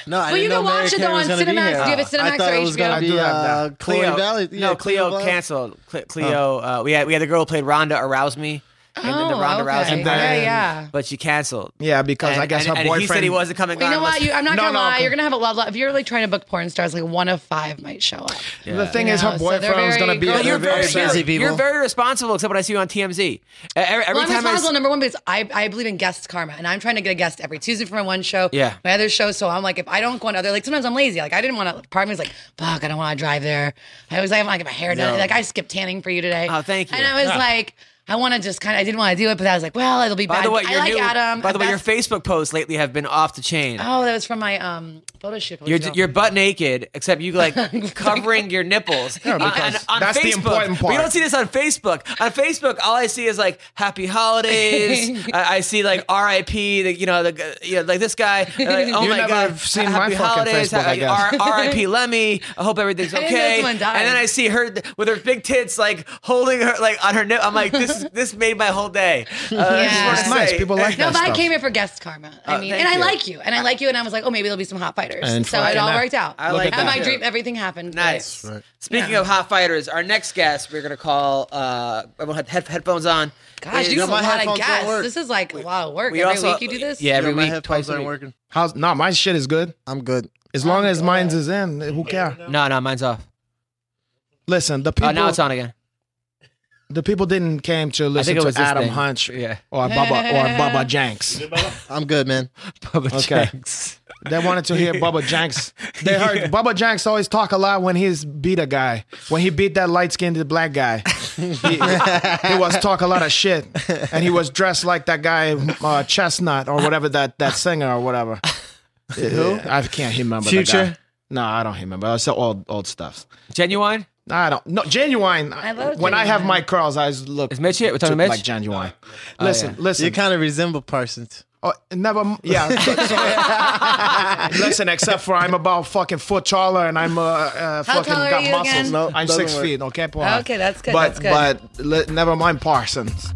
S6: No, I
S5: Well,
S6: didn't
S5: you
S6: know
S5: can watch
S6: Mariah
S5: it, though,
S6: Carey was
S5: on
S6: gonna be
S5: Cinemax.
S6: here.
S5: Do you have a
S6: I
S5: Cinemax
S6: thought
S5: or
S6: it was
S5: HBO?
S6: gonna
S5: I
S6: be
S3: do have
S6: uh,
S3: that.
S6: Chloe Valley. Yeah,
S1: no, Cleo,
S6: Valley.
S1: canceled.
S3: Oh.
S1: Cle- Cleo, uh, we had we had the girl who played Rhonda Arouse Me, and then the
S5: Oh,
S1: Ronda
S5: okay.
S1: Rousey,
S3: And
S1: part,
S3: then-
S5: yeah, yeah.
S1: but she canceled.
S3: Yeah, because
S1: And-
S3: I guess
S1: and-
S3: her
S1: and
S3: boyfriend.
S1: He said he wasn't coming.
S5: You
S1: on
S5: know
S1: unless-
S5: what? You, I'm not
S3: No,
S5: gonna
S3: no,
S5: lie.
S3: okay.
S5: You're gonna have a lot, lot. If you're really trying to book porn stars, like one of five might show up.
S3: The thing is,
S5: Yeah,
S3: her
S5: so they're
S3: boyfriend's gonna
S5: very
S3: be.
S5: good.
S3: they're
S1: But you're very
S3: upset.
S1: busy.
S6: people.
S1: You're very responsible, except when I see you on TMZ. Uh, Every, every
S5: Well, I'm
S1: time I s-
S5: responsible number one because I, I believe in guest karma, and I'm trying to get a guest every Tuesday for my one show,
S1: Yeah.
S5: my other show. So I'm like, if I don't go on other, like sometimes I'm lazy. Like I didn't want to. Part of me was like, fuck, I don't want to drive there. I was like, I'm not gonna get my hair done. Like I skipped tanning for you today.
S1: Oh, thank you.
S5: And I was like, I want to just kind of, I didn't want to do it, but I was like, well, it'll be
S1: by
S5: bad.
S1: the way,
S5: I
S1: your
S5: like
S1: new,
S5: Adam.
S1: By
S5: at
S1: the way, your
S5: best-
S1: Facebook posts lately have been off the chain.
S5: Oh, that was from my um photo shoot.
S1: You're, you're butt naked, except you like covering your nipples. on, on, on
S3: that's the
S1: Facebook,
S3: important
S1: We
S3: part.
S1: don't see this on Facebook. On Facebook, all I see is like "Happy Holidays." I, I see like "R.I.P." The, you know, the you know, like this guy. and, like, oh
S3: You
S1: my
S3: never
S1: god,
S3: have seen
S1: Happy
S3: my fucking
S1: Holidays.
S3: Facebook, I
S1: Ha- R-
S3: guess.
S1: R.I.P. Lemmy. I hope everything's
S5: didn't know
S1: okay.
S5: someone
S1: And
S5: died.
S1: then I see her th- with her big tits, like holding her like on her nip. I'm like, this is- this made my whole day. Uh, I just
S5: Yeah.
S1: wanna
S5: It's
S3: nice.
S1: say-
S3: People like
S5: No,
S3: that
S5: but I
S3: stuff.
S5: came here for guest karma. I
S1: Oh,
S5: mean,
S1: thank
S5: and I
S1: you.
S5: like you, and I like you, and I was like, oh, maybe there'll be some hot fighters.
S3: And
S5: so
S3: fucking
S5: it all
S3: that.
S5: worked out.
S1: I like
S5: and
S1: that.
S5: my dream, everything happened.
S1: Nice.
S5: But-
S1: Speaking of hot fighters, our next guest we're gonna call. Uh, everyone had head- headphones on.
S5: Gosh,
S1: Is-
S5: you do a
S6: my
S5: lot of
S6: headphones don't
S5: guests.
S6: work.
S5: This is like a lot of work.
S1: we
S5: Every
S1: also-
S5: week you do this.
S1: Yeah, every
S6: Yeah, my
S1: week. Twice
S6: headphones
S1: a
S6: aren't
S1: week.
S6: working.
S3: How's no? My shit is good.
S6: I'm good.
S3: As long as mine's is in, who care?
S1: No, no, mine's off.
S3: Listen, the
S1: Oh,
S3: people.
S1: now it's on again.
S3: The people didn't came to listen
S1: it
S3: to
S1: was this
S3: Adam
S1: thing.
S3: Hunch
S1: Yeah.
S3: or Bubba or Bubba Jenks.
S6: I'm good, man.
S1: Bubba
S3: Okay.
S1: Jenks.
S3: They wanted to hear Bubba Jenks. They heard Bubba Jenks always talk a lot when he's beat a guy. When he beat that light skinned black guy, he, he was talk a lot of shit, and he was dressed like that guy uh, Chestnut or whatever that that singer or whatever. Who? I can't remember. the
S6: Future?
S3: guy. No, I don't remember. It's the old old stuff.
S1: Genuine?
S3: I don't. No, genuine.
S5: I love
S3: when I have
S5: Genuine.
S3: my curls, I just look.
S1: Is Mitch here? We're talking to Mitch? Oh,
S3: Like genuine. Listen, listen.
S6: You kind of resemble Parsons.
S3: Oh, never. m- Yeah. so- Listen, except for I'm about fucking foot taller and I'm uh, uh
S5: How
S3: fucking
S5: tall are
S3: got
S5: you
S3: muscles.
S5: again? No,
S3: I'm
S6: doesn't
S3: six
S6: work.
S3: feet. Okay, Paul.
S5: Oh, Okay, that's good,
S3: But
S5: that's good.
S3: but le- never mind Parsons.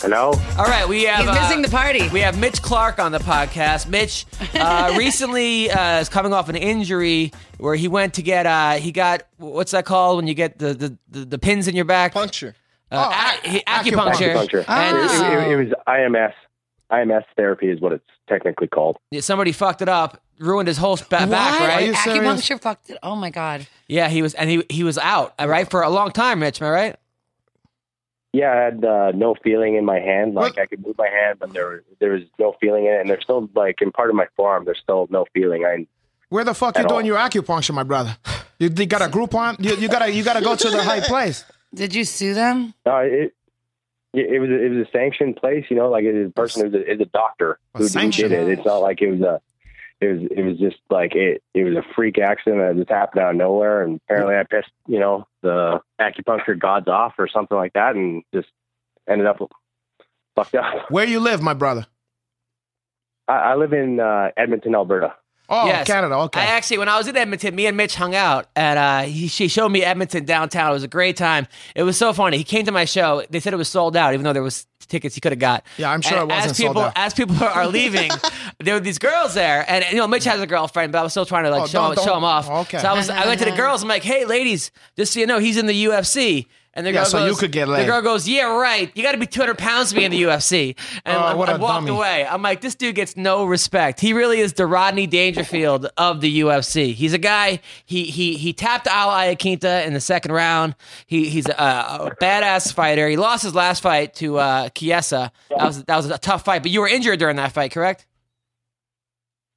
S4: Hello?
S1: All right, we have.
S5: He's
S1: uh,
S5: missing the party.
S1: We have Mitch Clark on the podcast. Mitch uh, recently uh, is coming off an injury where he went to get. Uh, he got what's that called when you get the the, the, the pins in your back?
S6: Puncture.
S1: Uh, a- he- acupuncture.
S4: Acupuncture.
S1: And
S4: It, it, it was IMS. IMS therapy is what it's technically called.
S1: somebody fucked it up, ruined his whole sp- back.
S5: What?
S1: Right?
S3: you serious?
S5: Acupuncture fucked it. Oh my god.
S1: Yeah, he was, and he he was out uh, right for a long time, Mitch. Am I right?
S7: yeah, I had uh, no feeling in my hand. Like I could move my hand, but there there was no feeling in it, and there's still like in part of my forearm, there's still no feeling. I
S3: Where the fuck you
S7: At
S3: doing
S7: all.
S3: your acupuncture, my brother? You, you got a group on? You, you gotta you gotta go to the high place.
S5: Did you sue them?
S7: no, it it, it was it was a sanctioned place, you know, like it is a person who's a, is a doctor who
S3: sanctioned?
S7: did it. It's not like it was a. It was it was just like it it was a freak accident that just happened out of nowhere and apparently I pissed you know the acupuncture gods off or something like that and just ended up fucked up.
S3: Where you live, my brother?
S7: I, I live in uh, Edmonton, Alberta.
S3: Oh,
S1: Yes.
S3: Canada. Okay.
S1: I actually, when I was in Edmonton, me and Mitch hung out, and uh, he, she showed me Edmonton downtown. It was a great time. It was so funny. He came to my show. They said it was sold out, even though there was tickets he could have got.
S3: Yeah, I'm sure
S1: And
S3: it
S1: as
S3: wasn't sold
S1: people,
S3: out.
S1: As people are leaving, there were these girls there, and you know Mitch has a girlfriend, but I was still trying to like
S3: Oh,
S1: show,
S3: don't-
S1: him, show
S3: don't-
S1: him off.
S3: okay.
S1: So I was, I went to the girls. I'm like, hey, ladies, just so you know, he's in the UFC. And the
S3: Yeah,
S1: girl
S3: so you
S1: goes-
S3: could get
S1: The
S3: laid.
S1: girl goes, yeah, right. You got to be 200 pounds to be in the UFC. And
S3: Oh,
S1: I,
S3: what
S1: I
S3: a
S1: walked
S3: dummy.
S1: away away. I'm like, this dude gets no respect. He really is the Rodney Dangerfield of the UFC. He's a guy. He he he tapped Al Iaquinta in the second round. He he's a, a badass fighter. He lost his last fight to uh, Chiesa. That was that was a tough fight. But you were injured during that fight, correct?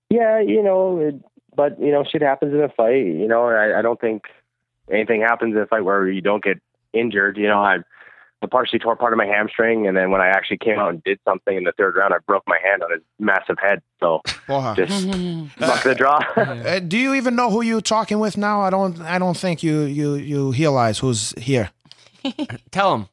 S7: Yeah, you know, it, but you know, shit happens in a fight. You know, and I, I don't think anything happens in a fight where you don't get injured. You know, I, I partially tore part of my hamstring, and then when I actually came out and did something in the third round, I broke my hand on his massive head. So
S3: Wow.
S7: just luck of the draw.
S3: Uh, do you even know who you're talking with now? I don't. I don't think you you you realize who's here.
S1: Tell him.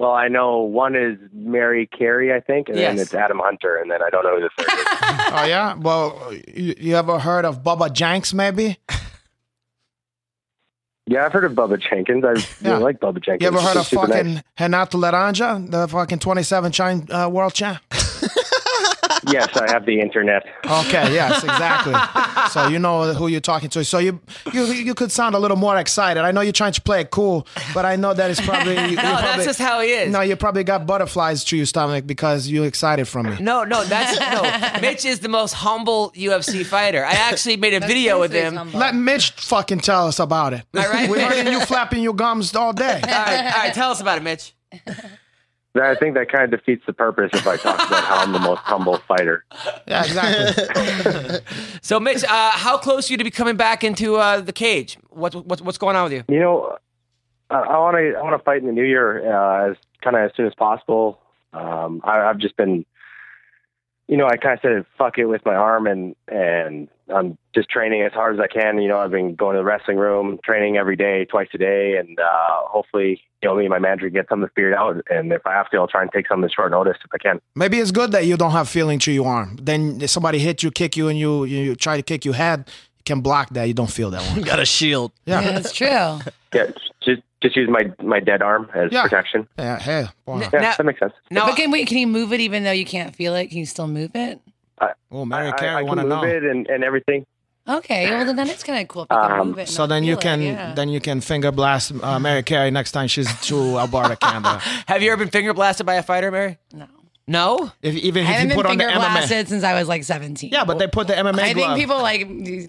S7: well, I know one is Mary Carey, I think, and then
S1: Yes.
S7: it's Adam Hunter, and then I don't know who the third is.
S3: Oh yeah. Well, you, you ever heard of Bubba Jenks? Maybe.
S7: Yeah, I've heard of Bubba Jenkins. I
S3: Yeah.
S7: really like Bubba Jenkins.
S3: You ever heard
S7: He's
S3: of
S7: super nice.
S3: fucking Renato Laranja, the fucking 27 time uh, world champ?
S7: Yes, I have the internet.
S3: Okay, yes, exactly. so you know who you're talking to. So you you you could sound a little more excited. I know you're trying to play it cool, but I know that it's probably you, you
S1: No, Oh, that's
S3: probably-
S1: just how he is.
S3: No, you probably got butterflies to your stomach because you're excited from me.
S1: No, no, that's no. Mitch is the most humble UFC fighter. I actually made a video with him. All
S3: Let Mitch fucking tell us about it.
S1: All right.
S3: We're hearing you flapping your gums all day.
S1: right, all right, tell us about it, Mitch.
S7: I think that kind of defeats the purpose if I talk about how I'm the most humble fighter.
S3: Yeah, exactly.
S1: So, Mitch, uh, how close are you to be coming back into uh, the cage? What, what, what's going on with you?
S7: You know, I want to I want to fight in the new year uh, as kind of as soon as possible. Um, I, I've just been, you know, I kind of said fuck it with my arm, and and I'm just training as hard as I can. You know, I've been going to the wrestling room, training every day, twice a day, and uh, hopefully, you know, me and my manager get something figured out. And if I have to, I'll try and take something short notice if I can.
S3: Maybe it's good that you don't have feeling to your arm. Then somebody hit you, kick you, and you you, you try to kick your head. You can block that. You don't feel that one.
S6: Got a shield.
S5: Yeah, that's true.
S7: Yeah, just just use my my dead arm as
S3: Yeah.
S7: protection.
S3: Yeah, hey, why not?
S7: Yeah,
S1: Now-
S7: that makes sense.
S1: Now,
S5: But can wait, can you move it even though you can't feel it? Can you still move it?
S3: Oh, Mary
S7: I- I,
S3: Carey
S7: I
S3: want
S7: can
S3: to
S7: move
S3: know.
S7: it and, and everything.
S5: Okay, well then it's kind of cool if you can
S7: Um,
S5: move it. and
S3: So
S5: not
S3: then you
S5: feel it,
S3: can
S5: yeah. Mm-hmm.
S3: then you can finger blast uh, Mary Carey next time she's to Alberta, Canada.
S1: have you ever been finger blasted by a fighter, Mary?
S5: no.
S1: No?
S3: If, even if
S5: I
S3: you
S5: haven't
S3: put
S5: been
S3: on the
S5: finger
S3: MMA,
S5: blasted since I was like 17.
S3: yeah, but they put the MMA
S5: I think
S3: glove.
S5: people like.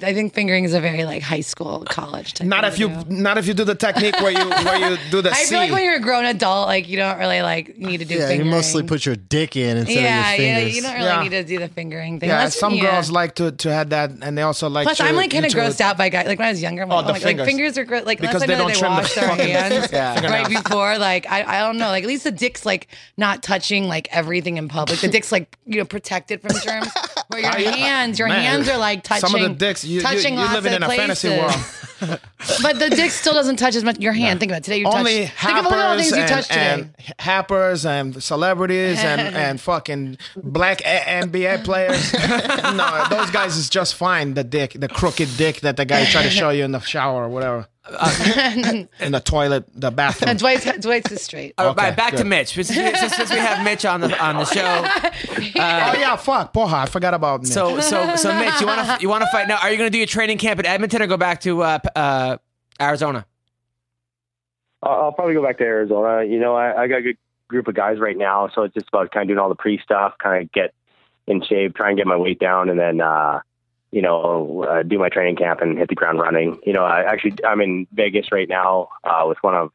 S5: I think fingering is a very like high school, college. Type
S3: not
S5: thing
S3: if
S5: to
S3: you
S5: do.
S3: not if you do the technique where you where you do the
S5: I
S3: C.
S5: feel like when you're a grown adult, like you don't really like need to do.
S6: Yeah,
S5: fingering.
S6: you mostly put your dick in instead
S5: Yeah,
S6: of your
S5: yeah,
S6: fingers.
S5: you don't really
S3: Yeah.
S5: need to do the fingering thing.
S3: yeah,
S5: Unless-
S3: some
S5: yeah.
S3: girls like to to have that, and they also like.
S5: Plus,
S3: to,
S5: I'm like kind of
S3: into-
S5: grossed out by guys. Like when I was younger, I'm like,
S3: Oh,
S5: oh,
S3: the
S5: my God, like,
S3: fingers.
S5: fingers are gross. Like
S3: Because
S5: unless
S3: they
S5: I know
S3: don't
S5: that they
S3: trim the
S5: wash their
S3: fucking
S5: hands
S3: fingernails.
S5: right before. Like I, I don't know. Like at least the dick's like not touching like everything in public. The dick's like you know protected from germs. Where your hands, your
S3: man.
S5: hands are like touching.
S3: Some of the dicks, you, you,
S5: touching
S3: you're
S5: lots
S3: living in
S5: of
S3: a fantasy
S5: places.
S3: world.
S5: But the dick still doesn't touch as much. Your hand. Think about it. today. You
S3: Only
S5: touched. Think of all the little
S3: happers
S5: things you
S3: and,
S5: touched today.
S3: and happers and celebrities and, and fucking black A- NBA players. no, those guys is just fine. The dick, the crooked dick that the guy tried to show you in the shower or whatever, in the toilet, the bathroom.
S5: and Dwight's, Dwight's is straight.
S1: All right,
S3: Okay,
S1: back to
S3: good.
S1: Mitch. Since, since- since we have Mitch on the on the show,
S3: oh yeah, fuck, poha, I forgot about me.
S1: so so so Mitch, you want to you want to fight now? Are you going to do your training camp at Edmonton or go back to uh, P- uh, Arizona?
S7: I'll, I'll probably go back to Arizona. You know, I, I got a good group of guys right now, so it's just about kind of doing all the pre stuff, kind of get in shape, try and get my weight down, and then uh, you know uh, do my training camp and hit the ground running. You know, I actually I'm in Vegas right now uh, with one of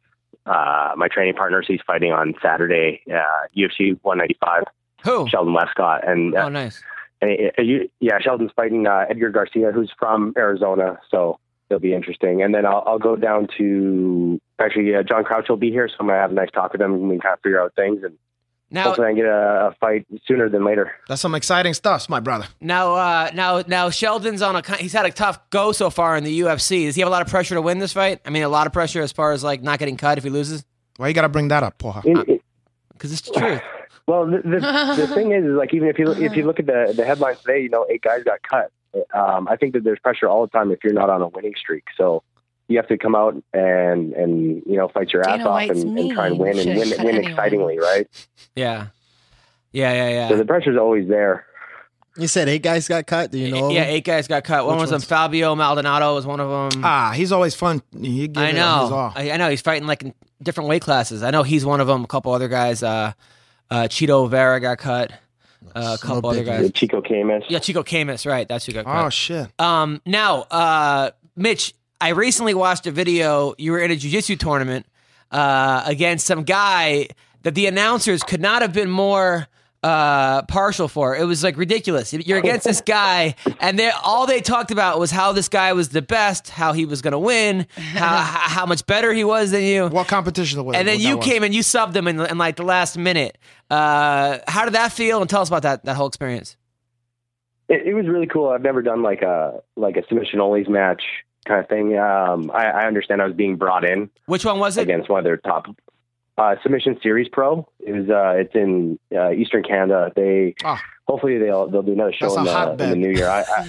S7: uh, my training partners. He's fighting on Saturday, uh, UFC 195,
S1: Who?
S7: Sheldon Westcott, and uh,
S1: Oh, nice.
S7: And it- it- you- yeah, Sheldon's fighting uh, Edgar Garcia, who's from Arizona, so it'll be interesting. And then I'll, I'll go down to actually uh, John Crouch will be here, so I'm gonna have a nice talk with him and we can kind of figure out things and
S1: Now,
S7: hopefully I can get a, a fight sooner than later.
S3: That's some exciting stuff, my brother.
S1: now, uh, now, now, Sheldon's on a. ki- He's had a tough go so far in the UFC. Does he have a lot of pressure to win this fight? I mean, a lot of pressure as far as like not getting cut if he loses,
S3: Why you gotta bring that up, porra?
S1: Mm.
S7: In- in-
S1: because it's the truth.
S7: well, the, the, the thing is, is like even if you look, if you look at the the headlines today, you know, eight guys got cut. Um, I think that there's pressure all the time if you're not on a winning streak. So. You have to come out and and you know fight your ass
S5: Dana
S7: off
S5: White's
S7: and, and try and
S5: mean.
S7: win and
S5: Should've
S7: win,
S5: cut
S7: win
S5: anyone.
S7: excitingly, right?
S1: Yeah, yeah, yeah,
S7: So
S1: yeah.
S7: the pressure's always there.
S6: You said eight guys got cut. Do you know?
S1: yeah,
S6: them?
S1: eight guys got cut. One
S6: Which
S1: was them.
S6: ones?
S1: Fabio Maldonado was one of them.
S3: Ah, he's always fun. He gives
S1: I
S3: it his
S1: know.
S3: all.
S1: I, I know he's fighting like in different weight classes. I know he's one of them. A couple other guys. Uh, uh, Cheeto Vera got cut. Uh, a
S6: No
S1: couple other
S6: biggie.
S1: guys.
S7: Chico Camus.
S1: Yeah, Chico Camus, right? That's who got cut.
S3: Oh shit.
S1: Um, now, uh, Mitch, I recently watched a video. You were in a jiu-jitsu tournament uh, against some guy that the announcers could not have been more uh, partial for. It was like ridiculous. You're against this guy, and they all they talked about was how this guy was the best, how he was going to win, how how much better he was than you.
S3: What competition was
S1: And then
S3: was that
S1: you
S3: one?
S1: came and you subbed him in, in like the last minute. Uh, how did that feel? And tell us about that that whole experience.
S7: It, it was really cool. I've never done like a like a submission onlys match kind of thing. Um, I, I understand I was being brought in
S1: Which one was it?
S7: against one of their top uh, submission series pro. It was uh, it's in uh, Eastern Canada. They
S3: Ah.
S7: hopefully they'll they'll do another
S3: That's
S7: show
S3: a
S7: in the,
S3: hotbed.
S7: in the new year. I, I,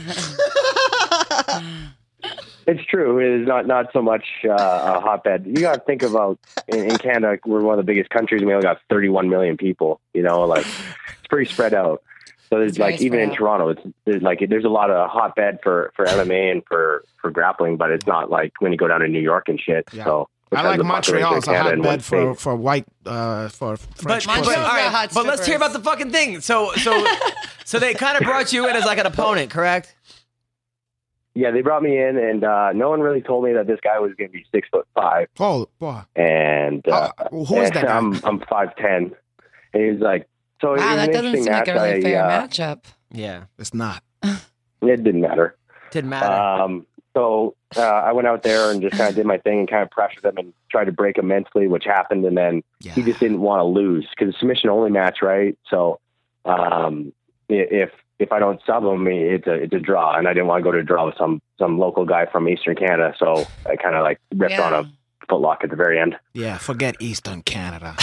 S7: it's true. It is not not so much uh, a hotbed. You got to think about in, in Canada, we're one of the biggest countries. We only got 31 million people. You know, like it's pretty spread out. So there's
S5: It's very
S7: like even
S5: spread
S7: in
S5: out.
S7: Toronto, it's there's like there's a lot of hotbed for for MMA and for for grappling, but it's not like when you go down to New York and shit.
S3: Yeah.
S7: So
S3: I like
S7: the population
S3: Montreal.
S7: of
S3: It's a
S7: Canada in one
S3: hotbed for,
S7: state.
S3: for white uh, for French.
S5: Montreal's
S3: pussy.
S5: got hot
S1: but let's hear about
S5: strippers.
S1: the fucking thing. So, so, so they kind of brought you in as like an opponent, correct?
S7: yeah, they brought me in, and uh, no one really told me that this guy was going to be six foot five,
S3: oh, boy.
S7: and uh,
S3: Oh, who is
S7: and
S3: that guy?
S7: I'm I'm five ten, and he was like, so it was
S5: Wow,
S7: an
S5: that doesn't
S7: interesting
S5: seem like a
S7: match.
S5: really
S7: I,
S5: fair
S7: uh,
S5: matchup.
S1: Yeah,
S3: It's not.
S7: It didn't matter.
S1: didn't matter.
S7: Um, so uh, I went out there and just kind of did my thing and kind of pressured them and tried to break him mentally, which happened. And then
S3: Yeah.
S7: he just didn't want to lose because submission only match, right? So um, i- if if I don't sub him, it's a it's a draw, and I didn't want to go to a draw with some some local guy from Eastern Canada. So I kind of like ripped
S5: Yeah.
S7: on a footlock at the very end.
S3: Yeah, forget Eastern Canada.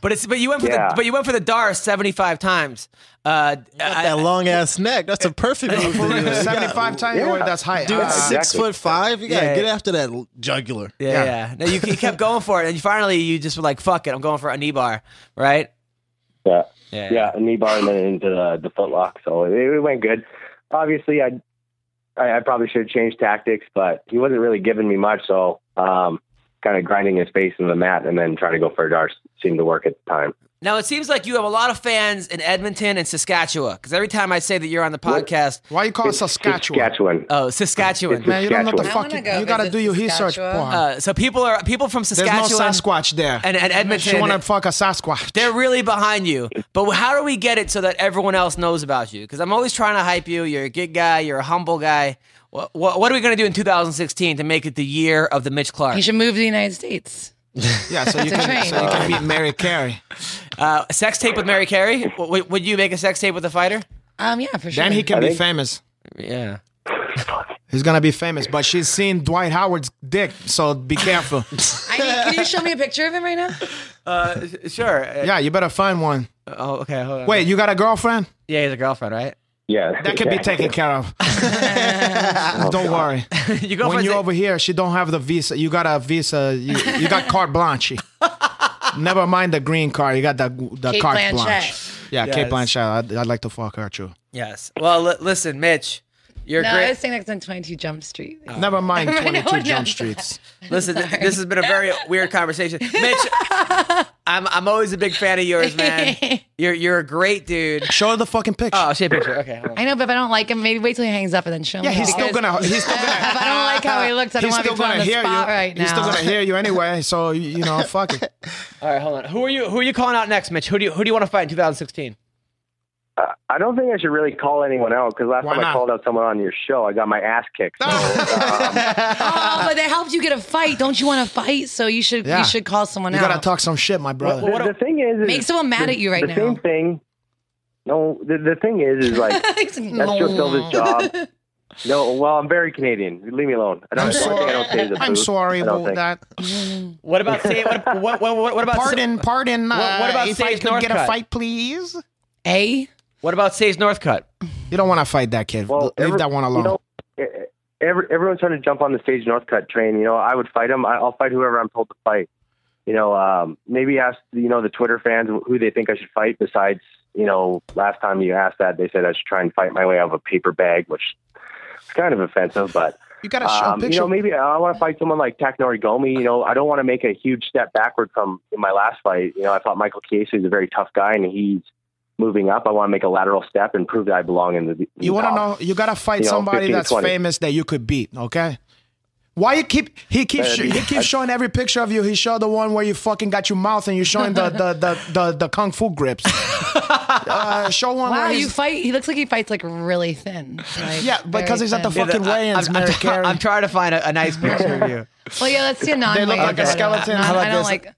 S1: but it's but you went for
S7: yeah.
S1: the but you went for the dar seventy five times. Uh,
S6: Got
S1: I-
S6: that long ass neck. That's a perfect move. for you. You got-
S3: 75 times?
S7: Yeah.
S3: Or that's high.
S6: Dude,
S3: Uh,
S6: six
S7: Exactly.
S6: foot five. You gotta
S1: Yeah.
S6: get after that l- jugular.
S1: yeah, yeah.
S3: Yeah.
S1: No, you, you kept going for it, and finally you just were like, "Fuck it, I'm going for a knee bar," right?
S7: Yeah. yeah, a knee bar and then into the, the footlock. So it, it went good. Obviously, I, I I probably should have changed tactics, but he wasn't really giving me much. So um, kind of grinding his face into the mat and then trying to go for a dar seemed to work at the time.
S1: Now it seems like you have a lot of fans in Edmonton and Saskatchewan because every time I say that you're on the podcast,
S3: Why you call it
S7: It's
S3: Saskatchewan?
S7: Saskatchewan.
S1: oh Saskatchewan.
S3: Man, you don't know what the
S7: Saskatchewan.
S5: I
S3: fuck.
S5: wanna
S3: you-
S5: go
S3: you gotta
S5: visit
S3: do your research,
S5: Saskatchewan.
S3: porra.
S1: Uh, so people are people from
S3: There's no
S1: Saskatchewan
S3: Sasquatch there.
S1: and, and Edmonton.
S3: She wanna fuck a Sasquatch.
S1: They're really behind you. But how do we get it so that everyone else knows about you? Because I'm always trying to hype you. You're a good guy. You're a humble guy. What, what, what are we going to do in 2016 to make it the year of the Mitch Clark?
S5: You should move to the United States.
S3: Yeah, so you
S5: It's a
S3: can
S5: train.
S3: so you can meet Mary Carey.
S1: Uh, sex tape with Mary Carey? W- w- would you make a sex tape with a fighter?
S5: Um, yeah, for sure.
S3: Then he can be
S7: think-
S3: famous.
S1: Yeah.
S3: He's gonna be famous, but she's seen Dwight Howard's dick, so be careful.
S5: I need, can you show me a picture of him right now?
S1: Uh, sure. Uh,
S3: yeah, you better find one.
S1: Oh, okay. Hold on.
S3: Wait, you got a girlfriend?
S1: Yeah, he's a girlfriend, right?
S7: Yeah,
S3: That could be taken care of. don't worry.
S1: you go
S3: when you're over here, she don't have the visa. You got a visa. You, you got carte blanche. Never mind the green card. You got the the
S5: Cate
S3: carte
S5: Blanchett.
S3: blanche. Yeah, Kate
S1: Yes.
S3: Blanchett. I'd, I'd like to fuck her too.
S1: Yes. Well, li- listen, Mitch. You're
S5: No, I
S1: great.
S5: was saying that's on 22 Jump Street.
S3: Never mind
S5: I know,
S3: 22
S5: no.
S3: Jump Streets.
S1: Listen, th- this has been a very weird conversation. Mitch, I'm I'm always a big fan of yours, man. You're you're a great dude.
S3: Show her the fucking picture.
S1: Oh, shit, picture. Okay. hold on.
S5: I know, but if I don't like him, maybe wait till he hangs up and then show him. Oh,
S3: yeah, he's
S5: how-
S3: still
S5: because
S3: gonna. He's still gonna.
S5: If I don't like how he looks, I don't
S3: he's
S5: want
S3: still
S5: to be put on
S3: gonna
S5: the
S3: hear you.
S5: spot right now.
S3: He's still gonna hear you anyway. So you you know, fuck it.
S1: All right, hold on. Who are you who are you calling out next, Mitch? Who do you who do you want to fight in 2016?
S7: I- I don't think I should really call anyone out because last
S3: Why
S7: time
S3: not?
S7: I called out someone on your show, I got my ass kicked. So, um,
S5: Oh, but that helps you get a fight. Don't you want to fight? So you should
S3: Yeah.
S5: you should call someone
S3: You
S5: out.
S3: gotta talk some shit, my brother.
S1: What-
S7: the, the thing is, is
S5: Make someone mad
S7: the-
S5: at you right
S7: the
S5: now.
S7: Same thing. No, the, the thing is, is like
S5: He's like,
S7: that's Joe Silva's job. No, well, I'm very Canadian. Leave me alone. I don't.
S3: I'm
S7: the only thing I don't say is a
S3: I'm
S7: boo.
S3: sorry
S7: I don't
S3: about
S7: think.
S3: that.
S1: What about say what what what, what, what about
S3: Pardon, pardon.
S1: What-
S3: uh,
S1: what about
S3: if I
S1: Sage
S3: could get a
S1: Northcutt?
S3: fight, please?
S5: A.
S1: what about Say's Northcutt?
S3: You don't want to fight that kid.
S7: Well,
S3: Leave
S7: every-
S3: that one alone.
S7: You know, e- every, everyone's trying to jump on the stage Northcutt train. You know, I would fight him. I, I'll fight whoever I'm told to fight. You know, um, maybe ask you know the Twitter fans who they think I should fight. Besides, you know, last time you asked that, they said I should try and fight my way out of a paper bag, which is kind of offensive, but.
S3: you gotta show a
S7: Um, you
S3: picture.
S7: know, maybe I want to fight someone like Tak Norigomi. You know, I don't want to make a huge step backward from in my last fight. You know, I thought Michael Chiesa is a very tough guy, and he's moving up. I want to make a lateral step and prove that I belong in the. the
S3: you want to
S7: top.
S3: know? You gotta fight
S7: uh, You know,
S3: somebody
S7: 15,
S3: that's
S7: 20.
S3: famous that you could beat. Okay. Why you keep he keeps
S7: Uh,
S3: he
S7: I-
S3: keeps showing every picture of you. He showed the one where you fucking got your mouth and you're showing the the the the, the kung fu grips. uh, show one
S5: Wow,
S3: where
S5: you
S3: he's-
S5: fight. He looks like he fights like really thin. Like,
S3: Yeah, because
S5: very
S3: he's at the
S5: thin.
S3: fucking
S1: I-
S3: weigh-ins,
S1: I'm, I'm,
S3: Mary
S1: try-
S3: Carey.
S1: I'm trying to find a, a nice picture of you.
S5: Well, yeah, let's see a non.
S3: They look like a skeleton.
S5: I
S3: How about
S5: don't
S3: this?
S5: like.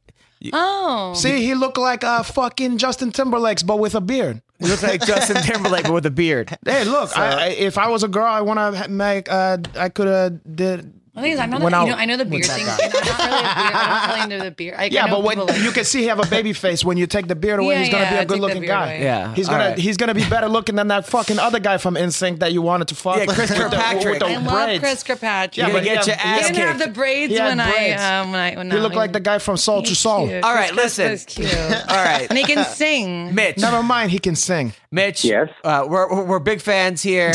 S5: Oh,
S3: See, he looked like uh, fucking Justin Timberlake's, but with a beard.
S1: You look like Justin Timberlake but with a beard.
S3: Hey, look, I, I, if I was a girl, I want to make, uh, I could have did.
S5: The thing is, I'm not.
S3: Went
S5: a, you know,
S3: out
S5: I know the
S3: with
S5: beard
S3: that
S5: thing.
S3: guy.
S5: I'm not really. a beard- I'm not really into the beard. I, I
S3: Yeah,
S5: know
S3: but when
S5: people like-
S3: you can see he have a baby face. When you take the beard away,
S5: Yeah,
S3: he's gonna
S5: yeah,
S3: be
S5: I
S3: a
S5: take the
S3: good looking
S5: beard
S3: guy.
S5: away.
S1: Yeah,
S3: he's gonna
S1: all right.
S3: he's gonna be better looking than that fucking other guy from Insync that you wanted to fuck.
S1: Yeah, Chris
S3: with the-
S1: Kirkpatrick.
S3: with the
S5: I love
S3: braids.
S5: Chris Kirkpatrick.
S3: Yeah,
S1: You're
S3: but
S1: gonna
S3: he
S1: get
S3: had-
S1: your
S3: he
S5: I
S1: ass
S3: had-
S5: didn't have the
S1: kicked.
S5: braids
S3: He had
S5: when
S3: braids.
S5: I um when I when
S3: He looked like the guy from Soul to Soul.
S1: All right, listen.
S5: That's cute. and
S1: All right,
S5: he can sing.
S1: Mitch.
S3: Never mind, he can sing.
S1: Mitch,
S7: Yes?
S1: uh, we're, we're we're big fans here.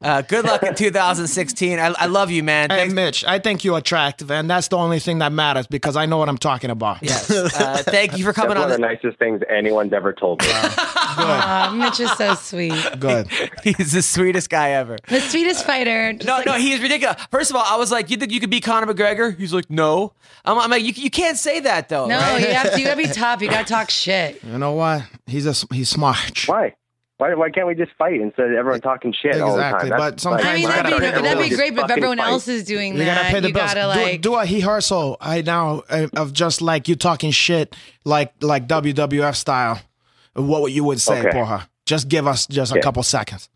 S1: Uh, good luck in 2016. I, I love you, man.
S3: Hey,
S1: Thanks,
S3: Mitch, I think you're attractive, and that's the only thing that matters because I know what I'm talking about. Yeah.
S1: uh, thank you for
S7: That's
S1: coming
S7: one
S1: on.
S7: of the
S1: The-
S7: nicest things anyone's ever told me.
S5: Aw, Uh, Mitch is so sweet.
S3: Good.
S1: he's the sweetest guy ever.
S5: The sweetest fighter. Just
S1: No,
S5: like-
S1: no, he is ridiculous. First of all, I was like, you think you could be Conor McGregor? He's like, no. I'm, I'm like, you, you can't say that though.
S5: No,
S1: right?
S5: you have to. You gotta be tough. You gotta talk shit.
S3: You know what? He's a s- he's smart.
S7: why? Why, why can't we just fight instead of everyone talking shit all the
S3: Exactly,
S7: time?
S3: but sometimes
S5: I mean,
S3: Well, I
S5: that'd be
S3: gotta pay the
S5: that'd be
S3: bills.
S5: great, but if
S7: Fucking
S5: everyone
S7: fight.
S5: else is doing
S3: You
S5: that,
S3: gotta pay the
S5: you
S3: bills.
S5: gotta
S3: do,
S5: like.
S3: do a rehearsal right now uh, of just like you talking shit, like like WWF style. What would you would say,
S7: Okay.
S3: Porja? Just give us just a
S7: Yeah.
S3: couple seconds.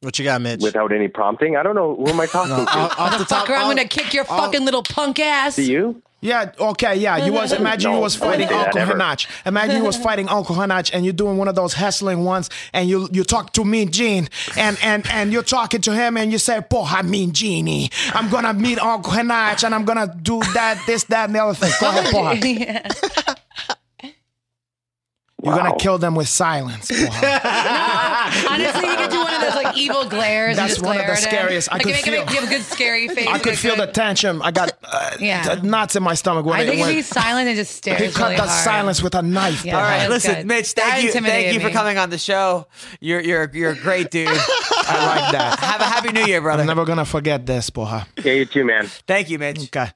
S6: What you got, Mitch?
S7: Without any prompting? I don't know. Who am I talking to?
S6: Off- off the top-
S5: Fucker, I'm
S6: off-
S5: gonna kick your fucking little punk ass.
S7: To you?
S3: Yeah. Okay. Yeah. You was
S5: Mm-hmm.
S3: imagine you
S7: No,
S3: was
S7: I wouldn't
S3: fighting
S7: say that
S3: Uncle
S7: ever.
S3: Hanach. Imagine you was fighting Uncle Hanach, and you're doing one of those hustling ones, and you you talk to Mean Gene, and and and you're talking to him, and you say, "Porra, Mean Genie, I'm gonna meet Uncle Hanach, and I'm gonna do that, this, that, and the other thing." Go ahead, Porja.
S5: Yeah.
S3: You're gonna
S7: Wow.
S3: kill them with silence, Porja.
S5: Honestly, you could do one of those like evil glares. and
S3: That's
S5: just
S3: one of
S5: glare
S3: the
S5: at him.
S3: scariest. I
S5: Like,
S3: could
S5: make him
S3: feel-
S5: make- give a good scary face.
S3: I could
S5: like,
S3: feel the
S5: good-
S3: tension. I got uh,
S5: Yeah.
S3: t- knots in my stomach when
S5: I
S3: it
S5: think if
S3: went.
S5: he's silent and just stares.
S3: he cut
S5: really
S3: the
S5: hard.
S3: silence with a knife.
S5: Yeah.
S3: Porja.
S1: All right,
S5: That's
S1: listen,
S5: good.
S1: Mitch.
S5: That
S1: Thank you, thank
S5: intimidated
S1: you for
S5: me.
S1: coming on the show. You're you're you're a great dude. Uh,
S3: I like that.
S1: Have a happy New Year, brother.
S3: I'm never gonna forget this, Porja.
S7: Yeah, you too, man.
S1: Thank you, Mitch.
S3: Okay.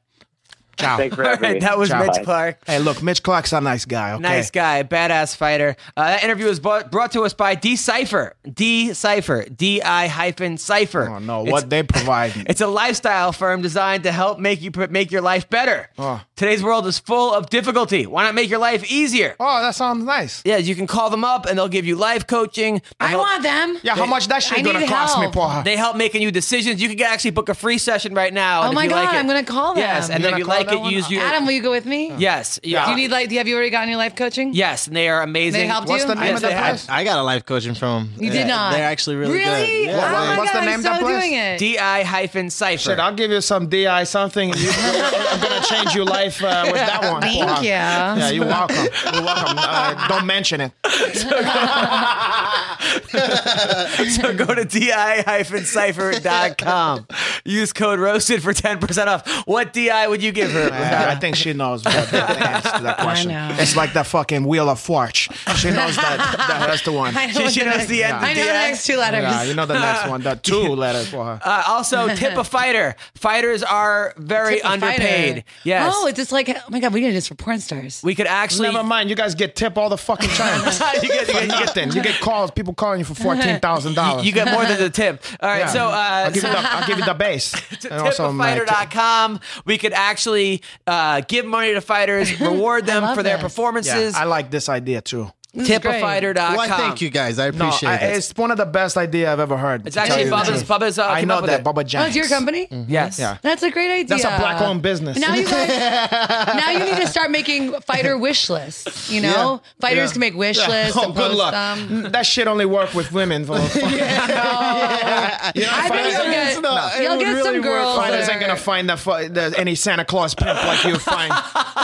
S3: Ciao.
S7: Thanks for
S1: All
S7: having me.
S1: right, that was
S3: Ciao.
S1: Mitch Clark.
S3: Hey, look, Mitch Clark's a nice guy. Okay?
S1: Nice guy, badass fighter. Uh, that interview was brought, brought to us by Decipher. Decipher. D I hyphen cipher.
S3: Oh no,
S1: It's-
S3: what they provide.
S1: It's a lifestyle firm designed to help make you make your life better.
S3: Oh.
S1: Today's world is full of difficulty. Why not make your life easier?
S3: oh, that sounds nice.
S1: Yeah, you can call them up and they'll give you life coaching. They'll
S5: I
S1: help-
S5: want them.
S3: Yeah, how much that
S5: I
S3: shit gonna
S5: need
S3: cost me,
S5: help.
S3: Porja?
S1: They help making you decisions. You can get- actually book a free session right now. and
S5: Oh
S1: if
S5: my
S1: you
S5: god,
S1: like it-
S5: I'm gonna call them.
S1: Yes, and then
S3: You're
S1: if
S3: gonna
S1: you
S3: call
S1: like
S3: that
S1: it,
S3: one?
S1: use your
S5: Adam, will you go with me?
S1: yes. Yeah.
S5: Do you need like? Do you have you already gotten your life coaching?
S1: yes, and they are amazing.
S5: They helped
S3: What's
S5: you.
S3: the name
S1: Yes,
S3: of the
S1: they had-
S3: place?
S6: I got a life coaching from them.
S5: You did not.
S6: They're actually really,
S5: really?
S6: good.
S3: What- what-
S5: Oh my
S3: what's
S5: god,
S3: the name
S5: I'm
S3: of that
S5: so
S3: place?
S5: doing it.
S1: Di hyphen cipher.
S3: Shit, I'll give you some di something. And you, I'm gonna change your life uh, with that one.
S5: Thank
S3: Porja.
S5: you.
S3: Yeah, you're welcome. You're welcome. Uh, don't mention it.
S1: so go to di-cypher.com. Use code roasted for 10% off. What di would you give her?
S3: I think she knows what the answer to that question.
S5: know.
S3: It's like that fucking wheel of fortune. She knows that, that that's the one.
S5: I know
S1: She-
S5: what
S1: she knows
S5: next-
S1: the end
S5: I
S1: of
S5: know the
S1: DI.
S5: next two letters.
S3: Yeah, you know the next one, the two letters for her.
S1: Uh, also, tip a fighter. Fighters are very
S5: Tip the fighter.
S1: underpaid. Yes.
S5: Oh, it's just like oh my god, we did this for porn stars.
S1: we could actually.
S3: Never mind, you guys get tip all the fucking time.
S1: you, get, you,
S3: For
S1: get, you,
S3: nothing. You get calls, people calling you for fourteen thousand
S1: get,
S3: dollars.
S1: you get more than the tip. All right.
S3: Yeah.
S1: So, uh,
S3: I'll give,
S1: so
S3: you the, I'll give you the base. and also my tip.
S1: tipafighter.com. We could actually uh, give money to fighters, reward them
S5: love
S1: for their
S5: this.
S3: Yeah,
S1: performances.
S3: I like this idea too.
S5: This is great.
S1: Tipafighter.com.
S6: Why, thank you guys. I
S3: No,
S6: appreciate
S3: I-
S6: it.
S3: it's one of the best idea I've ever heard.
S1: It's
S3: to
S1: actually
S3: tell you the
S1: Bubba's-
S3: truth.
S1: Bubba's, uh,
S3: I
S1: came
S3: know
S1: up with
S3: that
S1: it.
S3: Bubba
S5: Oh,
S3: Jenks.
S5: it's your company?
S3: Mm-hmm.
S1: Yes.
S3: Yeah.
S5: That's a great idea.
S3: That's a black-owned business.
S5: Now you guys, now you need to start making fighter wish lists. You know, fighters
S3: Yeah.
S5: can make wish
S3: Yeah.
S5: lists
S3: Oh,
S5: and
S3: good
S5: post
S3: luck.
S5: them.
S3: That shit only work with women. For
S5: I think you'll get, you'll get some girls.
S3: Fighters
S5: that
S3: ain't gonna
S5: are-
S3: find the, fu- the any Santa Claus pimp like you find.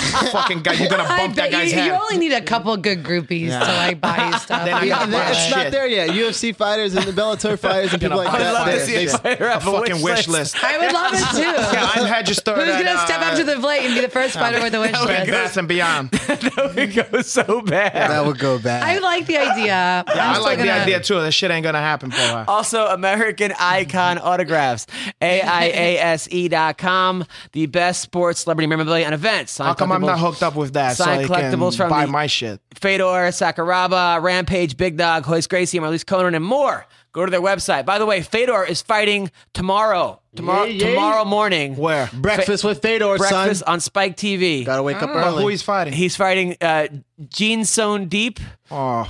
S3: fucking guy, you're gonna
S5: I
S3: bump that
S5: bet
S3: guy's
S5: you,
S3: head.
S5: you only need a couple good groupies to like buy you stuff.
S3: Then I
S6: Yeah,
S3: gotta
S6: and it's
S3: buy
S6: not
S3: shit.
S6: there yet. UFC fighters and the Bellator fighters and people like
S3: I'd
S6: that.
S1: love to
S6: they-
S1: see a
S6: they-
S1: fighter
S3: a
S1: have a wish
S3: fucking wish list.
S5: I would love it too.
S3: yeah, I'm registered.
S5: Who's
S3: at,
S5: gonna step
S3: uh,
S5: up to the plate and be the first fighter with a wish
S3: Bed Bath
S5: list?
S3: and Beyond.
S1: it goes so bad.
S6: That would go bad.
S5: I like the idea. Yeah,
S3: I like the idea too. That shit ain't gonna happen for her.
S5: Oh,
S1: Also, American Icon Autographs, A-I-A-S-E E dot com, the best sports celebrity memorabilia and events. Signed
S3: How come I'm not
S1: collectibles-
S3: hooked up with that? So I
S1: Signed collectibles
S3: can
S1: from
S3: buy
S1: the
S3: my shit.
S1: Fedor, Sakuraba, Rampage, Big Dog, Hoist Gracie, Marlies Conan, and more. Go to their website. By the way, Fedor is fighting tomorrow. Tomorrow,
S6: Yeah, yeah.
S1: tomorrow morning.
S3: Where?
S6: breakfast with Fedor,
S1: Breakfast
S6: son.
S1: on Spike TV.
S6: Gotta wake up
S3: But
S6: early.
S3: who he's fighting?
S1: He's fighting uh, Gene Sewn Deep.
S3: oh,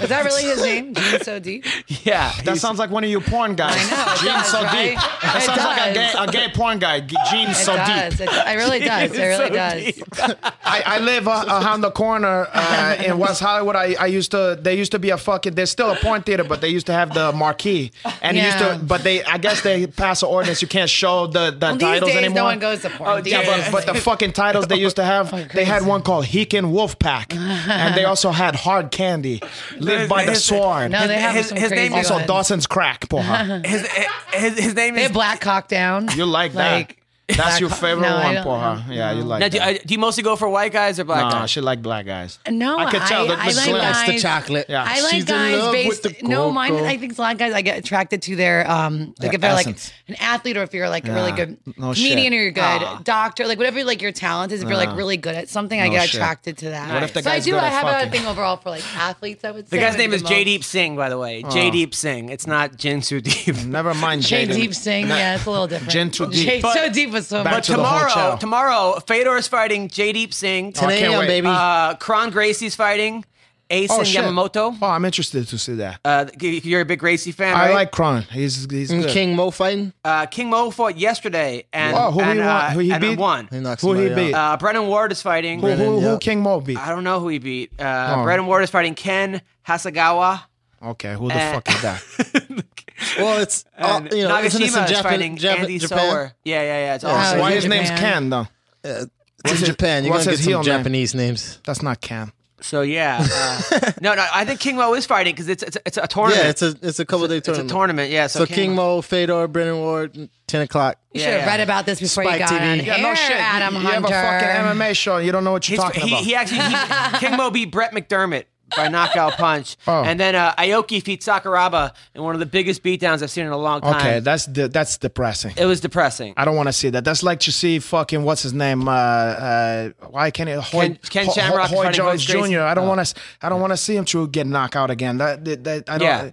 S5: Is that really his name? Gene So Deep.
S1: Yeah.
S3: that
S1: he's-
S3: sounds like one of you porn guys.
S5: I know, it
S3: Gene
S5: does,
S3: so
S5: right?
S3: deep. That
S5: It
S3: sounds
S5: does.
S3: like a gay, a gay porn guy. G- Gene
S5: It
S3: so
S5: does.
S3: deep.
S5: It, it really does. It really does.
S1: Deep.
S3: I, I live uh, around the corner uh, in West Hollywood. I, I used to. There used to be a fucking. There's still a porn theater, but they used to have the marquee. And it
S5: Yeah.
S3: used to. But they. I guess they pass an ordinance. You can't show the the
S5: Well, these
S3: titles
S5: days,
S3: anymore.
S5: no one goes to porn.
S1: yeah,
S5: theaters.
S3: Oh, Yeah, but, but the fucking titles they used to
S5: Oh,
S3: have, they had one called Heekin Wolfpack, and they also had Hard Candy, Live by the
S1: His-
S3: Sword,
S5: no, they have
S1: his-
S5: some
S1: his
S5: crazy
S1: name-
S3: also
S5: ones.
S3: Dawson's Crack, porra.
S1: His, his, his name
S5: They
S1: is
S5: have black cock down.
S3: You like that?
S5: Like,
S3: That's your
S5: Black-
S3: favorite
S5: No, I
S3: one,
S5: don't-
S3: porra. Yeah, you like
S1: Now, do,
S3: that.
S1: uh, do you mostly go for white guys or black
S3: nah,
S1: guys?
S3: she like black guys.
S5: No,
S3: I could tell that
S5: I
S3: Miss
S5: like
S3: Lynn
S5: guys.
S3: likes the
S6: chocolate.
S3: Yeah.
S5: I like
S6: She's in
S5: guys
S6: love
S5: based.
S6: with the
S5: no,
S6: cocoa.
S5: mine. I think a lot of guys I get attracted to their um, like
S3: Their
S5: if they're
S3: essence.
S5: like an athlete or if you're like a really
S3: Yeah.
S5: good
S3: No
S5: comedian
S3: shit. Ah.
S5: or you're good doctor, like whatever like your talent is. If you're like really good at something, I
S3: No
S5: get
S3: shit.
S5: attracted to that.
S3: What if the
S5: so I
S3: guy's
S5: do.
S3: good
S5: I
S3: at
S5: have a
S3: fucking?
S5: thing overall for like athletes. I would say
S1: The guy's
S5: would
S1: name
S5: be
S1: is
S5: the
S1: J
S5: most-
S1: Deep Singh, by the way. J Deep Singh. It's not Jinsu Deep.
S3: Never mind,
S5: Jay
S3: Jaden.
S5: Deep Singh. Yeah, it's a little different.
S3: Jen too deep.
S5: Jay
S1: But-
S5: so deep was so
S3: Back
S5: much.
S3: to the
S1: tomorrow,
S3: hotel.
S1: tomorrow, Fedor is fighting J Deep Singh.
S6: 10
S3: I can't
S6: a.m.
S3: wait.
S6: baby.
S1: Uh, Kron Gracie's fighting Ace
S3: Oh,
S1: and
S3: shit.
S1: Yamamoto.
S3: Oh, I'm interested to see that.
S1: Uh, you're a big Gracie fan,
S3: I
S1: right?
S3: like Kron. He's he's good.
S6: Mm, King Mo fighting.
S1: uh, King Mo fought yesterday and
S3: Oh, who he
S1: and,
S3: won-
S1: uh,
S3: who he
S1: and
S3: beat?
S1: won.
S6: He knocked
S3: Who he
S6: somebody
S3: beat?
S6: out.
S1: Uh, Brennan Ward is fighting.
S3: who who, who
S6: yeah.
S3: King Mo beat?
S1: I don't know who he beat. Uh, Brennan Ward is fighting Ken Hasagawa.
S3: Okay, who the
S1: Uh,
S3: fuck is that?
S6: Well, it's uh,
S1: And
S6: you know, isn't this in
S1: Nagashima is
S6: Japan,
S1: fighting
S6: Japan,
S1: Andy
S6: Japan?
S1: Sower. Yeah, yeah, yeah. It's
S5: Oh,
S1: awesome.
S3: Why
S5: yeah,
S3: his name's
S5: Japan.
S3: Ken though?
S6: It's in Japan. You're
S3: what's
S6: gonna get
S3: his heel
S6: some
S3: name?
S6: Japanese names.
S3: That's not Ken.
S1: So yeah, uh, no, no. I think King Mo is fighting because it's, it's it's a tournament.
S6: Yeah, it's a it's a couple day
S1: it's
S6: tournament.
S1: a tournament. Yeah. So,
S6: So King Mo, Fedor, Brennan Ward, ten o'clock.
S5: You
S1: Yeah,
S5: should have
S1: yeah.
S5: read about this before
S6: Spike
S5: you got
S6: TV.
S5: on
S6: Yeah,
S5: air, Adam
S3: you, you have
S5: Hunter.
S3: a fucking MMA show. You don't know what you're
S1: He's,
S3: talking
S1: he,
S3: about.
S1: he actually he, King Mo beat Brett McDermott by knockout punch,
S3: Oh.
S1: and then uh, Aoki beat Sakuraba in one of the biggest beatdowns I've seen in a long time.
S3: okay, that's de- that's depressing.
S1: it was depressing.
S3: I don't want to see that. That's like to see fucking what's his name. Uh, uh, why can't it? Hoy,
S1: Ken- Ken Shamrock
S3: Hoy, Hoy
S1: fighting
S3: Jones
S1: Hoist Gracie.
S3: Jr. I don't want to. I don't want to see him to get knocked out again. That, that, that I don't.
S1: Yeah.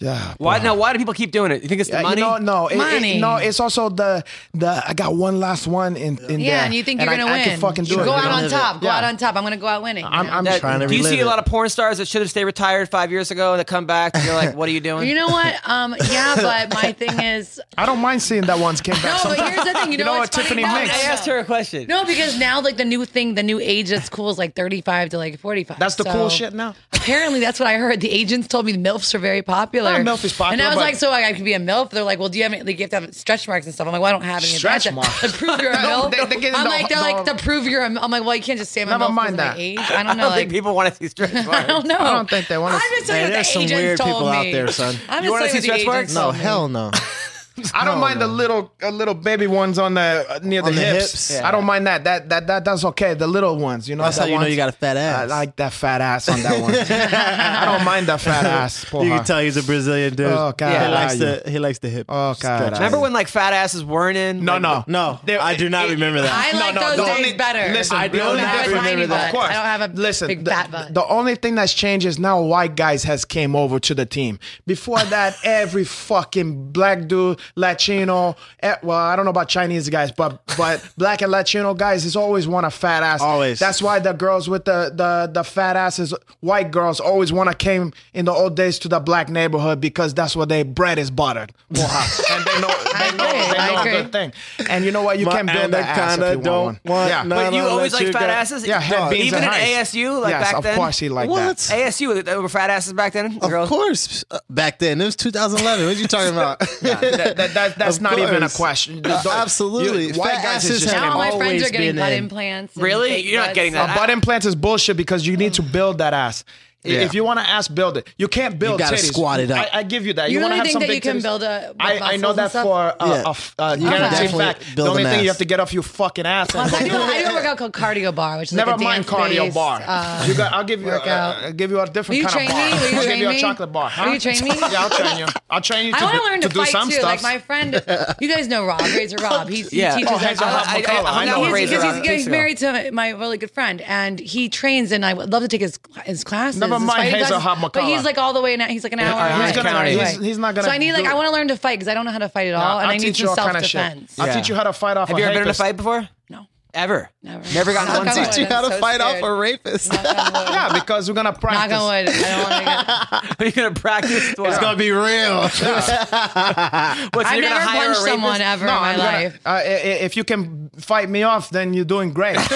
S3: Yeah,
S1: Why now? Why do people keep doing it? You think it's the
S3: Uh,
S1: money?
S3: You know, no, it- it-
S5: Money.
S3: no. It's also the the I got one last one in in
S5: Yeah,
S3: there,
S5: and you think you're
S3: I-
S5: gonna
S3: I
S5: win?
S3: can fucking do
S5: you
S3: it.
S5: Go
S3: you
S5: out
S3: know?
S5: on top. Go
S3: Yeah.
S5: out on top. I'm gonna go out winning. you
S3: I'm,
S5: know?
S3: I'm
S1: That-
S3: trying to.
S1: do you see
S3: relive
S1: a lot of
S3: it.
S1: porn stars that should have stayed retired five years ago that come back and you're like, what are you doing?
S5: You know what? Um, yeah, but my thing is
S3: I don't mind seeing that one's came
S5: no.
S3: back.
S5: But
S3: sometimes.
S5: here's the thing. You,
S3: You know
S5: what's
S3: what, Tiffany
S5: funny?
S3: Mix?
S5: No,
S1: I asked her a question.
S5: No, because now like the new thing, the new age that's cool is like 35 to like 45.
S3: That's the
S5: So,
S3: cool shit now.
S5: Apparently, that's what I heard. The agents told me the milfs are very popular. popular.
S3: Not MILF is popular,
S5: And I was
S3: but-
S5: like, so I could be a MILF. They're like, well, do you have any, like, you have to have stretch marks and stuff. I'm like, well, I don't have any. of
S3: Stretch
S5: that.
S3: marks?
S5: To prove you're a MILF.
S3: they- they get
S5: I'm
S3: the-
S5: like, they're like,
S3: the-
S5: to prove you're a m-" I'm like, well, you can't just say I'm a
S3: Never
S5: MILF
S3: mind
S5: because of my
S3: that.
S5: age. I don't
S1: I
S5: know.
S1: don't think
S5: like,
S1: people want to see stretch marks.
S5: I don't know.
S3: I don't think they wanna
S5: I'm
S3: see-
S5: just telling you what
S6: Man, there's
S5: the
S6: some
S5: agents
S6: weird
S5: told
S6: people out
S5: me.
S6: there, son.
S5: I'm
S1: You
S5: just
S1: wanna
S5: telling
S1: see
S5: you
S1: stretch
S5: what the
S1: marks?
S5: agents
S6: No,
S5: told me.
S6: hell no.
S3: I don't mind the little uh, little baby ones on the uh, near
S6: Oh, On
S3: the,
S6: the
S3: hips.
S6: hips?
S3: I don't mind that. That that that that's okay. The little ones, you know.
S6: That's how
S3: the
S6: you know
S3: ones-
S6: you got a fat
S3: I
S6: ass.
S3: like that fat ass on that one. I don't mind that fat ass. Porra.
S6: you can tell he's a Brazilian dude.
S3: Oh,
S6: he
S3: caralho.
S6: likes the he likes the hip.
S3: Oh,
S6: stretch.
S3: caralho.
S1: Remember when like fat asses weren't in?
S3: No,
S1: Like,
S3: no,
S6: No,
S3: There-
S6: I do not
S3: it-
S6: remember that.
S5: I like
S3: no, the
S5: those days
S3: only-
S5: better.
S3: listen,
S5: I
S3: I
S6: do
S5: don't
S6: not
S5: have a
S6: remember
S5: tiny
S6: that.
S5: butt.
S6: Of
S3: course.
S5: I don't have a
S3: Listen,
S5: big
S3: the,
S5: fat butt.
S3: the only thing that's changed is now white guys has came over to the team. Before that, every fucking black dude, Latino, eh, well, I don't know about Chinese guys, but but black and Latino guys is always want a fat ass.
S6: Always.
S3: That's why the girls with the the the fat asses, white girls, always want to came in the old days to the black neighborhood because that's where their bread is buttered. Well, huh, and they know
S5: I
S3: they know
S5: agree,
S3: they
S5: I
S3: know a
S5: agree.
S3: good thing. And you know what? You
S6: My
S3: can build that ass if you
S6: anaconda
S3: want
S6: don't
S3: one.
S6: want
S3: yeah.
S6: no-
S1: But you
S6: I'll
S1: always
S6: let
S1: like
S6: you
S1: fat
S6: go.
S1: asses?
S3: Yeah, head beans
S1: Even
S3: and
S1: at
S3: heights.
S1: ASU, like
S3: Yes,
S1: back
S3: of
S1: then?
S3: course he liked that.
S6: What?
S1: ASU, they were fat asses back then?
S6: Of course, uh, back then it was 2011. What are you talking about?
S3: that, that, that, that's
S6: Of
S3: not even a
S6: course.
S3: question.
S6: Uh, absolutely.
S3: You- white
S6: Fat
S3: guys is
S6: asses
S3: just
S6: have
S5: now all my friends
S6: always
S5: are getting
S6: been
S5: butt
S6: in.
S5: implants. and
S1: Really?
S5: fake
S1: You're not
S5: butts.
S1: getting that.
S3: a butt implant is bullshit because you need to build that ass. I-
S6: Yeah.
S3: If you want to ass, build it. You can't build.
S6: gotta
S3: titties.
S6: squat it up.
S3: I, I give you that.
S5: You
S3: want
S5: really
S3: to have
S5: think
S3: some
S5: that
S3: big
S5: you can
S3: titties.
S5: build a-
S3: I, I
S5: muscles
S3: know
S5: and
S3: that
S5: stuff?
S3: for
S6: Yeah.
S3: uh, a f- uh,
S6: You can
S3: guaranteed
S6: definitely
S3: fact. The
S6: build
S3: only
S6: an
S3: thing you
S6: ass.
S3: have to get off your fucking ass.
S5: Plus, I do,
S3: and-
S5: I do a workout called cardio bar, which is
S3: Never
S5: like a
S3: mind cardio
S5: dance-based,
S3: bar.
S5: Uh,
S3: you got, I'll give you.
S5: workout.
S3: Uh, I'll give you a
S5: will
S3: different
S5: you
S3: kind
S5: train
S3: of bar.
S5: me? Will you
S3: I'll give
S5: train
S3: you a
S5: me?
S3: chocolate bar. Huh?
S5: Will you train me?
S3: Yeah, I'll train you. I'll train you.
S5: I
S3: to
S5: want
S3: do-
S5: to learn to,
S3: do
S5: fight
S3: some
S5: too.
S3: Stuff.
S5: Like my friend, you guys know Rob, Razor Rob. He's,
S1: Yeah.
S5: He teaches
S1: Oh,
S5: us
S3: Razor
S5: all-
S3: Rob
S1: I, I, I, I
S3: McCullough.
S1: hung out with
S3: He's- uh,
S1: Razor
S5: because
S1: around
S5: he's,
S1: two
S5: he's
S1: weeks ago.
S5: married to my really good friend, and he trains, and I would love to take his his classes.
S3: Never
S5: his
S3: mind
S5: fighting
S3: Hazel
S5: classes,
S3: Hobb
S5: But
S3: McCullough.
S5: he's like all the way. Now he's like an hour.
S1: He's
S5: away.
S1: gonna- he's-
S5: Right.
S3: he's not gonna
S5: So I need like
S3: do
S5: I
S3: it.
S5: want to learn to fight because I don't know how to fight at all,
S3: I'll
S5: and I need
S3: teach
S5: some
S3: you all
S5: self
S3: kind of shit.
S5: defense.
S3: I'll
S1: Yeah.
S3: teach you how to fight off.
S1: Have
S3: a
S1: you ever been in a
S3: rapist.
S1: fight before?
S5: No,
S1: Ever.
S5: never.
S1: Never gotten
S5: Knock
S1: one
S5: on
S1: fight.
S5: wood,
S6: Teach you
S5: I'm
S6: how to
S5: so
S6: fight off
S5: scared.
S6: a rapist.
S5: Knock on wood.
S3: Yeah, because we're gonna practice.
S5: Knock on wood. I don't want to get.
S1: Are you going to practice? What,
S6: It's gonna be real.
S1: what's-
S5: I've
S1: you're gonna
S5: never
S1: hire a
S5: punched
S1: rapist?
S5: someone ever in my
S3: gonna-
S5: life.
S3: uh, i- i- if you can fight me off, then you're doing great. and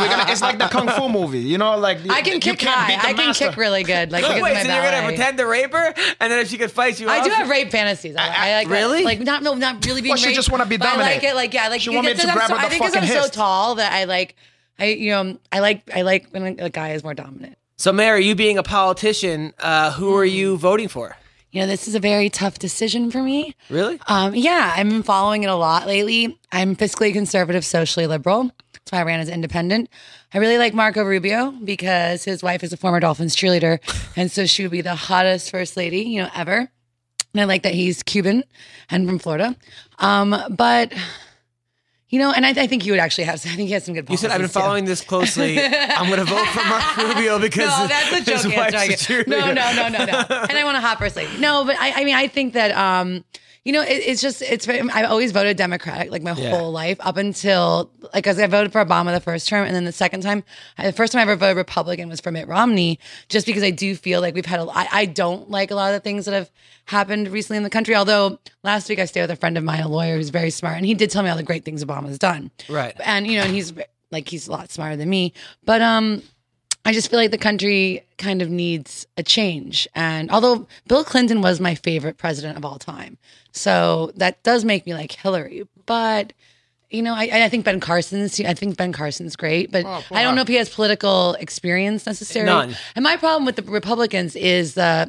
S3: we're gonna, it's like the kung fu movie, you know, like
S5: I can kick high. I can kick really good. Like because
S1: Wait,
S5: of my
S1: so you're gonna
S5: ballet.
S1: pretend to rape her, and then if she could fight you,
S5: I
S1: off,
S5: do have rape fantasies. I, I, like
S1: really?
S5: like not no not really being
S3: Well, she
S5: raped,
S3: just wanna be
S5: but I like
S3: dominated.
S5: it like yeah like
S3: She want me
S5: because
S3: to
S5: I'm
S3: grab
S5: so,
S3: her
S5: I
S3: the
S5: think 'cause
S3: fucking
S5: I'm so
S3: hist.
S5: tall that I like I you know I like I like when a guy is more dominant.
S1: So, Mary, you being a politician, uh, who are you
S5: Hmm.
S1: voting for?
S5: You know this is a very tough decision for me.
S1: Really?
S5: Um, yeah, I've been following it a lot lately. I'm fiscally conservative, socially liberal. That's why I ran as independent. I really like Marco Rubio because his wife is a former Dolphins cheerleader, and so she would be the hottest first lady, you know, ever. And I like that he's Cuban and from Florida. Um, but you know, and I, I think he would actually have. I think he has some good.
S1: You said I've been
S5: policies, too."
S1: following this closely. I'm gonna vote for Mark Rubio because
S5: no, that's a joke.
S1: his
S5: answer I
S1: wife's a
S5: get. no,
S1: cheerleader.
S5: no, no, no, no. And I want a hot first lady. No, but I, I mean, I think that, um, you know, it, it's just it's. very- I've always voted Democratic like my whole life up until like as I voted for Obama the first term, and then the second time, I, the first time I ever voted Republican was for Mitt Romney, just because I do feel like we've had a. I, I don't like a lot of the things that have happened recently in the country. Although last week I stayed with a friend of mine, a lawyer who's very smart, and he did tell me all the great things Obama's done.
S1: Right.
S5: And you know, and he's like he's a lot smarter than me, but um. I just feel like the country kind of needs a change. And although Bill Clinton was my favorite president of all time, so that does make me like Hillary. But you know, I, I think Ben Carson's. I think Ben Carson's great, but I don't know if he has political experience necessarily.
S1: Oh, None.
S5: And my problem with the Republicans is uh,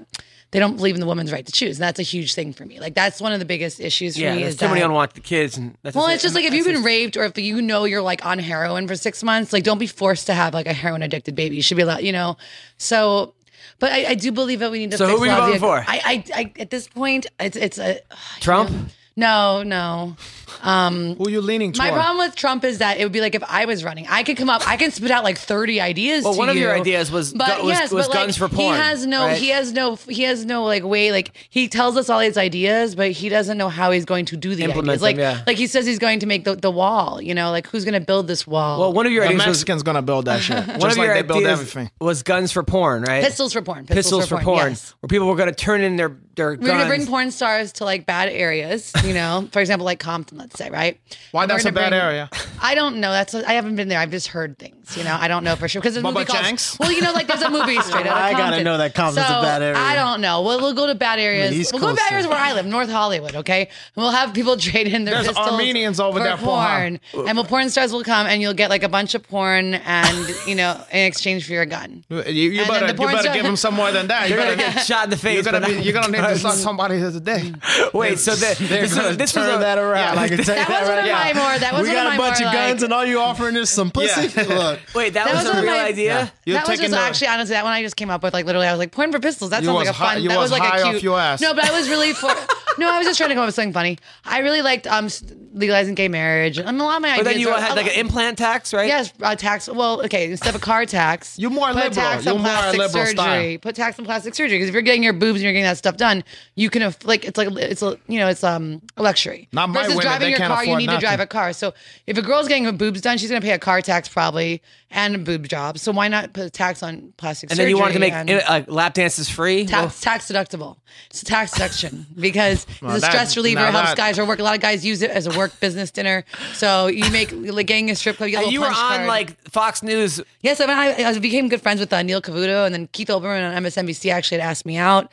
S5: they don't believe in the woman's right to choose, and that's a huge thing for me. Like that's one of the biggest issues for
S1: Yeah,
S5: me.
S1: there's
S5: Is
S1: too many
S5: that-
S1: unwanted kids, and that's
S5: well,
S1: just
S5: it's just like if you've been raped or if you know you're like on heroin for six months, like don't be forced to have like a heroin addicted baby. You should be allowed, you know. So, but I, I do believe that we need to.
S1: So who
S5: fix
S1: are you
S5: a lot of
S1: voting
S5: the-
S1: for?
S5: I, I, I, at this point, it's it's a
S1: Trump.
S5: no, no.
S3: Who you leaning
S5: My
S3: toward?
S5: problem with Trump is that it would be like if I was running, I could come up, I can spit out like thirty ideas.
S1: Well,
S5: to
S1: one of your
S5: you,
S1: ideas was
S5: but
S1: gu- was-
S5: yes,
S1: was
S5: but, like,
S1: guns for porn,
S5: He has no,
S1: right?
S5: he has no, he has no like way. Like he tells us all his ideas, but he doesn't know how he's going to do the
S1: Implement
S5: ideas. Like,
S1: them, yeah.
S5: like he says he's going to make the, the wall. You know, like who's going to build this wall?
S1: Well, one of your
S3: The
S1: ideas was
S3: Mexicans gonna build that shit, just
S1: one of
S3: like
S1: your
S3: they build
S1: ideas
S3: everything.
S1: was guns for porn, right?
S5: pistols for porn. Pistols,
S1: Pistols for porn,
S5: yes.
S1: where people were gonna turn in their their
S5: We're going to
S1: guns.
S5: bring porn stars to like bad areas, you know, for example, like Compton, let's say, right?
S3: Why
S5: And we're
S3: that's a bad
S5: gonna bring-
S3: area?
S5: I don't know. That's I I haven't been there. I've just heard things. things. You know, I don't know for sure because there's a movie
S3: Bubba
S5: called.
S3: Jenks?
S5: Well, you know, like there's a movie straight out.
S6: I gotta know that Compton's
S5: so,
S6: a bad area.
S5: I don't know. Well, we'll go to bad areas.
S6: he's
S5: we'll go to bad
S6: closer.
S5: areas where I live, North Hollywood. Okay, and we'll have people trade in their
S3: There's
S5: pistols
S3: Armenians over
S5: for
S3: there, Poha.
S5: porn, and well, porn stars will come, and you'll get like a bunch of porn, and you know, in exchange for your gun.
S3: You, you
S5: And then
S3: better,
S5: the
S3: you
S5: porn
S3: better
S5: star-
S3: give him some more than that. You
S1: You're gonna
S3: better
S1: get shot in the face.
S3: You're gonna,
S1: but
S3: be,
S1: I'm
S3: you're gonna need to
S1: good.
S3: slap somebody today.
S1: Wait, so the,
S6: They're
S1: this,
S6: gonna
S1: was, this was
S6: turn
S1: a,
S6: that around. I can tell you
S5: That was one of
S6: right
S5: my
S6: now.
S5: more. That was
S6: we
S5: one
S6: got
S5: of my
S6: a bunch
S5: more,
S6: of guns,
S5: like-
S6: and all you offering is some pussy. Look,
S1: Wait, that,
S5: That
S1: was,
S5: was one
S1: a
S5: of
S1: real
S5: my-
S1: idea.
S3: You're
S5: that was
S3: taking the-
S5: just actually honestly that one I just came up with like literally I was like porn for pistols that
S3: You
S5: sounds
S3: was
S5: like a
S3: high-
S5: fun
S3: you
S5: that
S3: was
S5: was like
S3: high
S5: a
S3: off
S5: cute
S3: your ass.
S5: no but I was really for no I was just trying to come up with something funny I really liked um s- legalizing gay marriage and a lot of my
S1: But
S5: ideas
S1: then you
S5: are-
S1: had like an implant tax, right?
S5: yes uh, tax well okay instead of a car tax
S3: You're more
S5: put a
S3: liberal.
S5: tax
S3: You're
S5: on
S3: more
S5: plastic
S3: liberal
S5: surgery
S3: style.
S5: put tax on plastic surgery because if you're getting your boobs and you're getting that stuff done you can aff- like it's like it's a you know it's um a luxury
S3: Not my
S5: versus
S3: women,
S5: driving
S3: they
S5: your
S3: can't
S5: car you
S3: afford
S5: need to
S3: nothing.
S5: drive a car so if a girl's getting her boobs done she's gonna pay a car tax probably and a boob job so why not put a tax on plastic
S1: And then you wanted to make
S5: and
S1: uh, like lap dances free.
S5: Tax, tax deductible. It's a tax deduction because it's a
S3: that-
S5: stress reliever.
S3: now
S5: helps
S3: that-
S5: guys who work. A lot of guys use it as a work business dinner. So you make like getting a strip club. You, get a
S1: Well,
S5: little
S1: you were on
S5: punch card.
S1: like Fox News.
S5: Yes, I, mean, I, I became good friends with uh, Neil Cavuto, and then Keith Olbermann on MSNBC actually had asked me out.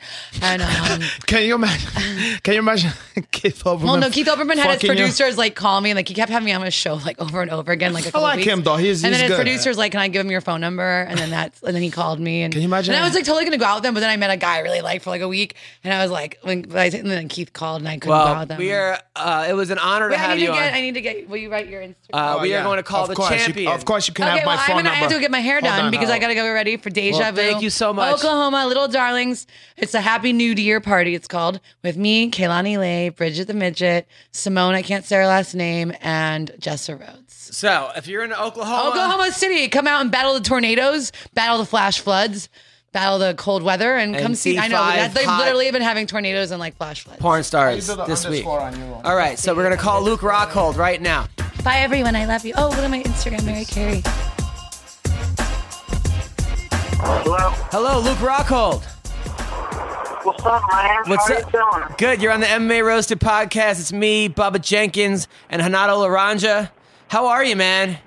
S5: And um,
S3: Can you imagine? Can you imagine Keith Olbermann?
S5: well, no, Keith Olbermann had his
S3: fucking you?
S5: producers like call me, and like he kept having me on his show like over and over again, like a couple
S3: like
S5: weeks.
S3: him, though. He's-
S5: and
S3: he's
S5: then his
S3: good.
S5: producers like, can I give him your phone number? And then that's and then he called me, and
S3: you imagine
S5: And I
S3: that?
S5: was like totally gonna go out with him, but then I met a guy I really liked for like a week, and I was like, when, but I- and then Keith called, and I couldn't go out
S1: Well,
S5: with them.
S1: we are. Uh, it was an honor to
S5: Wait, I
S1: have
S5: need
S1: you
S5: to get.
S1: on.
S5: I need to get. Will you write your Instagram?
S1: Uh, we
S3: Oh, Yeah,
S1: are going to call
S3: of
S1: the
S3: course,
S1: champion.
S3: You, of course, you can
S5: Okay,
S3: have my
S5: well, I'm
S3: phone
S5: gonna, I
S3: number.
S5: have to get my hair
S3: Hold
S5: done
S3: on.
S5: because I gotta go get ready for Deja
S1: Well,
S5: Vu.
S1: thank you so much.
S5: Oklahoma, Little Darlings. It's a Happy New Year party. It's called with me, Kaylani Lay, Bridget the Midget, Simone. I can't say her last name, and Jessa Rhodes.
S1: So, uh, if you're in Oklahoma,
S5: Oklahoma City, come out and battle the tornadoes, battle the flash floods, battle the cold weather, and,
S1: And
S5: come see. I know
S1: D5
S5: that they've
S1: hot-
S5: literally been having tornadoes and like flash floods.
S1: porn stars this week. All right, so we're gonna call Luke Rockhold right now.
S5: Bye, everyone. I love you. Oh, look at my Instagram, Mary Carey.
S8: Hello?
S1: Hello, Luke Rockhold.
S8: What's up, man?
S1: What's
S8: How
S1: up?
S8: you doing?
S1: Good. You're on the MMA Roasted podcast. It's me, Bubba Jenkins, and Hanato Laranja. How are you, man?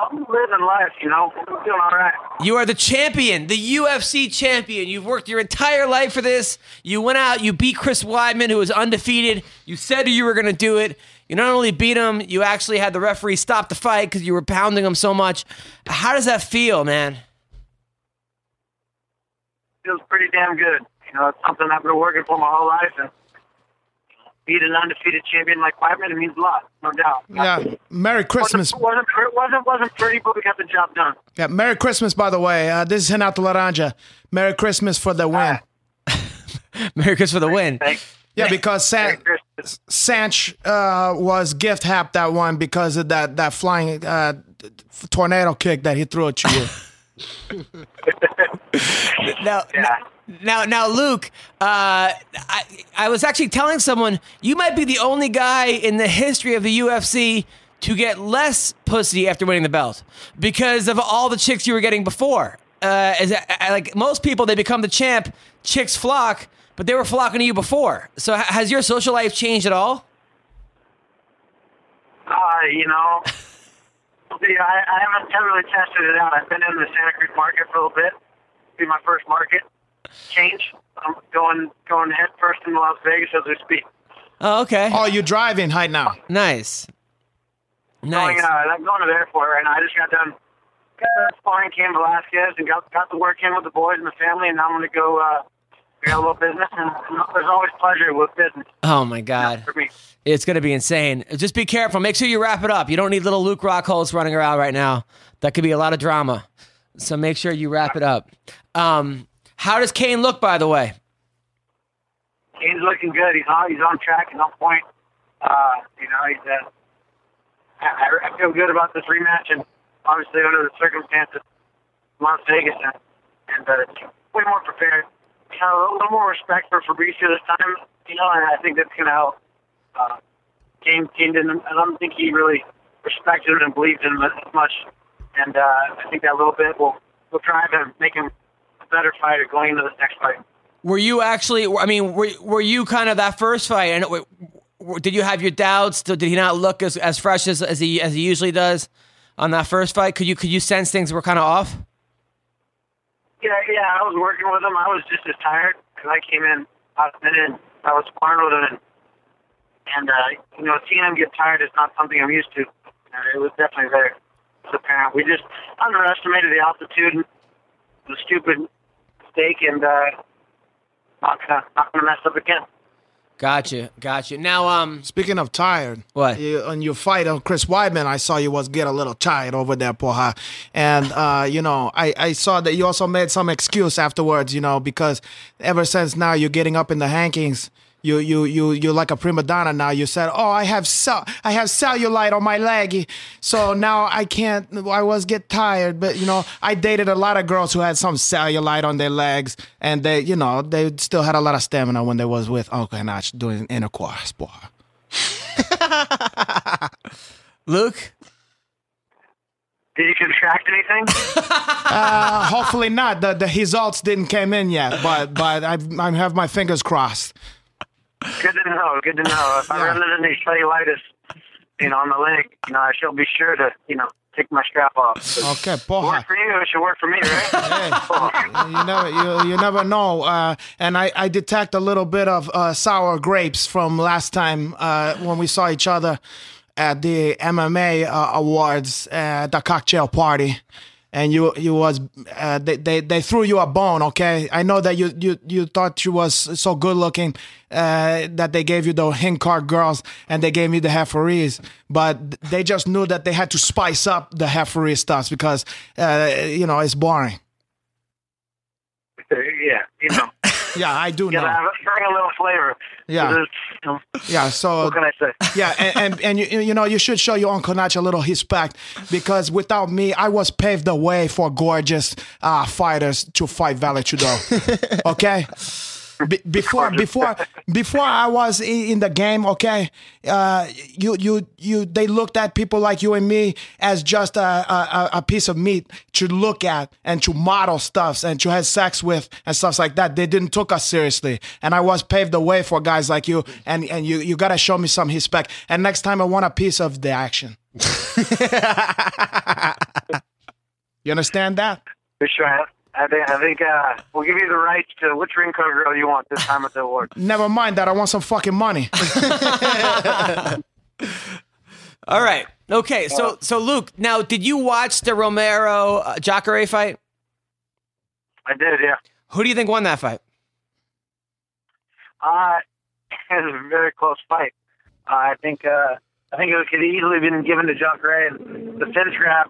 S8: I'm living life, you know. I'm doing all right.
S1: You are the champion, the UFC champion. You've worked your entire life for this. You went out, you beat Chris Weidman, who was undefeated. You said you were going to do it. You not only beat him, you actually had the referee stop the fight because you were pounding him so much. How does that feel, man?
S8: Feels pretty damn good. You know, it's something I've been working for my whole life, and beat an undefeated champion like Whiteman, it means a lot, no doubt.
S3: Yeah, Merry Christmas.
S8: Wasn't, wasn't, pre- wasn't, wasn't pretty, but we got the job done.
S3: Yeah, Merry Christmas, by the way. Uh, this is Renato Laranja. Merry Christmas for the win.
S1: Merry Christmas for the win.
S8: Thanks.
S3: Yeah, because San,
S8: Merry Christmas.
S3: Sanch uh, was gift happed that one because of that that flying uh, t- t- tornado kick that he threw at you.
S1: Now,
S8: Yeah.
S1: now, now, Luke, uh, I, I was actually telling someone you might be the only guy in the history of the UFC to get less pussy after winning the belt because of all the chicks you were getting before. Uh, is I, I- like most people, they become the champ, chicks flock, but they were flocking to you before. So, ha- has your social life changed at all?
S8: Uh, you know, see, I, I haven't really tested it out. I've been in the Santa Cruz market for a little bit. Be my first market change. I'm going going head first in Las Vegas as we speak.
S1: Oh, okay,
S3: oh, you driving right now?
S1: nice, nice.
S8: Going, uh, I'm going to the airport right now. I just got done got done sparring Cam Velasquez and got got to work in with the boys and the family, and now I'm going to go uh, get a little business. And there's always pleasure with business
S1: Oh my God.
S8: for me.
S1: It's going to be insane. Just be careful. Make sure you wrap it up. You don't need little Luke Rockholz running around right now. That could be a lot of drama. So make sure you wrap it up. Um, how does Kane look, by the way?
S8: Kane's looking good. He's on. He's on track. He's on point. Uh, you know, he's. Uh, I, I feel good about this rematch, and obviously under the circumstances, Las Vegas, and, and uh, way more prepared. You know, a little more respect for Fabrizio this time. You know, and I think that's gonna help. Uh, Kane, Kane didn't. I don't think he really respected him and believed in him as much, and uh, I think that little bit will will drive him, make him a better fighter going into this next fight.
S1: Were you actually, I mean, were, were you kind of that first fight? And w- w- did you have your doubts? Did he not look as, as fresh as, as, he, as he usually does? on that first fight? Could you could you sense things were kind of off?
S8: Yeah, yeah. I was working with him. I was just as tired because I came in last minute. I was sparring with him, and, and uh, you know, seeing him get tired is not something I'm used to. Uh, it was definitely very apparent. We just underestimated the altitude, and the stupid mistake, and uh, not gonna not gonna mess up again.
S1: Gotcha, gotcha. Now, um,
S3: Speaking of tired,
S1: What?
S3: You, on your fight on Chris Weidman, I saw you was get a little tired over there, Poha, and uh, you know I, I saw that you also made some excuse afterwards, you know, because ever since now you're getting up in the rankings, you you you you're like a prima donna now. You said, oh, I have cell I have cellulite on my leg, so now I can't. I was get tired, but you know I dated a lot of girls who had some cellulite on their legs, and they you know they still had a lot of stamina when they was with Uncle Hanach doing intercourse, Poha.
S1: Luke.
S8: Did you contract anything?
S3: Uh, hopefully not. The the results didn't came in yet, but but I I have my fingers crossed.
S8: Good to know. Good to know. If I run into any cellulitis, you know, on the leg, you know, I shall be sure to, you know, take my strap off. But
S3: Okay,
S8: it
S3: poha.
S8: worked for you. It should work for me, right?
S3: You never you, you never know. Uh, and I, I detect a little bit of uh, sour grapes from last time uh, when we saw each other at the MMA uh, awards uh, at the cocktail party. And you, you was, uh, they, they, they threw you a bone. Okay, I know that you, you, you thought you was so good looking uh, that they gave you the Hinkar girls and they gave me the referees, but they just knew that they had to spice up the referee stuff because uh, you know it's boring.
S8: yeah, you know,
S3: Yeah, I do
S8: gotta
S3: know.
S8: have bring a little flavor.
S3: Yeah.
S8: This is, you know,
S3: Yeah, so
S8: What can I say?
S3: yeah, and and, and you, you know you should show your uncle Nach a little respect because without me, I was paved the way for gorgeous uh, fighters to fight Valetudo. okay. Be- before before before I was i- in the game, okay, uh, you you you they looked at people like you and me as just a, a a- a piece of meat to look at and to model stuffs and to have sex with and stuffs like that. They didn't took us seriously, and I was paved the way for guys like you. And and you you gotta show me some respect. And next time I want a piece of the action. you understand that?
S8: For sure. I, I think, I think uh, we'll give you the rights to which ring cover girl you want this time at the award.
S3: Never mind that. I want some fucking money.
S1: All right. Okay. So so Luke. Now, did you watch the Romero uh, Jacare fight?
S8: I did, yeah.
S1: Who do you think won that fight?
S8: Uh, it was a very close fight. Uh, I think uh, I think it could easily have been given to John Gray. The finish wrap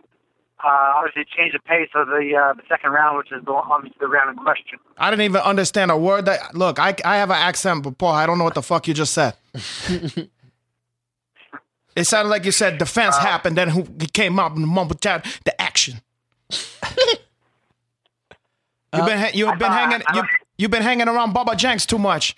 S8: uh, obviously changed the pace of the uh, the second round, which is the, obviously the round in question.
S3: I didn't even understand a word that. Look, I, I have an accent, but Paul, I don't know what the fuck you just said. it sounded like you said defense
S8: Uh,
S3: happened, then who he came up and mumbled out the action. you've been ha- you've
S8: Uh,
S3: been hanging you you've been hanging around Baba Jenks too much.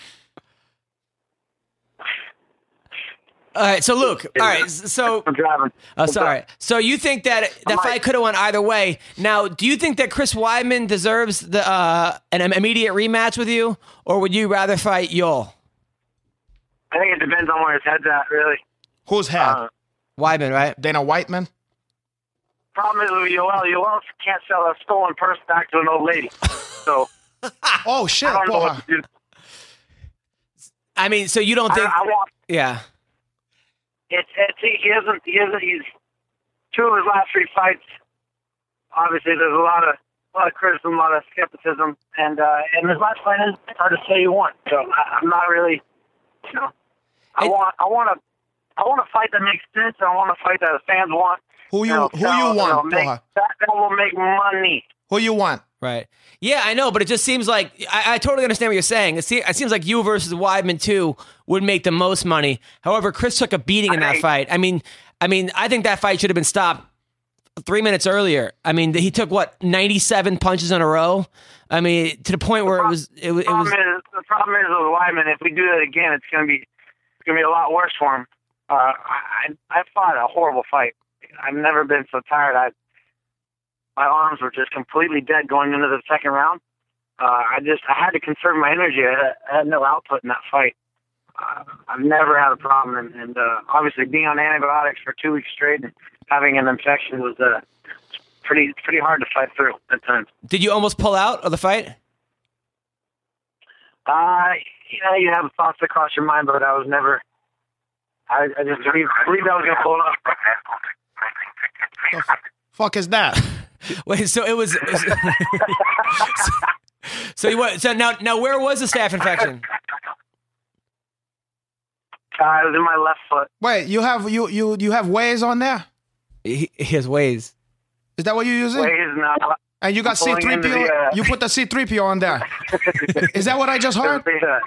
S1: All right. So Luke. All right. s- So
S8: I'm driving.
S1: Oh, sorry. So you think that that
S8: might-
S1: fight could have went either way? Now, do you think that Chris Weidman deserves the uh, an im- immediate rematch with you, or would you rather fight Yol
S8: I think it depends on where his head's at, really.
S3: Who's head?
S8: Uh,
S1: Weidman? Right.
S3: Dana Whiteman.
S8: Problem is with Yoel, Yoel can't sell a stolen purse back to an old lady. So
S3: Oh shit,
S8: I don't know
S3: Paul.
S8: what to do.
S1: I mean, so you don't
S8: I,
S1: think?
S8: I want
S1: yeah.
S8: it's, it's he he isn't he isn't he's two of his last three fights. Obviously, there's a lot of a lot of criticism, a lot of skepticism, and uh, and his last fight is hard to say you want. So I, I'm not really, you know, I
S1: It-
S8: want I want to I want to fight that makes sense. and I want to fight that the fans want.
S3: Who you
S8: know,
S3: who
S8: so,
S3: you
S8: know,
S3: want,
S8: make,
S3: Paul?
S8: that, that will make money.
S3: Who you want?
S1: Right. Yeah, I know, but it just seems like I, I totally understand what you're saying. It, se- it seems like you versus Weidman too would make the most money. However, Chris took a beating in that
S8: I-
S1: fight. I mean, I mean, I think that fight should have been stopped three minutes earlier. I mean, he took what 97 punches in a row. I mean, to the point where it was it, wa- it
S8: problem
S1: was
S8: is the problem is with Lyman. If we do that again, it's gonna be it's gonna be a lot worse for him. Uh, I I fought a horrible fight. I've never been so tired. I my arms were just completely dead going into the second round. Uh, I just I had to conserve my energy. I had, I had no output in that fight. uh, I've never had a problem, and, and uh, obviously being on antibiotics for two weeks straight and having an infection was uh, pretty pretty hard to fight through at times.
S1: Did you almost pull out of the fight?
S8: Uh, you know, you have thoughts that cross your mind, but I was never. I, I just believed, believed I was going to pull it off.
S3: Fuck is that?
S1: Wait, so it was. so you what? So now, now where was the staph infection?
S8: Uh, I was in my left foot.
S3: Wait, you have you you you have ways on there?
S1: He, his ways.
S3: Is that what you're using?
S8: Ways now.
S3: And you got
S8: Pulling
S3: C3PO.
S8: into the, uh,
S3: You put the C3PO on there. Is that what I just heard?
S8: The,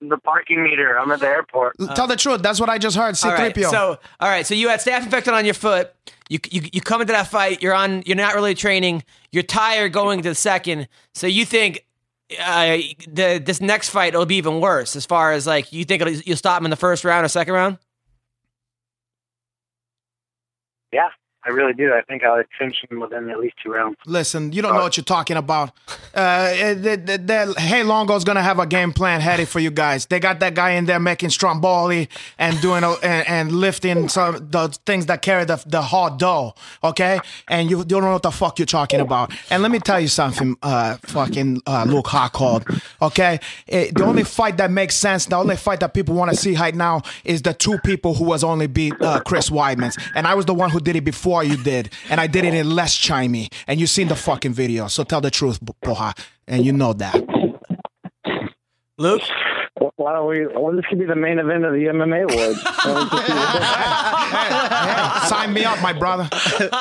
S8: the parking meter. I'm at the airport.
S3: Tell the truth. That's what I just heard.
S1: Uh, All right,
S3: C3PO.
S1: so all right, so you had staph infection on your foot. You, you you come into that fight. You're on. You're not really training. You're tired going to the second. So you think uh, the this next fight will be even worse as far as like you think it'll, you'll stop him in the first round or second round.
S8: Yeah, I really do. I think I'll finish him within at least two rounds.
S3: Listen, you don't know what you're talking about. Uh, it- the, the, the, hey Longo's gonna have a game plan headed for you guys. They got that guy in there making stromboli and doing a, and, and lifting some the things that carry the, the hard dough. Okay, and you, you don't know what the fuck you're talking about. And let me tell you something, uh, fucking uh, Luke Harcourt. Okay, Eh, the only fight that makes sense, the only fight that people want to see right now is the two people who was only beat uh, Chris Weidman's, and I was the one who did it before you did, and I did it in less chimey, and you seen the fucking video. So tell the truth, Bo- Boha, and you know that.
S1: Luke,
S4: Why don't we? Well, this could be the main event of the MMA awards.
S3: Sign me up, my brother.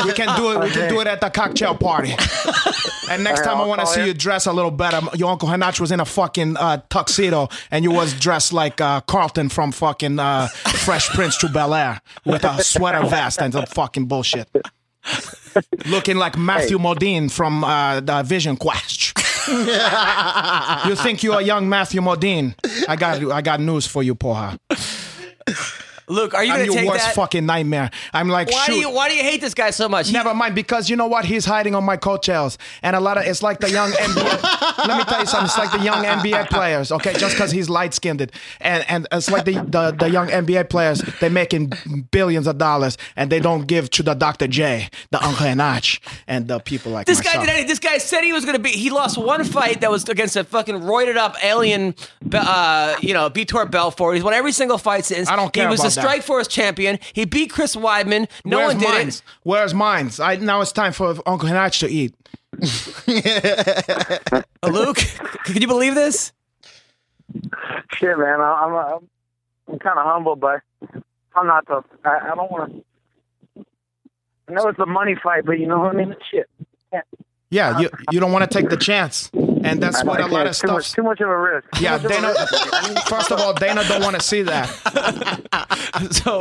S3: We can do it. We can do it at the cocktail party. And next time I
S8: I'll
S3: want to
S8: call
S3: see
S8: you.
S3: you dress a little better. Your uncle Hanach was in a fucking uh, tuxedo, and you was dressed like uh, Carlton from fucking uh, Fresh Prince to Bel Air with a sweater vest and some fucking bullshit, looking like Matthew Modine from uh, the Vision Quest. you think you are young Matthew Modine? I got I got news for you, Poha.
S1: Luke, are you
S3: I'm
S1: going to
S3: your
S1: take
S3: worst
S1: that?
S3: fucking nightmare. I'm like,
S1: why
S3: shoot.
S1: do you why do you hate this guy so much? He-
S3: Never mind, because you know what? He's hiding on my coattails, and a lot of it's like the young NBA. let me tell you something. It's like the young NBA players. Okay, just because he's light skinned, and and it's like the, the the young NBA players. They're making billions of dollars, and they don't give to the Dr. J, the Uncle Enach, and the people like
S1: This guy
S3: myself.
S1: did anything. This guy said he was going to be. He lost one fight that was against a fucking roided up alien, uh, you know, Vitor Belfort. He's won every single fight since.
S3: I don't care
S1: He was
S3: about
S1: the
S3: that.
S1: Strike Force champion. He beat Chris Weidman. No
S3: Where's
S1: one did
S3: mines?
S1: it.
S3: Where's mines? I, now it's time for Uncle Enach to eat.
S1: Uh, Luke, can you believe this?
S8: Shit, man. I- I'm I'm, I'm kind of humble, but I'm not the. I, I don't want to. I know it's a money fight, but you know what I mean. Shit.
S3: Yeah, you you don't want to take the chance, and that's what a
S8: I
S3: lot
S8: can't.
S3: of
S8: too
S3: stuff.
S8: much, too much of a risk. Too
S3: Yeah,
S8: much of a
S3: Dana.
S8: risk.
S3: First of all, Dana don't want to see that.
S1: So,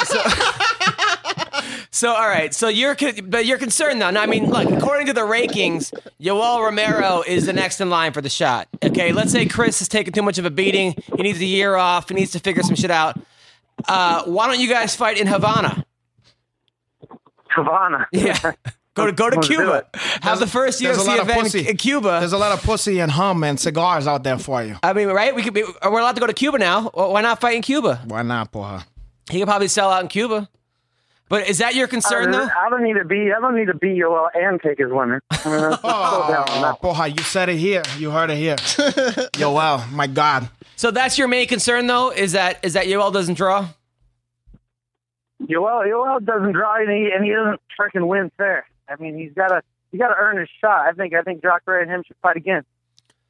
S1: so, so all right. So you're, con- but you're concerned though. Now, I mean, look, according to the rankings, Yoel Romero is the next in line for the shot. Okay, let's say Chris has taken too much of a beating. He needs a year off. He needs to figure some shit out. Uh, why don't you guys fight in Havana?
S8: Havana.
S1: Yeah. Go to go to
S8: Let's do
S1: Cuba.
S8: it.
S1: Have the first
S3: there's a
S1: UFC
S3: lot of
S1: event
S3: pussy.
S1: in Cuba.
S3: There's a lot of pussy and hum and cigars out there for you.
S1: I mean, right? We could be. We're allowed to go to Cuba now. Why not fight in Cuba?
S3: Why not, poha?
S1: He could probably sell out in Cuba. But is that your concern though?
S8: I don't need to be. I don't need to be Yoel and take his women. I mean, that's, oh. down on that.
S3: Poha, you said it here. You heard it here. Yo, wow, my God.
S1: So that's your main concern though. Is that is that Yoel doesn't draw?
S8: Yoel, Yoel doesn't draw and he, and he doesn't freaking win fair. I mean, he's got to he got to earn his shot. I think I think Jacare and him should fight again.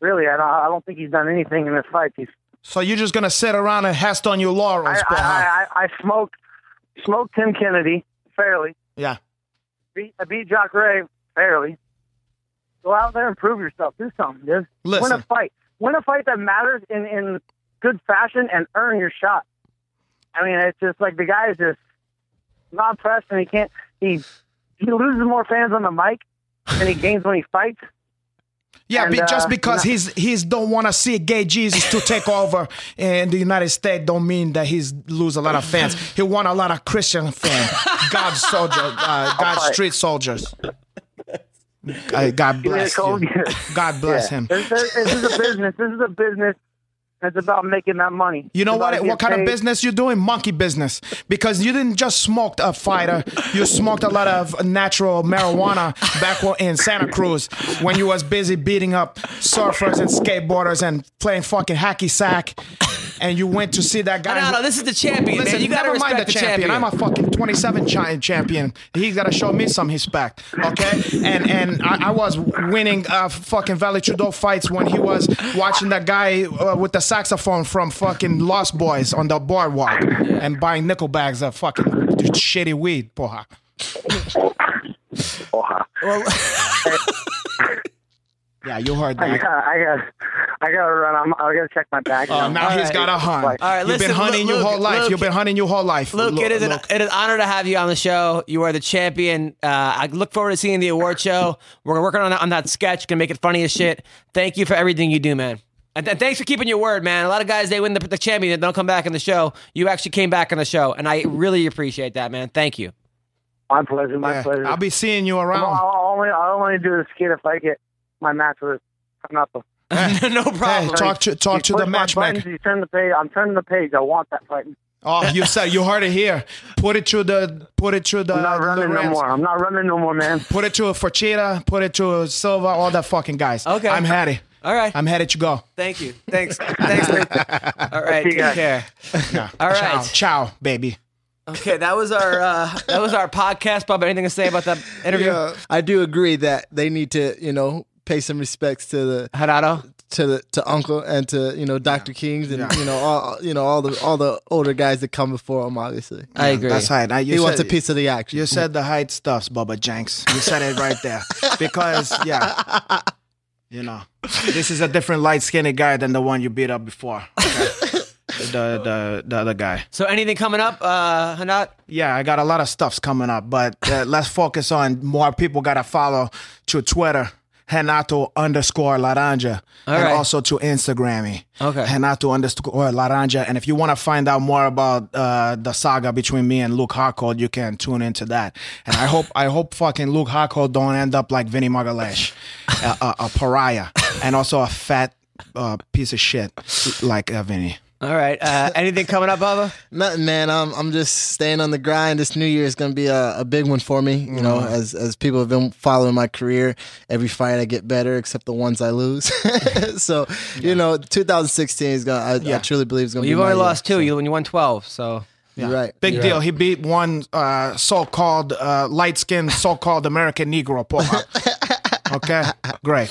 S8: Really, I don't, I don't think he's done anything in this fight. He's,
S3: So you're just gonna sit around and hast on your laurels,
S8: I,
S3: poha?
S8: I, I, I smoked smoked Tim Kennedy fairly.
S3: yeah.
S8: Beat I beat Jacare fairly. Go out there and prove yourself. Do something, dude. Win
S3: Listen.
S8: a fight. Win a fight that matters in in good fashion and earn your shot. I mean, it's just like the guy is just not pressed, and he can't. He he loses more fans on the mic than he gains when he fights.
S3: Yeah,
S8: And,
S3: be, just
S8: uh,
S3: because
S8: no.
S3: he's he's don't want to see gay Jesus to take over in the United States don't mean that he's lose a lot of fans. He won a lot of Christian fans, God's soldiers, uh, God's
S8: fight.
S3: street soldiers. God- God
S8: Give me a
S3: bless
S8: cold
S3: you.
S8: beer.
S3: God bless him.
S8: This, this, this is a business. This is a business. It's about making that money.
S3: You know
S8: It's about
S3: what? What
S8: getting
S3: kind of
S8: paid.
S3: business you doing? Monkey business. Because you didn't just smoke a fighter. You smoked a lot of natural marijuana back wa- in Santa Cruz when you was busy beating up surfers and skateboarders and playing fucking hacky sack. And you went to see that guy.
S1: No, no, this is the champion,
S3: Listen,
S1: man. You gotta
S3: never mind
S1: respect
S3: the champion. I'm a fucking 27 giant champion. He's gotta show me some respect, okay? And and I, I was winning uh, fucking Valley Trudeau fights when he was watching that guy uh, with the saxophone from fucking Lost Boys on the boardwalk and buying nickel bags of fucking shitty weed, poha.
S4: Oh, huh.
S3: Yeah, you heard
S4: I
S3: that.
S4: got, I got, I got to run. I'm, I got to check my bag.
S3: Oh, now he's got a hunt.
S4: All
S1: right,
S3: You've
S1: listen,
S3: been hunting
S1: Luke-
S3: your whole
S1: Luke-
S3: life.
S1: Luke-
S3: You've been hunting your whole life.
S1: Luke,
S3: Lu-
S1: it is an
S3: Luke.
S1: it is an honor to have you on the show. You are the champion. Uh, I look forward to seeing the award show. We're working on on that sketch. Gonna make it funny as shit. Thank you for everything you do, man. And th- thanks for keeping your word, man. A lot of guys they win the, the champion and don't come back in the show. You actually came back in the show, and I really appreciate that, man. Thank you.
S4: My pleasure. My
S3: Yeah,
S4: pleasure.
S3: I'll be seeing you
S4: I'll,
S3: around.
S4: I'll only, I'll only do the skit if I get my match with Hanapa.
S1: no problem.
S3: Hey, talk to talk to
S4: You
S3: the
S4: push my
S3: matchmaker.
S4: buttons, You turn the page. I'm turning the page. I want that fight.
S3: Oh, you said you heard it here. Put it to the put it to Uh, the
S4: I'm not running no
S3: Lorenz.
S4: more. I'm not running no more, man.
S3: Put it to a Forchita, put it to a Silva, all that fucking guys.
S1: Okay.
S3: I'm headed.
S1: All right.
S3: I'm headed to go.
S1: Thank you. Thanks. Thanks. Luke. All right.
S4: See you
S1: Take
S4: guys.
S1: care.
S3: Yeah.
S1: All right.
S3: Ciao, ciao, baby.
S1: Okay, that was our uh, that was our podcast. Bob, anything to say about that interview?
S6: I do agree that they need to, you know, pay some respects to the
S1: Gerardo?
S6: to the to Uncle and to you know Dr. Kings and you know all you know all the all the older guys that come before him. Obviously,
S1: I agree.
S3: That's right. I, you
S6: he
S3: said,
S6: wants a piece of the action.
S3: You said the height stuffs, Bubba Jenks. You said it right there. Because yeah. You know. This is a different light skinned guy than the one you beat up before. okay? the, the the other guy.
S1: So anything coming up, uh, Hanat?
S3: Yeah, I got a lot of stuffs coming up, but uh, let's focus on more people got to follow to Twitter, Henato underscore Laranja, and
S1: right.
S3: also to Instagram me.
S1: Okay.
S3: Henato underscore Laranja. And if you want to find out more about uh, the saga between me and Luke Harcourt, you can tune into that. And I hope I hope fucking Luke Harcourt don't end up like Vinny Magalash, a, a, a pariah, and also a fat uh, piece of shit like uh, Vinny.
S1: All right. Uh, anything coming up, Bubba?
S6: Nothing, man. I'm I'm just staying on the grind. This new year is gonna be a, a big one for me. You know, as as people have been following my career, every fight I get better, except the ones I lose. so, you know, 2016 is gonna. I, I truly believe is gonna. be
S1: You've
S6: my
S1: only
S6: year.
S1: lost two. You you won twelve. So
S6: You're right.
S3: Big deal. He beat one uh, so-called uh, light-skinned so-called American Negro. Poha. okay, great.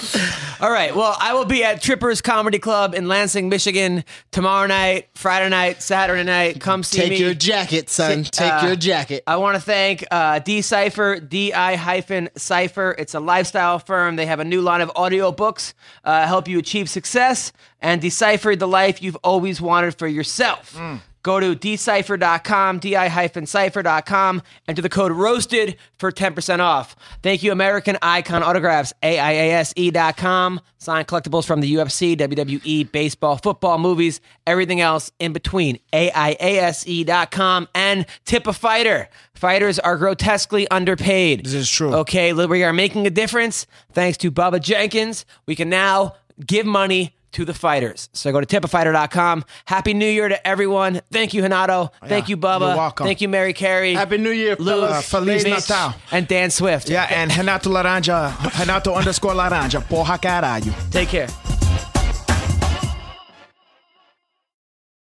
S1: all right. Well, I will be at Trippers Comedy Club in Lansing, Michigan tomorrow night, Friday night, Saturday night. Come see
S6: Take
S1: me.
S6: your jacket, son. Take
S1: uh,
S6: your jacket.
S1: I want to thank uh, Decipher, DI hyphen Cipher. It's a lifestyle firm. They have a new line of audiobooks uh, help you achieve success and decipher the life you've always wanted for yourself. Go to decipher.com, di hyphen cipher.com, enter the code ROASTED for 10% off. Thank you, American Icon Autographs, E AIASE.com. Sign collectibles from the UFC, WWE, E, baseball, football, movies, everything else in between. AIASE.com E and tip a fighter. Fighters are grotesquely underpaid. This
S3: is true.
S1: Okay, li- we are making a difference thanks to Bubba Jenkins. We can now give money to the fighters. So go to tipafighter.com. Happy New Year to everyone. Thank you, Hanato. Thank you, Bubba.
S3: Oh, You're welcome.
S1: Thank you, Mary Carey.
S6: Happy New Year,
S1: Luke,
S3: Uh, Feliz
S1: Vince,
S3: Natal.
S1: And Dan Swift.
S3: Yeah, and Renato Laranja, Renato underscore Laranja. Poha caralho.
S1: Take care.